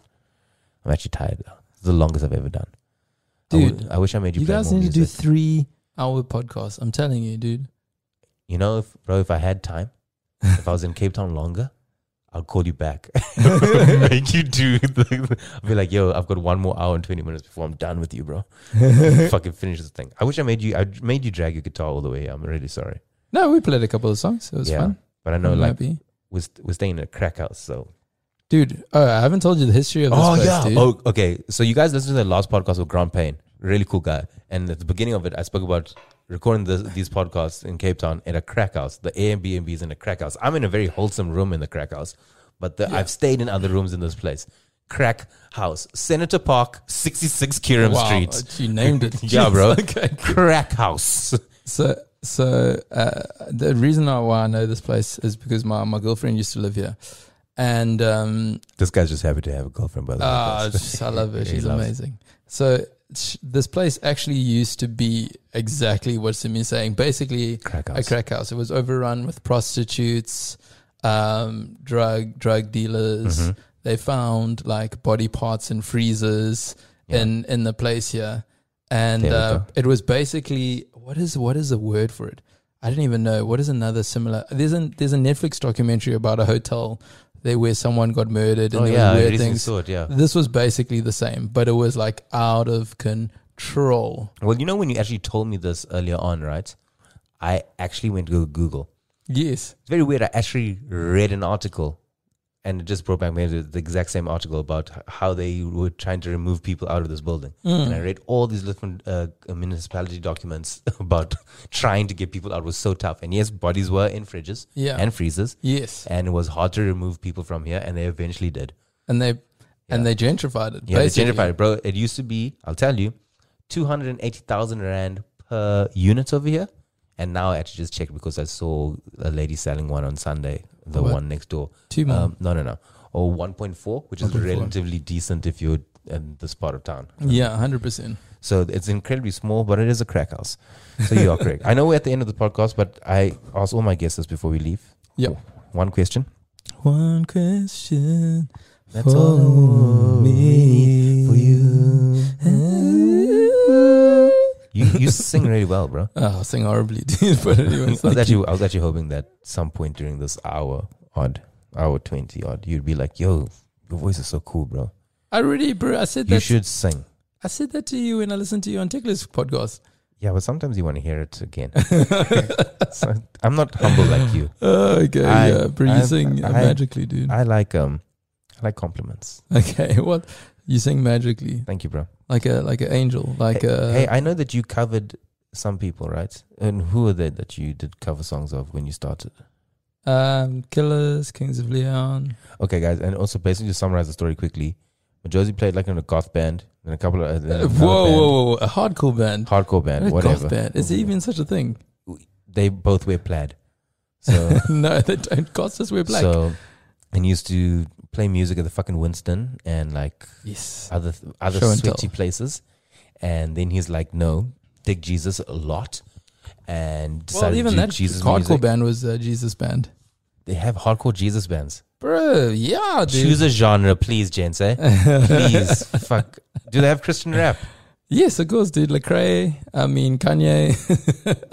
Speaker 13: I'm actually tired now. It's the longest I've ever done. I
Speaker 17: Dude,
Speaker 13: would- I wish I made you,
Speaker 17: You
Speaker 13: play
Speaker 17: guys
Speaker 13: more
Speaker 17: need to do
Speaker 13: music.
Speaker 17: three hour podcasts. I'm telling you, dude.
Speaker 13: You know, if, bro, if I had time, if I was in Cape Town longer, I'll call you back. Make you do. the- I'll be like, yo, I've got one more hour and twenty minutes before I'm done with you, bro. Fucking finish this thing. I wish I made you. I made you drag your guitar all the way. I'm really sorry.
Speaker 17: No, we played a couple of songs. It was fun.
Speaker 13: but I know,
Speaker 17: I'm
Speaker 13: like,
Speaker 17: happy.
Speaker 13: we're, st- we're staying in a crack house, so.
Speaker 17: Dude, oh, I haven't told you the history of this place, dude.
Speaker 13: Oh, okay. So you guys listened to the last podcast with Grant Payne, really cool guy. And at the beginning of it, I spoke about recording this, these podcasts in Cape Town at a crack house. The Airbnb is in a crack house. I'm in a very wholesome room in the crack house, but the, I've stayed in other rooms in this place. Crack house, Senator Park, 66 Kiram
Speaker 17: wow,
Speaker 13: Street.
Speaker 17: You named it.
Speaker 13: yeah, bro.
Speaker 17: Jeez, Okay.
Speaker 13: Crack house.
Speaker 17: So, so uh, the reason I- why I know this place is because my, my girlfriend used to live here, and um,
Speaker 13: This guy's just happy to have a girlfriend, by the way.
Speaker 17: ah, just- I love her.
Speaker 13: He
Speaker 17: She's
Speaker 13: loves-
Speaker 17: amazing. So sh- this place actually used to be exactly what Simi's saying. Basically,
Speaker 13: Crack
Speaker 17: a
Speaker 13: house.
Speaker 17: crack house. It was overrun with prostitutes, um, drug drug dealers.
Speaker 13: Mm-hmm.
Speaker 17: They found like body parts and freezers in in the place here, and
Speaker 13: There we
Speaker 17: uh,
Speaker 13: go.
Speaker 17: it was basically what is what is the word for it? I don't even know what is another similar. There's a there's a Netflix documentary about a hotel there where someone got murdered and
Speaker 13: Oh,
Speaker 17: there
Speaker 13: yeah.
Speaker 17: were
Speaker 13: I
Speaker 17: weird
Speaker 13: recently
Speaker 17: things.
Speaker 13: saw it, yeah.
Speaker 17: This was basically the same, but it was like out of control.
Speaker 13: Well, you know, when you actually told me this earlier on, right? I actually went to Google.
Speaker 17: Yes.
Speaker 13: It's very weird. I actually read an article and it just brought back memory the exact same article about h- how they were trying to remove people out of this building.
Speaker 17: Hmm.
Speaker 13: And I read all these different uh, municipality documents about trying to get people out was so tough. And yes, bodies were in fridges
Speaker 17: Yeah.
Speaker 13: and freezers.
Speaker 17: Yes.
Speaker 13: And it was hard to remove people from here. And they eventually did.
Speaker 17: And they and they gentrified it.
Speaker 13: Yeah, they
Speaker 17: basically.
Speaker 13: gentrified it, bro. It used to be, I'll tell you, 280,000 Rand per unit over here. And now I actually just checked because I saw a lady selling one on Sunday, the
Speaker 17: What?
Speaker 13: one next door.
Speaker 17: Two more.
Speaker 13: Um, no, no, no. or 1.4, which is
Speaker 17: 1.4.
Speaker 13: relatively decent if you're in this part of town.
Speaker 17: Yeah, hundred percent.
Speaker 13: So it's incredibly small, but it is a crack house. So you are correct. I know we're at the end of the podcast, but I ask all my guests this before we leave.
Speaker 17: Yep.
Speaker 13: One question.
Speaker 17: One question
Speaker 13: That's all for you. You you sing really well, bro.
Speaker 17: Oh, I sing horribly, dude. But
Speaker 13: I
Speaker 17: anyway,
Speaker 13: was actually I was actually hoping that some point during this hour odd, hour twenty odd, you'd be like, "Yo, your voice is so cool, bro.
Speaker 17: I really, bro. I said
Speaker 13: You
Speaker 17: that.
Speaker 13: should sing."
Speaker 17: I said that to you when I listened to you on Tickler's podcast.
Speaker 13: Yeah, but sometimes you want to hear it again. so I'm not humble like you.
Speaker 17: Okay,
Speaker 13: I-
Speaker 17: yeah, bro. You
Speaker 13: I-
Speaker 17: sing
Speaker 13: I-
Speaker 17: magically, dude.
Speaker 13: I like um, I like compliments.
Speaker 17: okay, what? You sing magically,
Speaker 13: Thank you, bro.
Speaker 17: like a like an angel, like
Speaker 13: hey,
Speaker 17: a
Speaker 13: hey, I know that you covered some people, right? And who are they that you did cover songs of when you started?
Speaker 17: um, Killers, Kings of Leon.
Speaker 13: Okay, guys, and also basically to summarize the story quickly, Josie played like in a goth band, then a couple of then another
Speaker 17: Whoa, Uh, whoa,
Speaker 13: band,
Speaker 17: whoa, whoa! A hardcore band,
Speaker 13: hardcore
Speaker 17: Not
Speaker 13: band,
Speaker 17: a
Speaker 13: whatever.
Speaker 17: goth band. Is there even such a thing?
Speaker 13: They both wear plaid, so
Speaker 17: no, they don't. Goths just wear black.
Speaker 13: so and used to play music at the fucking Winston and like
Speaker 17: yes.
Speaker 13: other th- other
Speaker 17: Show and
Speaker 13: sweaty
Speaker 17: tell.
Speaker 13: places, and then he's like, no, dig Jesus a lot, and
Speaker 17: Well,
Speaker 13: decided
Speaker 17: even
Speaker 13: to do
Speaker 17: that
Speaker 13: Jesus
Speaker 17: hardcore
Speaker 13: music.
Speaker 17: band was a Jesus band,
Speaker 13: They have hardcore Jesus bands.
Speaker 17: bro. Yeah, dude.
Speaker 13: Choose a genre, please, gents. Eh? Please, fuck. Do they have Christian rap?
Speaker 17: Yes, of course, dude. Lecrae. I mean, Kanye.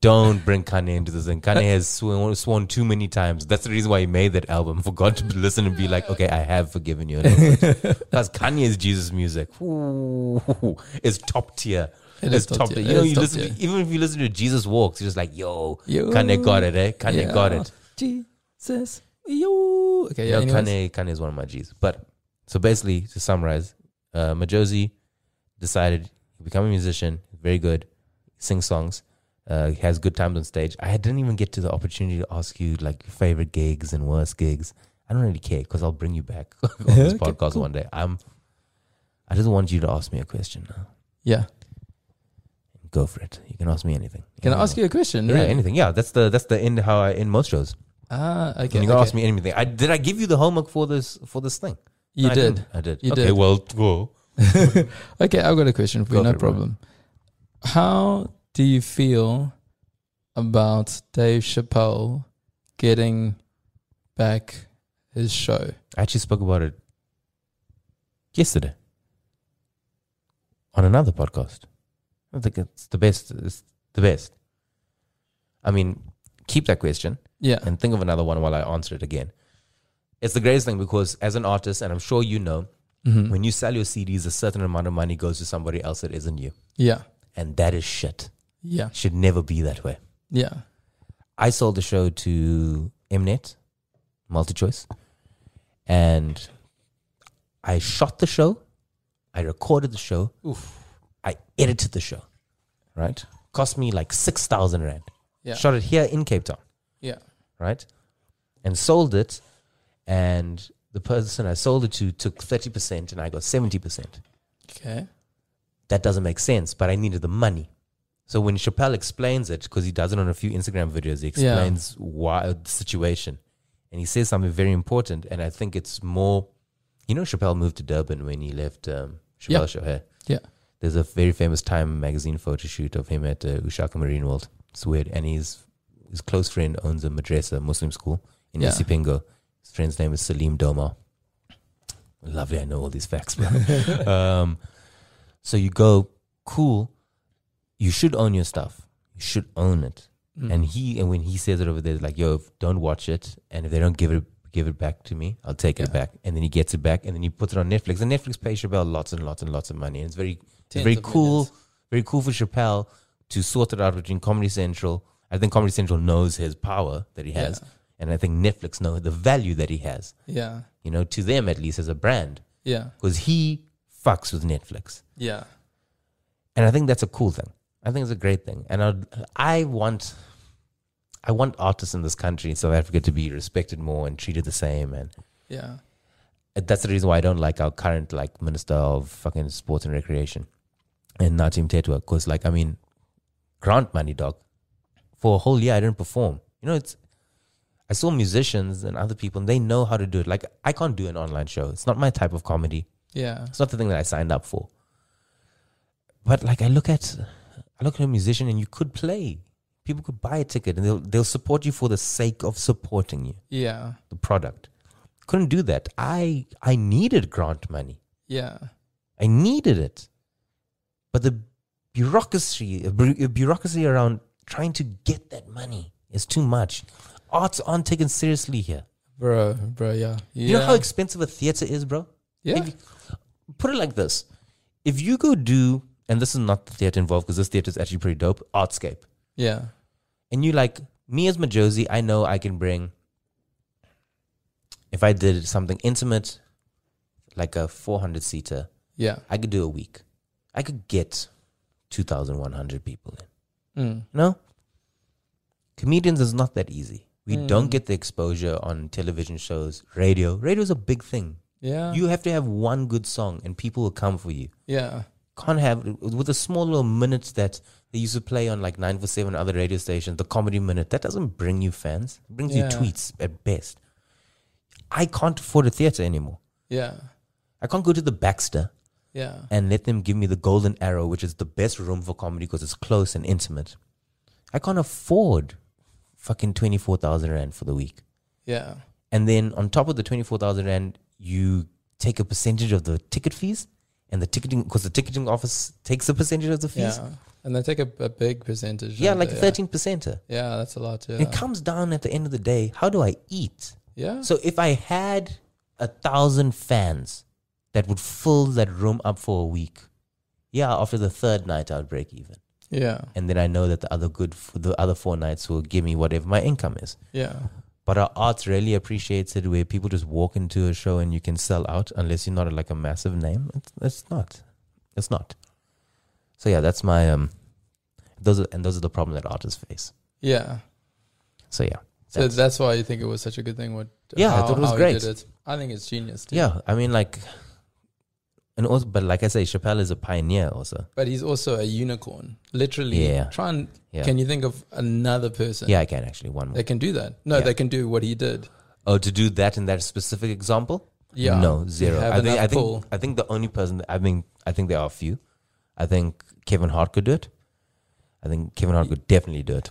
Speaker 13: Don't bring Kanye into this. And Kanye has sworn, sworn too many times. That's the reason why he made that album for God to listen and be like, okay, I have forgiven you. Plus, Kanye's Jesus music Ooh, is top tier.
Speaker 17: It
Speaker 13: It's
Speaker 17: is top
Speaker 13: top
Speaker 17: tier.
Speaker 13: tier.
Speaker 17: It
Speaker 13: You know,
Speaker 17: is
Speaker 13: you
Speaker 17: top
Speaker 13: listen,
Speaker 17: tier.
Speaker 13: even if you listen to E, Jesus Walks, you're just like, yo,
Speaker 17: Yo.
Speaker 13: Kanye got it, eh? Kanye got it.
Speaker 17: Jesus. Yo. Okay, yeah.
Speaker 13: Yeah, Kanye,
Speaker 17: anyways.
Speaker 13: Kanye is one of my G's. But so basically, to summarize, uh, Majosi decided to become a musician, very good, sings songs, uh, has good times on stage. I didn't even get to the opportunity to ask you like your favorite gigs and worst gigs. I don't really care because I'll bring you back on this
Speaker 17: Okay,
Speaker 13: podcast one day. I'm. I just want you to ask me a question now.
Speaker 17: Yeah.
Speaker 13: Go for it. You can ask me anything.
Speaker 17: Can I ask you a question?
Speaker 13: Mm. Yeah, anything. Yeah, that's the that's the end how I end most shows.
Speaker 17: Ah, okay.
Speaker 13: Can you
Speaker 17: okay.
Speaker 13: ask me anything? I, did I give you the homework for this for this thing?
Speaker 17: You
Speaker 13: I
Speaker 17: did.
Speaker 13: didn't. I did.
Speaker 17: You
Speaker 13: okay,
Speaker 17: did.
Speaker 13: well, well,
Speaker 17: Okay, I've got a question for
Speaker 13: Go
Speaker 17: you. No
Speaker 13: for it, bro.
Speaker 17: problem. How do you feel about Dave Chappelle getting back his show?
Speaker 13: I actually spoke about it yesterday on another podcast. I think it's the best. It's the best. I mean, keep that question
Speaker 17: Yeah.
Speaker 13: and think of another one while I answer it again. It's the greatest thing because as an artist, and I'm sure you know,
Speaker 17: Hmm. Mm-hmm.
Speaker 13: when you sell your CDs, a certain amount of money goes to somebody else that isn't you,
Speaker 17: Yeah.
Speaker 13: and that is shit.
Speaker 17: Yeah.
Speaker 13: Should never be that way.
Speaker 17: Yeah.
Speaker 13: I sold the show to Mnet, MultiChoice, and I shot the show, I recorded the show, I edited the show, right? Cost me like six thousand rand.
Speaker 17: Yeah.
Speaker 13: Shot it here in Cape Town,
Speaker 17: Yeah.
Speaker 13: right? And sold it, and the person I sold it to took thirty percent, and I got seventy percent
Speaker 17: Okay.
Speaker 13: that doesn't make sense, but I needed the money. So when Chappelle explains it, because he does it on a few Instagram videos, he
Speaker 17: Yeah.
Speaker 13: explains why uh, the situation. And he says something very important. And I think it's more, you know, Chappelle moved to Durban when he left um, Chappelle
Speaker 17: Yeah.
Speaker 13: Show here.
Speaker 17: Yeah.
Speaker 13: There's a very famous Time magazine photo shoot of him at uh, Ushaka Marine World. It's weird. And he's, his close friend owns a madrasa, Muslim school in
Speaker 17: Yeah.
Speaker 13: Isipingo. His friend's name is Salim Doma. Lovely, I know all these facts, bro. um, so you go, cool. You should own your stuff. You should own it.
Speaker 17: Hmm. Mm.
Speaker 13: And he and when he says it over there, like, yo, if- don't watch it. And if they don't give it give it back to me, I'll take it
Speaker 17: Yeah.
Speaker 13: back. And then he gets it back and then he puts it on Netflix. And Netflix pays Chappelle lots and lots and lots of money. And it's very it's
Speaker 17: Tens
Speaker 13: very
Speaker 17: of
Speaker 13: cool,
Speaker 17: millions.
Speaker 13: very cool for Chappelle to sort it out between Comedy Central. I think Comedy Central knows his power that he has.
Speaker 17: Yeah.
Speaker 13: And I think Netflix know the value that he has.
Speaker 17: Yeah.
Speaker 13: You know, to them at least as a brand.
Speaker 17: Yeah.
Speaker 13: Because he fucks with Netflix.
Speaker 17: Yeah.
Speaker 13: and I think that's a cool thing. I think it's a great thing, and I I want I want artists in this country in South Africa to be respected more and treated the same, and
Speaker 17: Yeah.
Speaker 13: that's the reason why I don't like our current like minister of fucking sports and recreation and Natim Tetwa, because like I mean, grant money, dog, for a whole year I didn't perform. You know, it's I I saw musicians and other people, and they know how to do it. Like I can't do an online show; it's not my type of comedy.
Speaker 17: Yeah.
Speaker 13: It's not the thing that I signed up for. But like I look at, I look at a musician, and you could play. People could buy a ticket, and they'll they'll support you for the sake of supporting you.
Speaker 17: Yeah.
Speaker 13: The product couldn't do that. I I needed grant money.
Speaker 17: Yeah.
Speaker 13: I needed it. But the bureaucracy, uh, bu- bureaucracy around trying to get that money is too much. Arts aren't taken seriously here.
Speaker 17: Bro, bro, yeah. yeah.
Speaker 13: You know how expensive a theater is, bro?
Speaker 17: Yeah.
Speaker 13: If you- put it like this if you go do, and this is not the theater involved because this theater is actually pretty dope, Artscape.
Speaker 17: Yeah.
Speaker 13: And you like, me as Majosi, I know I can bring, if I did something intimate, like a 400 seater,
Speaker 17: Yeah.
Speaker 13: I could do a week. I could get 2,100 people in.
Speaker 17: Mm.
Speaker 13: No? Comedians is not that easy. We
Speaker 17: Mm.
Speaker 13: don't get the exposure on television shows, radio. Radio is a big thing.
Speaker 17: Yeah.
Speaker 13: You have to have one good song and people will come for you.
Speaker 17: yeah.
Speaker 13: Can't have, with the small little minutes that they used to play on like 9 for 7 other radio stations, the comedy minute, that doesn't bring you fans. It brings
Speaker 17: Yeah.
Speaker 13: you tweets at best. I can't afford a theater anymore.
Speaker 17: Yeah.
Speaker 13: I can't go to the Baxter
Speaker 17: Yeah.
Speaker 13: and let them give me the golden arrow, which is the best room for comedy because it's close and intimate. I can't afford fucking 24,000 Rand for the week.
Speaker 17: Yeah.
Speaker 13: And then on top of the 24,000 Rand, you take a percentage of the ticket fees and the ticketing, because the ticketing office takes a percentage of the fees.
Speaker 17: Yeah. And they take a, a big percentage.
Speaker 13: Yeah,
Speaker 17: don't
Speaker 13: like
Speaker 17: they?
Speaker 13: a 13%.
Speaker 17: Yeah, that's a lot. Yeah.
Speaker 13: It comes down at the end of the day. How do I eat?
Speaker 17: Yeah.
Speaker 13: So if I had a thousand fans that would fill that room up for a week, yeah, after the third night, I would break even.
Speaker 17: yeah.
Speaker 13: and then I know that the other good f- the other four nights will give me whatever my income is.
Speaker 17: Yeah.
Speaker 13: But our arts really appreciates it where people just walk into a show and you can sell out unless you're not like a massive name. It's, it's not. It's not. So yeah, that's my um. Those are, and those are the problem that artists face.
Speaker 17: Yeah.
Speaker 13: So yeah,
Speaker 17: So
Speaker 13: that's-
Speaker 17: that's why you think it was such a good thing. What?
Speaker 13: Yeah, I thought it was
Speaker 17: he
Speaker 13: great.
Speaker 17: did it. I think it's genius. Dude.
Speaker 13: yeah. I mean, like, and also, but like I say, Chappelle is a pioneer also.
Speaker 17: But he's also a unicorn. Literally.
Speaker 13: Yeah.
Speaker 17: Try and
Speaker 13: Yeah.
Speaker 17: can you think of another person?
Speaker 13: Yeah, I can actually one more.
Speaker 17: They can do that. No,
Speaker 13: Yeah.
Speaker 17: they can do what he did.
Speaker 13: Oh, to do that in that specific example?
Speaker 17: Yeah.
Speaker 13: No, zero.
Speaker 17: Have
Speaker 13: I think,
Speaker 17: enough
Speaker 13: I, think,
Speaker 17: pull.
Speaker 13: I think the only person, I mean, I think there are a few. I think Kevin Hart could do it. I think Kevin Hart could definitely do it.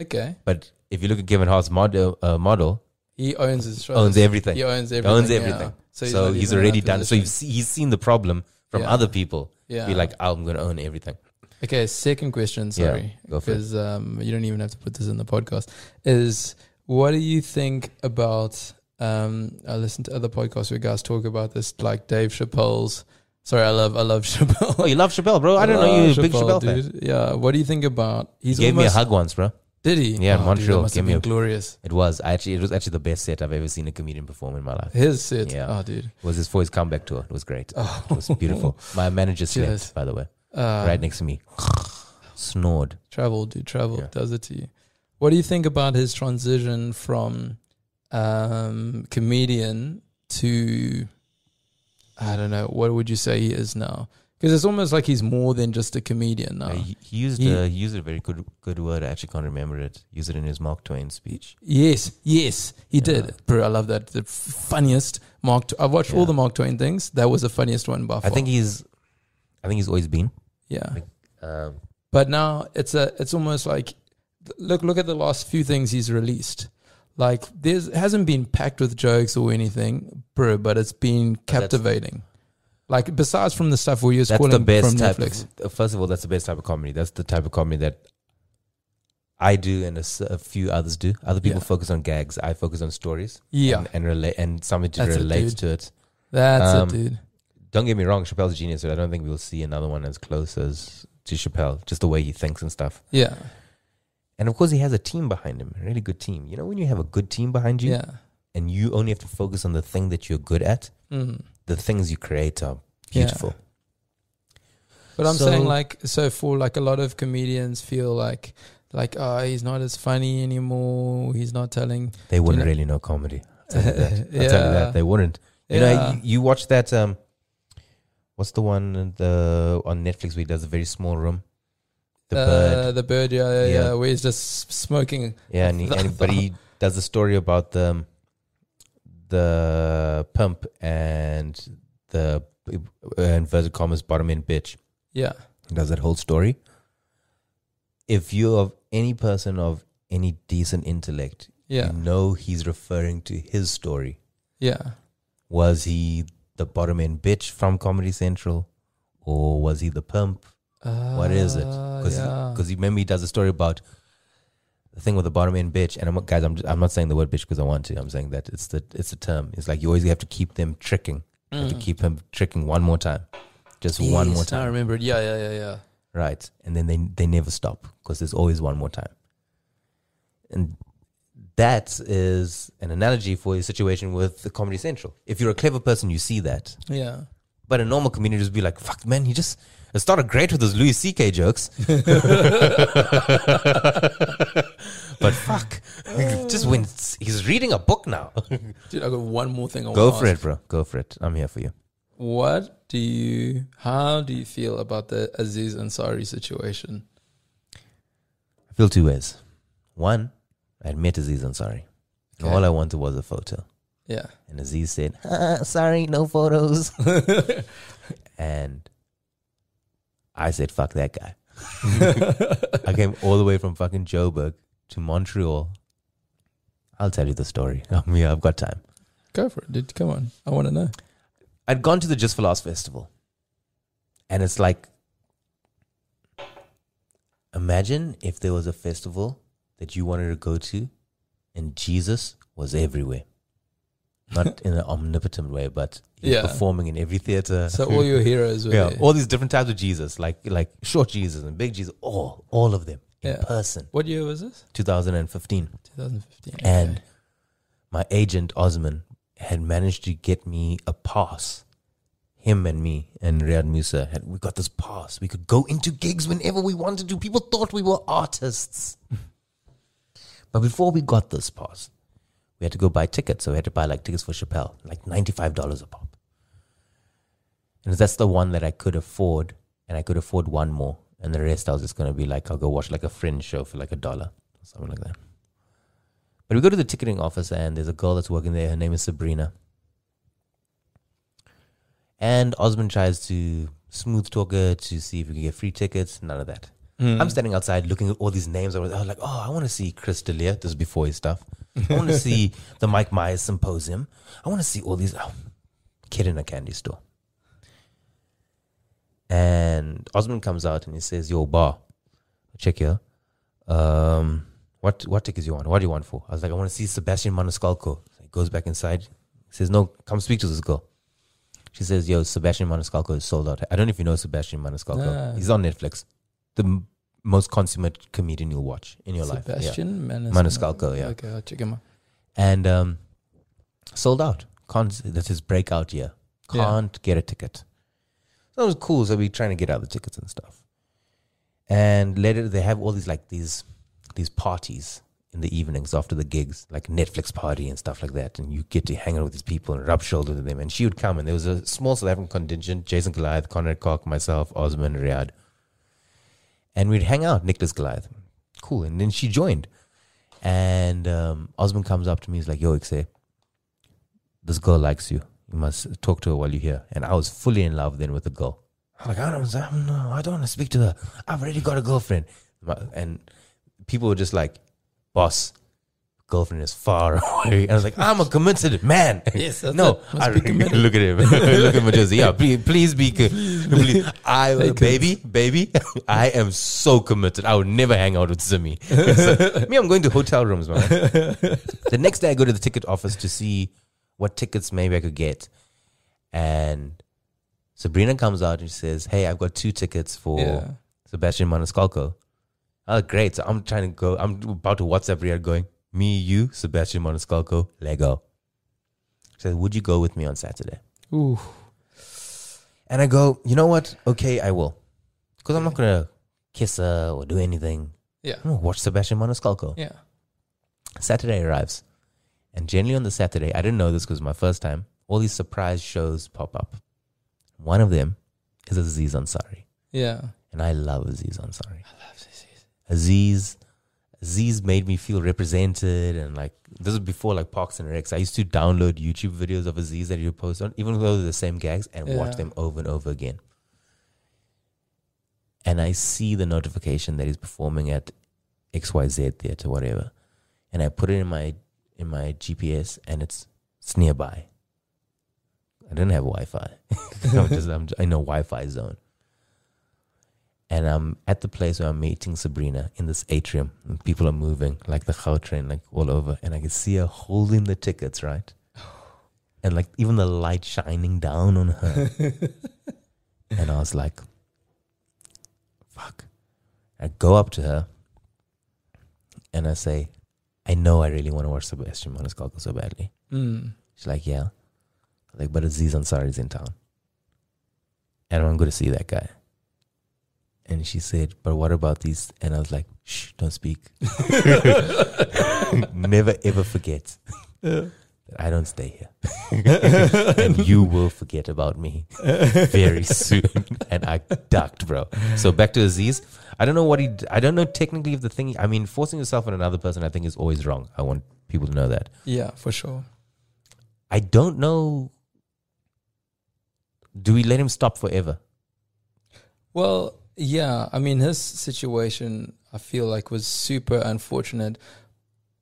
Speaker 17: Okay.
Speaker 13: But if you look at Kevin Hart's model, uh, model
Speaker 17: He owns his shows.
Speaker 13: owns everything.
Speaker 17: He owns
Speaker 13: He
Speaker 17: everything.
Speaker 13: Owns
Speaker 17: yeah.
Speaker 13: everything. So he's,
Speaker 17: not even in
Speaker 13: already
Speaker 17: that
Speaker 13: done. So you've
Speaker 17: position.
Speaker 13: se- he's seen the problem from
Speaker 17: Yeah.
Speaker 13: other people.
Speaker 17: Yeah.
Speaker 13: Be like, "Oh, I'm going to own everything.
Speaker 17: Okay, second question.
Speaker 13: Yeah,
Speaker 17: Sorry,
Speaker 13: go for it.
Speaker 17: because um, you don't even have to put this in the podcast. Is what do you think about? Um, I listen to other podcasts where guys talk about this, like Dave Chappelle's. Sorry, I love I love Chappelle.
Speaker 13: Oh, you love Chappelle, bro. I, don't know. You're a big Chappelle fan.
Speaker 17: dude. Yeah. What do you think about? He's
Speaker 13: He gave me a
Speaker 17: almost-
Speaker 13: hug once, bro.
Speaker 17: Did he? Oh,
Speaker 13: Yeah, in
Speaker 17: dude, that
Speaker 13: Montreal,
Speaker 17: must
Speaker 13: gave
Speaker 17: have
Speaker 13: me
Speaker 17: been
Speaker 13: a-
Speaker 17: glorious.
Speaker 13: It was. I actually, it was actually the best set I've ever seen a comedian perform in my life.
Speaker 17: His set.
Speaker 13: Yeah.
Speaker 17: Oh, dude.
Speaker 13: It was his for his comeback tour. It was great. It was beautiful. My manager slept,
Speaker 17: Cheers.
Speaker 13: by the way,
Speaker 17: Uh,
Speaker 13: right next to me. Snored.
Speaker 17: Travel, dude, travel
Speaker 13: Yeah.
Speaker 17: does it to you. What do you think about his transition from um, comedian to I don't know what would you say he is now? Because it's almost like he's more than just a comedian now.
Speaker 13: Uh, he he used
Speaker 17: He-
Speaker 13: a he used a very good good word. I actually can't remember it. Used it in his Mark Twain speech.
Speaker 17: yes, yes, he
Speaker 13: Yeah.
Speaker 17: did, bro. I love that. The f- funniest Mark. Tw- I've watched all
Speaker 13: Yeah.
Speaker 17: the Mark Twain things. That was the funniest one by far.
Speaker 13: I think he's, I think he's always been.
Speaker 17: yeah.
Speaker 13: Um,
Speaker 17: But now it's a it's almost like look look at the last few things he's released. Like there's hasn't been packed with jokes or anything, bro, but it's been
Speaker 13: that's-
Speaker 17: captivating. Like besides from the stuff we just
Speaker 13: that's
Speaker 17: calling
Speaker 13: the best
Speaker 17: from
Speaker 13: type.
Speaker 17: Netflix.
Speaker 13: Of, uh, first of all, that's the best type of comedy. That's the type of comedy that I do, and a, s- a few others do. Other people
Speaker 17: Yeah.
Speaker 13: focus on gags. I focus on stories.
Speaker 17: Yeah.
Speaker 13: and, and relate and something to
Speaker 17: That's it,
Speaker 13: relate
Speaker 17: dude.
Speaker 13: to it.
Speaker 17: That's
Speaker 13: um,
Speaker 17: it, dude.
Speaker 13: don't get me wrong, Chappelle's a genius, but I don't think we'll see another one as close as to Chappelle, just the way he thinks and stuff.
Speaker 17: Yeah.
Speaker 13: And of course, he has a team behind him, a really good team. You know, when you have a good team behind you
Speaker 17: Yeah.
Speaker 13: and you only have to focus on the thing that you're good at,
Speaker 17: Mm.
Speaker 13: the things you create are
Speaker 17: Yeah.
Speaker 13: beautiful.
Speaker 17: But I'm
Speaker 13: So-
Speaker 17: saying like so for like a lot of comedians feel like like oh he's not as funny anymore. He's not telling
Speaker 13: They wouldn't
Speaker 17: know-
Speaker 13: really know comedy. I'll tell you that. I'll tell you
Speaker 17: Yeah.
Speaker 13: that. They wouldn't. You know,
Speaker 17: Yeah.
Speaker 13: you, you watch that. Um, what's the one in the on Netflix where he does a very small room? The
Speaker 17: uh,
Speaker 13: bird.
Speaker 17: the bird, yeah, yeah,
Speaker 13: Yeah.
Speaker 17: yeah, where he's just smoking.
Speaker 13: Yeah, and, he, and but he does the story about the the pimp and the uh, inverted commas bottom end bitch.
Speaker 17: Yeah.
Speaker 13: Does that whole story? If you're of any person of any decent intellect,
Speaker 17: Yeah.
Speaker 13: you know he's referring to his story.
Speaker 17: Yeah.
Speaker 13: Was he the bottom end bitch from Comedy Central, or was he the pimp? what is it? Because
Speaker 17: Ah, yeah.
Speaker 13: because remember he does a story about the thing with the bottom end bitch. And I'm guys, I'm I'm not saying the word bitch because I want to. I'm saying that it's the it's a term. It's like you always have to keep them tricking. You have to keep him tricking one more time, just one more
Speaker 17: Mm. Yes, I
Speaker 13: time,
Speaker 17: remember it. Yeah, yeah, yeah, yeah.
Speaker 13: right? And then they they never stop because there's always one more time. And that is an analogy for your situation with the Comedy Central. If you're a clever person, you see that.
Speaker 17: Yeah.
Speaker 13: But a normal comedian would be like, fuck, man, he just it started great with those Louis C.K. jokes. but fuck, just when it's- he's reading a book now.
Speaker 17: Dude, I got one more thing I
Speaker 13: Go
Speaker 17: want to
Speaker 13: for it, bro. Go for it. I'm here for you.
Speaker 17: What do you, how do you feel about the Aziz Ansari situation?
Speaker 13: I feel two ways. One, I admit Aziz Ansari. And
Speaker 17: Okay.
Speaker 13: all I wanted was a photo.
Speaker 17: Yeah.
Speaker 13: And Aziz said, ah, sorry, no photos. and I said, fuck that guy. I came all the way from fucking Joburg to Montreal. I'll tell you the story. Um, yeah, I've got time.
Speaker 17: Go for it, dude. Come on. I want to know.
Speaker 13: I'd gone to the Just for Laughs festival. And it's like, imagine if there was a festival that you wanted to go to and Jesus was everywhere. Not in an omnipotent way, but he was
Speaker 17: Yeah.
Speaker 13: performing in every theater.
Speaker 17: So all your heroes were
Speaker 13: yeah,
Speaker 17: there.
Speaker 13: all these different types of Jesus, like like short Jesus and big Jesus, all all of them in
Speaker 17: Yeah.
Speaker 13: person.
Speaker 17: What year was this?
Speaker 13: 2015.
Speaker 17: 2015.
Speaker 13: And my agent Osman had managed to get me a pass. Him and me and Riyad Musa had we got this pass. We could go into gigs whenever we wanted to. People thought we were artists. but before we got this pass, we had to go buy tickets. So we had to buy like tickets for Chappelle, like ninety-five dollars a pop. And that's the one that I could afford, and I could afford one more. And the rest I was just gonna be like, I'll go watch like a fringe show for like a dollar, something like that. But we go to the ticketing office, and there's a girl that's working there. Her name is Sabrina. And Osman tries to smooth talk her to see if we can get free tickets. None of that. I'm standing outside looking at all these names. I was, I was like, oh, I want to see Chris D'Elia. This is before his stuff. I want to see the Mike Myers symposium. I want to see all these. Oh, kid in a candy store. And Osman comes out and he says, yo, bar, check here um, what what tickets you want? What do you want for? I was like, I want to see Sebastian Maniscalco. So he goes back inside. He says, No, come speak to this girl. She says, Yo, Sebastian Maniscalco is sold out. I don't know if you know Sebastian Maniscalco.
Speaker 17: No.
Speaker 13: He's on Netflix. The m- most consummate comedian you'll watch in your life. Yeah.
Speaker 17: Sebastian Maniscalco.
Speaker 13: Maniscalco, yeah.
Speaker 17: Okay, I'll check him out.
Speaker 13: And um, sold out. Can't, that's his breakout year.
Speaker 17: Yeah.
Speaker 13: Can't get a ticket. So it was cool. So we're trying to get out the tickets and stuff. And later they have all these like these these parties in the evenings after the gigs, like Netflix party and stuff like that. And you get to hang out with these people and rub shoulders with them. And she would come and there was a small South African contingent, Jason Goliath, Conrad Koch, myself, Osman, Riyad. And we'd hang out, Nicholas Goliath. Cool. And then she joined. And um, Osman comes up to me, he's like, Yo, Ixay, this girl likes you. You must talk to her while you're here. And I was fully in love then with the girl. I'm like, I don't, I don't know. I don't want to speak to her. I've already got a girlfriend. My- And people were just like, boss, girlfriend is far away. And I was like, I'm a committed man.
Speaker 17: Yes, that's
Speaker 13: no,
Speaker 17: it. Must
Speaker 13: I
Speaker 17: be committed.
Speaker 13: look at him. look at Majosi. Yeah, please, please be good. Please. I,
Speaker 17: Fake
Speaker 13: baby, baby, I am so committed. I would never hang out with Zimmy. So, me, I'm going to hotel rooms, man. the next day, I go to the ticket office to see what tickets maybe I could get, and Sabrina comes out and she says, "Hey, I've got two tickets for
Speaker 17: Yeah.
Speaker 13: Sebastian Maniscalco." Oh, great! So I'm trying to go. I'm about to WhatsApp Riyadh going. Me, you, Sebastian Maniscalco, Lego. She says, "Would you go with me on Saturday?"
Speaker 17: Ooh.
Speaker 13: And I go, you know what? Okay, I will. Because I'm not going to kiss her or do anything.
Speaker 17: Yeah.
Speaker 13: I'm going to watch Sebastian Maniscalco.
Speaker 17: Yeah.
Speaker 13: Saturday arrives. And generally on the Saturday, I didn't know this because my first time, all these surprise shows pop up. One of them is Aziz Ansari.
Speaker 17: Yeah.
Speaker 13: And I love Aziz Ansari. I love Aziz. Aziz Z's made me feel represented, and like this was before like Parks and Recs. I used to download YouTube videos of Aziz that he would post on, even though they're the same gags, and watch
Speaker 17: Yeah.
Speaker 13: them over and over again. And I see the notification that he's performing at XYZ Theatre, whatever, and I put it in my in my GPS, and it's it's nearby. I didn't have Wi-Fi. I'm just I'm in a Wi-Fi zone and I'm at the place where I'm meeting Sabrina in this atrium. And people are moving like the Gau train, like all over, and I can see her holding the tickets, right? And like even the light shining down on her, and I was like, "Fuck!" I go up to her, and I say, "I know I really want to watch Sebastian Maniscalco so badly."
Speaker 17: Mm.
Speaker 13: She's like, "Yeah," like, but Aziz Ansari's in town, and I'm going to see that guy. And she said, "But what about these?" And I was like, "Shh, don't speak." Never ever forget that I don't stay here, and you will forget about me very soon. And I ducked, bro. So back to Aziz. I don't know what he. d- I don't know technically if the thing. I mean, forcing yourself on another person, I think, is always wrong. I want people to know that.
Speaker 17: Yeah, for sure.
Speaker 13: I don't know. Do we let him stop forever?
Speaker 17: Well, yeah. I mean, his situation, I feel like, was super unfortunate.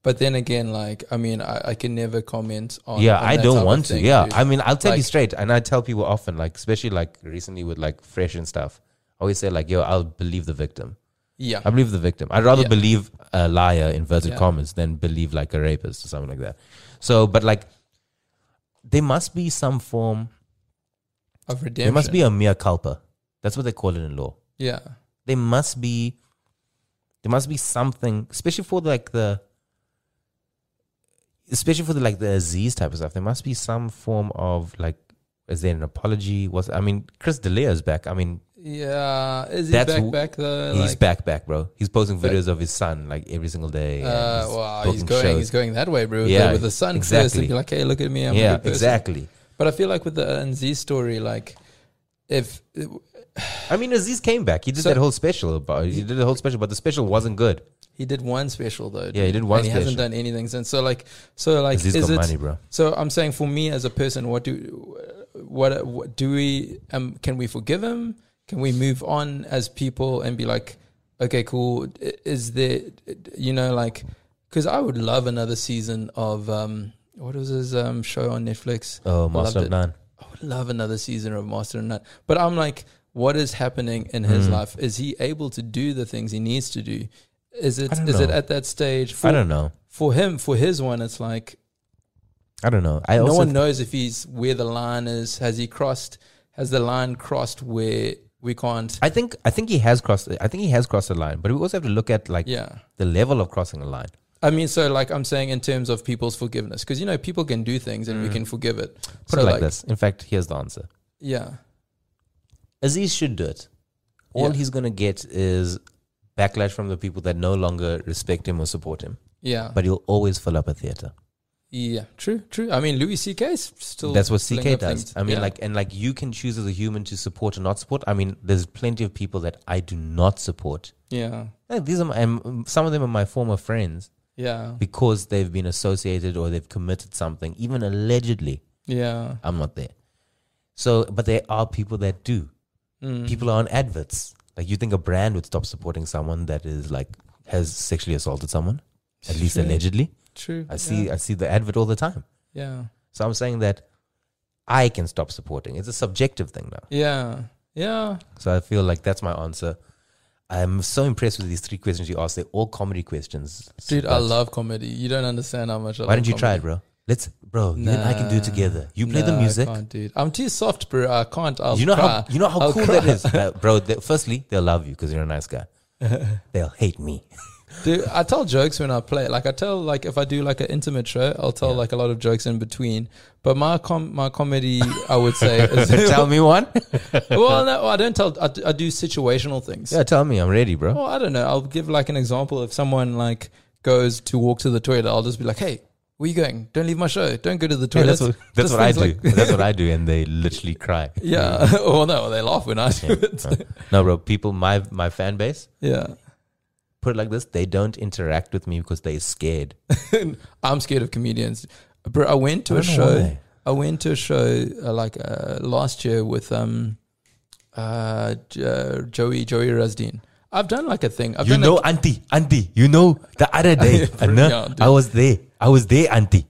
Speaker 17: But then again, like, I mean, I, I can never comment on.
Speaker 13: yeah,
Speaker 17: on
Speaker 13: I
Speaker 17: that
Speaker 13: don't
Speaker 17: type
Speaker 13: want
Speaker 17: of
Speaker 13: to.
Speaker 17: thing,
Speaker 13: Yeah,
Speaker 17: dude.
Speaker 13: I mean, I'll tell you
Speaker 17: Like,
Speaker 13: straight, and I tell people often, like especially like recently with like fresh and stuff. I always say like, "Yo, I'll believe the victim.
Speaker 17: Yeah.
Speaker 13: I believe the victim. I'd rather
Speaker 17: Yeah.
Speaker 13: believe a liar inverted
Speaker 17: Yeah.
Speaker 13: commas than believe like a rapist or something like that." So, but like, there must be some form.
Speaker 17: of redemption.
Speaker 13: There must be a mea culpa. That's what they call it in law.
Speaker 17: yeah,
Speaker 13: there must be there must be something especially for like the especially for the like the aziz type of stuff there must be some form of like is there an apology what's i mean chris delia is back i mean
Speaker 17: yeah. Is he
Speaker 13: That's
Speaker 17: back?
Speaker 13: wh-
Speaker 17: Back though?
Speaker 13: he's
Speaker 17: Like,
Speaker 13: back back bro he's posting
Speaker 17: But-
Speaker 13: videos of his son like every single day and
Speaker 17: Uh, wow, he's
Speaker 13: booking
Speaker 17: going.
Speaker 13: shows.
Speaker 17: He's going that way, bro.
Speaker 13: Yeah,
Speaker 17: Yeah, with the sun first,
Speaker 13: exactly.
Speaker 17: and be like, "Hey, look at me, I'm a
Speaker 13: yeah
Speaker 17: good person."
Speaker 13: exactly
Speaker 17: But I feel like with the NZ story, like, if
Speaker 13: i mean aziz came back he did
Speaker 17: So-
Speaker 13: that whole special about he did the whole special but the special wasn't good
Speaker 17: He did one special though.
Speaker 13: Yeah, he did one
Speaker 17: and He hasn't
Speaker 13: special.
Speaker 17: done anything since. So like, so like,
Speaker 13: Aziz
Speaker 17: is
Speaker 13: got
Speaker 17: it?
Speaker 13: money, bro.
Speaker 17: So I'm saying, for me as a person, what do, what, what do we? Um, can we forgive him? Can we move on as people and be like, okay, cool. i- Is there, you know, like, because I would love another season of um, what was his um show on Netflix?
Speaker 13: oh
Speaker 17: Loved
Speaker 13: master of
Speaker 17: it.
Speaker 13: none
Speaker 17: I would love another season of Master and Nut. But I'm like, what is happening in
Speaker 13: Mm.
Speaker 17: his life? Is he able to do the things he needs to do? Is it
Speaker 13: I don't
Speaker 17: is it
Speaker 13: know.
Speaker 17: at that stage? For,
Speaker 13: i don't know
Speaker 17: For him, for his one, it's like
Speaker 13: i don't know i
Speaker 17: no
Speaker 13: also
Speaker 17: one knows if he's where the line is. Has he crossed? Has the line crossed where we can't?
Speaker 13: I think I think he has crossed. I think he has crossed the line, but we also have to look at like
Speaker 17: Yeah.
Speaker 13: the level of crossing a line.
Speaker 17: I mean, so like I'm saying in terms of people's forgiveness, because you know people can do things and we can forgive it.
Speaker 13: Mm. Put
Speaker 17: So,
Speaker 13: it like, this. In fact, here's the answer:
Speaker 17: Yeah,
Speaker 13: Aziz should do it. All
Speaker 17: Yeah.
Speaker 13: he's gonna get is backlash from the people that no longer respect him or support him.
Speaker 17: yeah,
Speaker 13: But he'll always fill up a theater.
Speaker 17: yeah. True, true. I mean, Louis C.K.'s still.
Speaker 13: That's what
Speaker 17: filling
Speaker 13: CK
Speaker 17: up
Speaker 13: does.
Speaker 17: things.
Speaker 13: I mean,
Speaker 17: Yeah.
Speaker 13: like, and like, you can choose as a human to support or not support. I mean, there's plenty of people that I do not support.
Speaker 17: yeah,
Speaker 13: Like, these are my, um, some of them are my former friends
Speaker 17: yeah.
Speaker 13: because they've been associated or they've committed something, even allegedly.
Speaker 17: Yeah.
Speaker 13: I'm not there. So, but there are people that do.
Speaker 17: Mm-hmm. Mm.
Speaker 13: People are on adverts. Like you think a brand would stop supporting someone that is like has sexually assaulted someone, at least
Speaker 17: True.
Speaker 13: allegedly.
Speaker 17: True.
Speaker 13: I see. I see the advert all the time.
Speaker 17: Yeah.
Speaker 13: So I'm saying that I can stop supporting. It's a subjective thing now.
Speaker 17: Yeah. Yeah.
Speaker 13: So I feel like that's my answer. I'm so impressed with these three questions you asked. They're all comedy questions,
Speaker 17: Dude, I
Speaker 13: But
Speaker 17: love comedy. You don't understand how much I
Speaker 13: Why
Speaker 17: love
Speaker 13: don't you try it,
Speaker 17: comedy.
Speaker 13: bro? Let's, bro. You and I can do it
Speaker 17: Nah.
Speaker 13: together. You play the
Speaker 17: Nah,
Speaker 13: music.
Speaker 17: I can't, dude. I'm too soft, bro. I can't. I'll
Speaker 13: you know
Speaker 17: cry.
Speaker 13: how you know how
Speaker 17: I'll
Speaker 13: cool
Speaker 17: cry.
Speaker 13: that is, Uh, bro. They, firstly, they'll love you because you're a nice guy. they'll hate me.
Speaker 17: Dude, I tell jokes when I play. Like I tell like if I do like an intimate show, I'll tell like a lot of jokes in between. But my com- my comedy, I would say, is
Speaker 13: tell me one.
Speaker 17: well, no, I don't tell. I, d- I do situational things.
Speaker 13: yeah, tell me. I'm ready, bro.
Speaker 17: Well, I don't know. I'll give like an example. If someone like goes to walk to the toilet, I'll just be like, "Hey, where you going? Don't leave my show. Don't go to the
Speaker 13: Yeah,
Speaker 17: toilet."
Speaker 13: that's what, that's
Speaker 17: Just
Speaker 13: what I do.
Speaker 17: things like-
Speaker 13: that's what I do, and they literally cry.
Speaker 17: yeah. well, no, they laugh when I do
Speaker 13: Yeah.
Speaker 17: it.
Speaker 13: no, bro. People, my my fan base,
Speaker 17: yeah.
Speaker 13: put it like this: they don't interact with me because they're scared.
Speaker 17: I'm scared of comedians. Bro, I went to
Speaker 13: I
Speaker 17: a
Speaker 13: don't know
Speaker 17: show.
Speaker 13: why.
Speaker 17: I went to a show uh, like uh, last year with um, uh, J- uh, Joey Joey Razdeen. I've done like a thing. I've
Speaker 13: you
Speaker 17: done
Speaker 13: know,
Speaker 17: a,
Speaker 13: auntie, auntie. You know, the other day,
Speaker 17: Yeah,
Speaker 13: Anna,
Speaker 17: yeah, dude.
Speaker 13: I was there. I was there, auntie.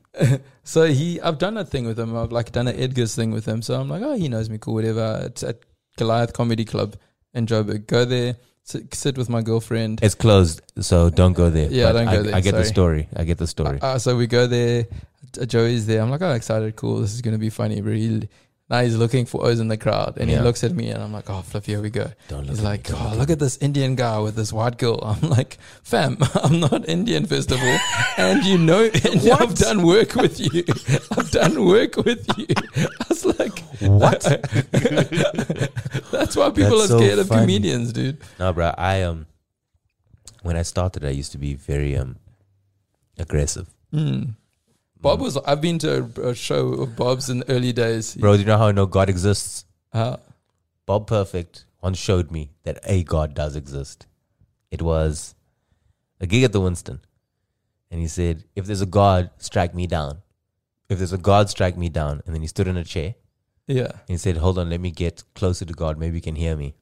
Speaker 17: so he. I've done a thing with him. I've like done an Edgar's thing with him. So I'm like, oh, he knows me, cool, whatever. It's at Goliath Comedy Club in Joburg. Go there, sit, sit with my girlfriend.
Speaker 13: It's closed, so don't go there.
Speaker 17: Yeah, don't
Speaker 13: I,
Speaker 17: go there,
Speaker 13: I get the
Speaker 17: sorry.
Speaker 13: story. I get the story.
Speaker 17: Uh, so we go there. J- Joey's there. I'm like, oh, excited, cool. This is gonna be funny. But he, now he's looking for O's in the crowd, and
Speaker 13: Yeah.
Speaker 17: he looks at me, and I'm like, oh, flip, here we go.
Speaker 13: Don't look
Speaker 17: he's
Speaker 13: at me,
Speaker 17: like,
Speaker 13: don't
Speaker 17: oh,
Speaker 13: look
Speaker 17: look, at this Indian guy with this white girl. I'm like, fam, I'm not Indian, first of all, and you know, and I've done work with you. I've done work with you. I was like,
Speaker 13: What?
Speaker 17: that's why people
Speaker 13: That's
Speaker 17: are
Speaker 13: so
Speaker 17: scared of
Speaker 13: funny.
Speaker 17: comedians, dude.
Speaker 13: No, bro. I um, when I started, I used to be very um, aggressive.
Speaker 17: Hmm. Bob was. I've been to a, a show of Bob's in the early days. Uh,
Speaker 13: Bro, do you know how I know God exists?
Speaker 17: How-
Speaker 13: Bob Perfect once showed me that a God does exist. It was a gig at the Winston. And he said, If there's a God, strike me down. If there's a God, strike me down. And then he stood in a chair
Speaker 17: yeah.
Speaker 13: and he said, Hold on, let me get closer to God. Maybe he can hear me.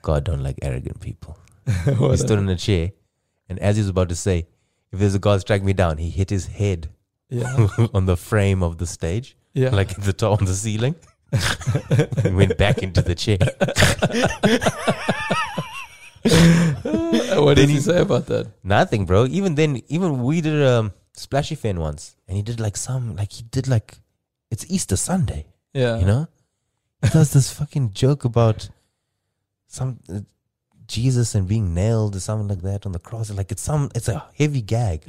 Speaker 13: God don't like arrogant people. he stood in a chair. And as he was about to say, If there's a God, strike me down, he hit his head
Speaker 17: Yeah.
Speaker 13: on the frame of the stage,
Speaker 17: Yeah.
Speaker 13: like at the top on the ceiling. and went back into the chair.
Speaker 17: Uh, What
Speaker 13: Then
Speaker 17: did he
Speaker 13: he-
Speaker 17: say about that?
Speaker 13: Nothing, bro. Even then, even we did um, Splashy Fan once, and he did like some, like he did like, it's Easter Sunday,
Speaker 17: Yeah.
Speaker 13: you know. He does this fucking joke about some uh, Jesus and being nailed or something like that on the cross. Like it's some, it's a heavy gag,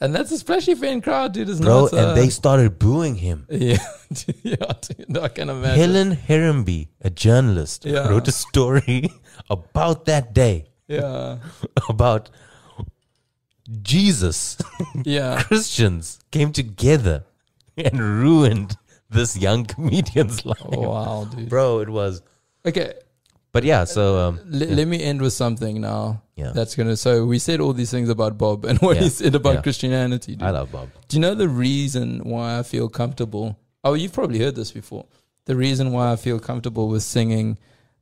Speaker 17: And that's a splashy fan crowd, dude, is
Speaker 13: bro.
Speaker 17: not uh,
Speaker 13: and they started booing him.
Speaker 17: Yeah. yeah, dude, I can imagine.
Speaker 13: Helen Herrenby, a journalist,
Speaker 17: Yeah.
Speaker 13: wrote a story about that day
Speaker 17: Yeah.
Speaker 13: about Jesus.
Speaker 17: Yeah.
Speaker 13: Christians came together and ruined this young comedian's life.
Speaker 17: Oh, Wow, dude.
Speaker 13: Bro, it was.
Speaker 17: Okay.
Speaker 13: But yeah, so um,
Speaker 17: le- Let me end with something now.
Speaker 13: Yeah.
Speaker 17: That's going to. So we said all these things about Bob and what he
Speaker 13: Yeah.
Speaker 17: said about
Speaker 13: Yeah.
Speaker 17: Christianity, dude.
Speaker 13: I love Bob.
Speaker 17: Do you know the reason why I feel comfortable? Oh, you've probably heard this before. The reason why I feel comfortable with singing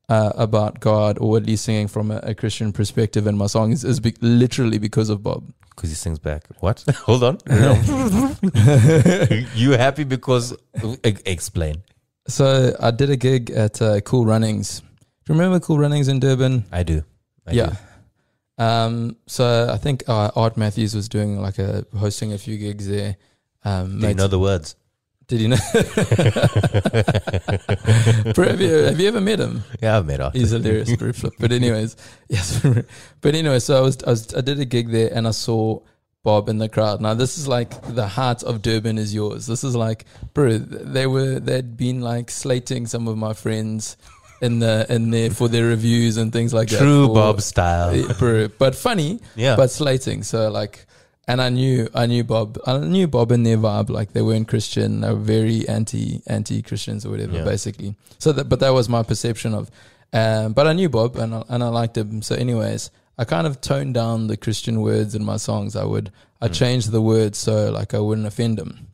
Speaker 17: uh, about God, or at least singing from a, a Christian perspective in my songs, is be- literally because of Bob.
Speaker 13: Because he sings back. What? Hold on. you happy because. e- Explain.
Speaker 17: So I did a gig at uh, Cool Runnings. Do you remember Cool Runnings in Durban?
Speaker 13: I do. I
Speaker 17: yeah.
Speaker 13: do.
Speaker 17: Um, so I think uh, Art Matthews was doing like a hosting a few gigs there. Um,
Speaker 13: Do you
Speaker 17: mates-
Speaker 13: know the words?
Speaker 17: did you know? Bro, have, you, have you ever met him?
Speaker 13: Yeah, I've met Arthur.
Speaker 17: He's hilarious, Brew Flip. But anyways, yes. But anyway, so I was, I was I did a gig there and I saw Bob in the crowd. Now this is like the heart of Durban is yours. This is like, bro, they were they'd been like slating some of my friends in the in there for their reviews and things like that.
Speaker 13: True
Speaker 17: for-
Speaker 13: Bob style.
Speaker 17: Eh, bro, but funny,
Speaker 13: Yeah.
Speaker 17: but slating. So like, and I knew I knew Bob, I knew Bob and their vibe. Like they weren't Christian, they were very anti anti Christians or whatever,
Speaker 13: Yeah.
Speaker 17: basically. So that, but that was my perception of. Um, but I knew Bob and I, and I liked him. So, anyways, I kind of toned down the Christian words in my songs. I would I
Speaker 13: Hmm.
Speaker 17: changed the words so like I wouldn't offend him.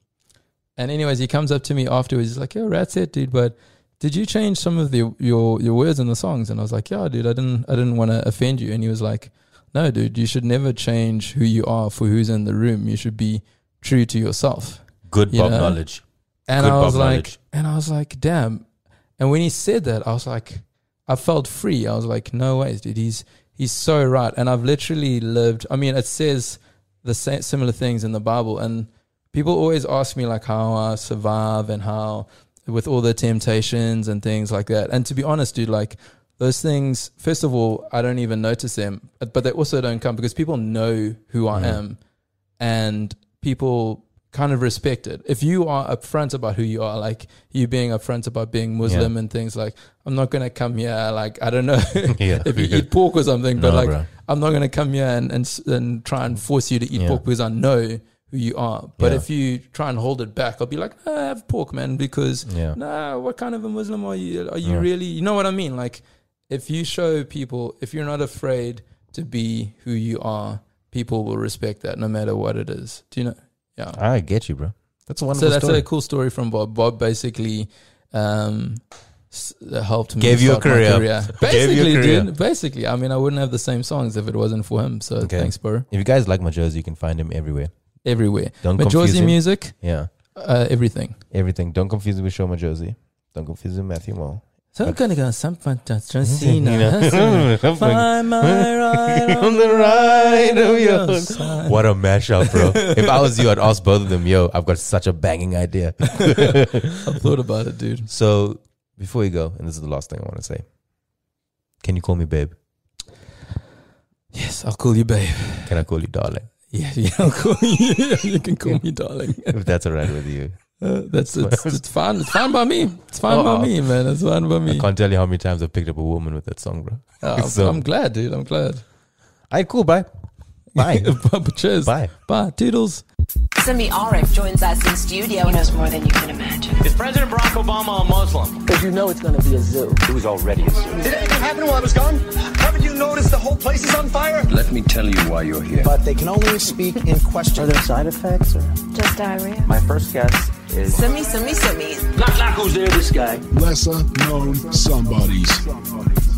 Speaker 17: And anyways, he comes up to me afterwards. He's like, "Yo, that's it, dude." But did you change some of the your your words in the songs? And I was like, "Yeah, dude. I didn't I didn't want to offend you." And he was like, "No, dude. You should never change who you are for who's in the room. You should be true to yourself."
Speaker 13: Good
Speaker 17: You
Speaker 13: Bob
Speaker 17: know?
Speaker 13: knowledge.
Speaker 17: And
Speaker 13: Good
Speaker 17: I was
Speaker 13: Bob
Speaker 17: like,
Speaker 13: knowledge.
Speaker 17: and I was like, damn. And when he said that, I was like, I felt free. I was like, no ways, dude. He's he's so right. And I've literally lived. I mean, it says the same, similar things in the Bible. And people always ask me like how I survive and how with all the temptations and things like that. And to be honest, dude, like those things. First of all, I don't even notice them, but but they also don't come because people know who I
Speaker 13: Mm.
Speaker 17: am and people kind of respect it. If you are upfront about who you are, like you being upfront about being Muslim and things like, I'm not gonna come here like I don't know
Speaker 13: Yeah.
Speaker 17: if you eat pork or something, but
Speaker 13: No,
Speaker 17: like
Speaker 13: bro.
Speaker 17: I'm not gonna come here and and, s- and try and force you to eat
Speaker 13: Yeah.
Speaker 17: pork because I know who you are. But
Speaker 13: Yeah.
Speaker 17: if you try and hold it back, I'll be like, nah, have pork, man, because
Speaker 13: Yeah.
Speaker 17: nah, what kind of a Muslim are you? Are you
Speaker 13: Yeah.
Speaker 17: really? You know what I mean? Like if you show people, if you're not afraid to be who you are, people will respect that no matter what it is. Do you know? Yeah.
Speaker 13: I get you, bro. That's a
Speaker 17: So
Speaker 13: Uh, wonderful
Speaker 17: that's
Speaker 13: story.
Speaker 17: a cool story from Bob. Bob basically um, s- uh, helped me.
Speaker 13: Gave you a
Speaker 17: start my
Speaker 13: career. Gave
Speaker 17: Basically,
Speaker 13: you a career.
Speaker 17: dude. Basically, I mean, I wouldn't have the same songs if it wasn't for him. So
Speaker 13: Okay.
Speaker 17: thanks, bro.
Speaker 13: if you guys like Majosi, you can find him everywhere.
Speaker 17: Everywhere,
Speaker 13: Don't confuse
Speaker 17: Majosi
Speaker 13: him.
Speaker 17: music,
Speaker 13: Yeah,
Speaker 17: uh, everything.
Speaker 13: everything. Don't confuse him with Show Majosi. Don't confuse him with Matthew Mole.
Speaker 17: Some kind of guy, some fantastic
Speaker 13: Mm-hmm.
Speaker 17: uh,
Speaker 13: Cena.
Speaker 17: Cena. Find my right
Speaker 13: On the right of your
Speaker 17: side.
Speaker 13: What a mashup, bro. if I was you, I'd ask both of them, yo, I've got such a banging idea.
Speaker 17: I thought about it, dude.
Speaker 13: so before you go, and this is the last thing I want to say. Can you call me babe?
Speaker 17: Yes, I'll call you babe.
Speaker 13: Can I call you darling?
Speaker 17: Yeah, yeah, I'll call you. you can call me darling.
Speaker 13: If that's all right with you.
Speaker 17: Uh, that's it's, it's fine. It's fine by me. It's fine
Speaker 13: Oh.
Speaker 17: by me, man. It's fine by me.
Speaker 13: Can't tell you how many times I've picked up a woman with that song, bro.
Speaker 17: Uh, I'm,
Speaker 13: So-
Speaker 17: I'm glad, dude. I'm glad.
Speaker 13: Alright, cool, bye. Bye.
Speaker 17: but cheers.
Speaker 13: Bye.
Speaker 17: Bye. Toodles.
Speaker 1: Simi RF joins us in studio.
Speaker 2: He knows more than you can imagine.
Speaker 3: Is President Barack Obama a Muslim?
Speaker 15: Because you know it's going to be a zoo.
Speaker 5: It was already a zoo.
Speaker 6: Did anything happen while I was gone? Haven't you noticed the whole place is on fire?
Speaker 5: Let me tell you why you're here.
Speaker 7: But they can only speak in
Speaker 15: Are
Speaker 7: question.
Speaker 15: there side effects? Or?
Speaker 2: Just diarrhea.
Speaker 15: My first guess is
Speaker 1: Simi, Simi, Simi.
Speaker 12: Lesser known somebodies.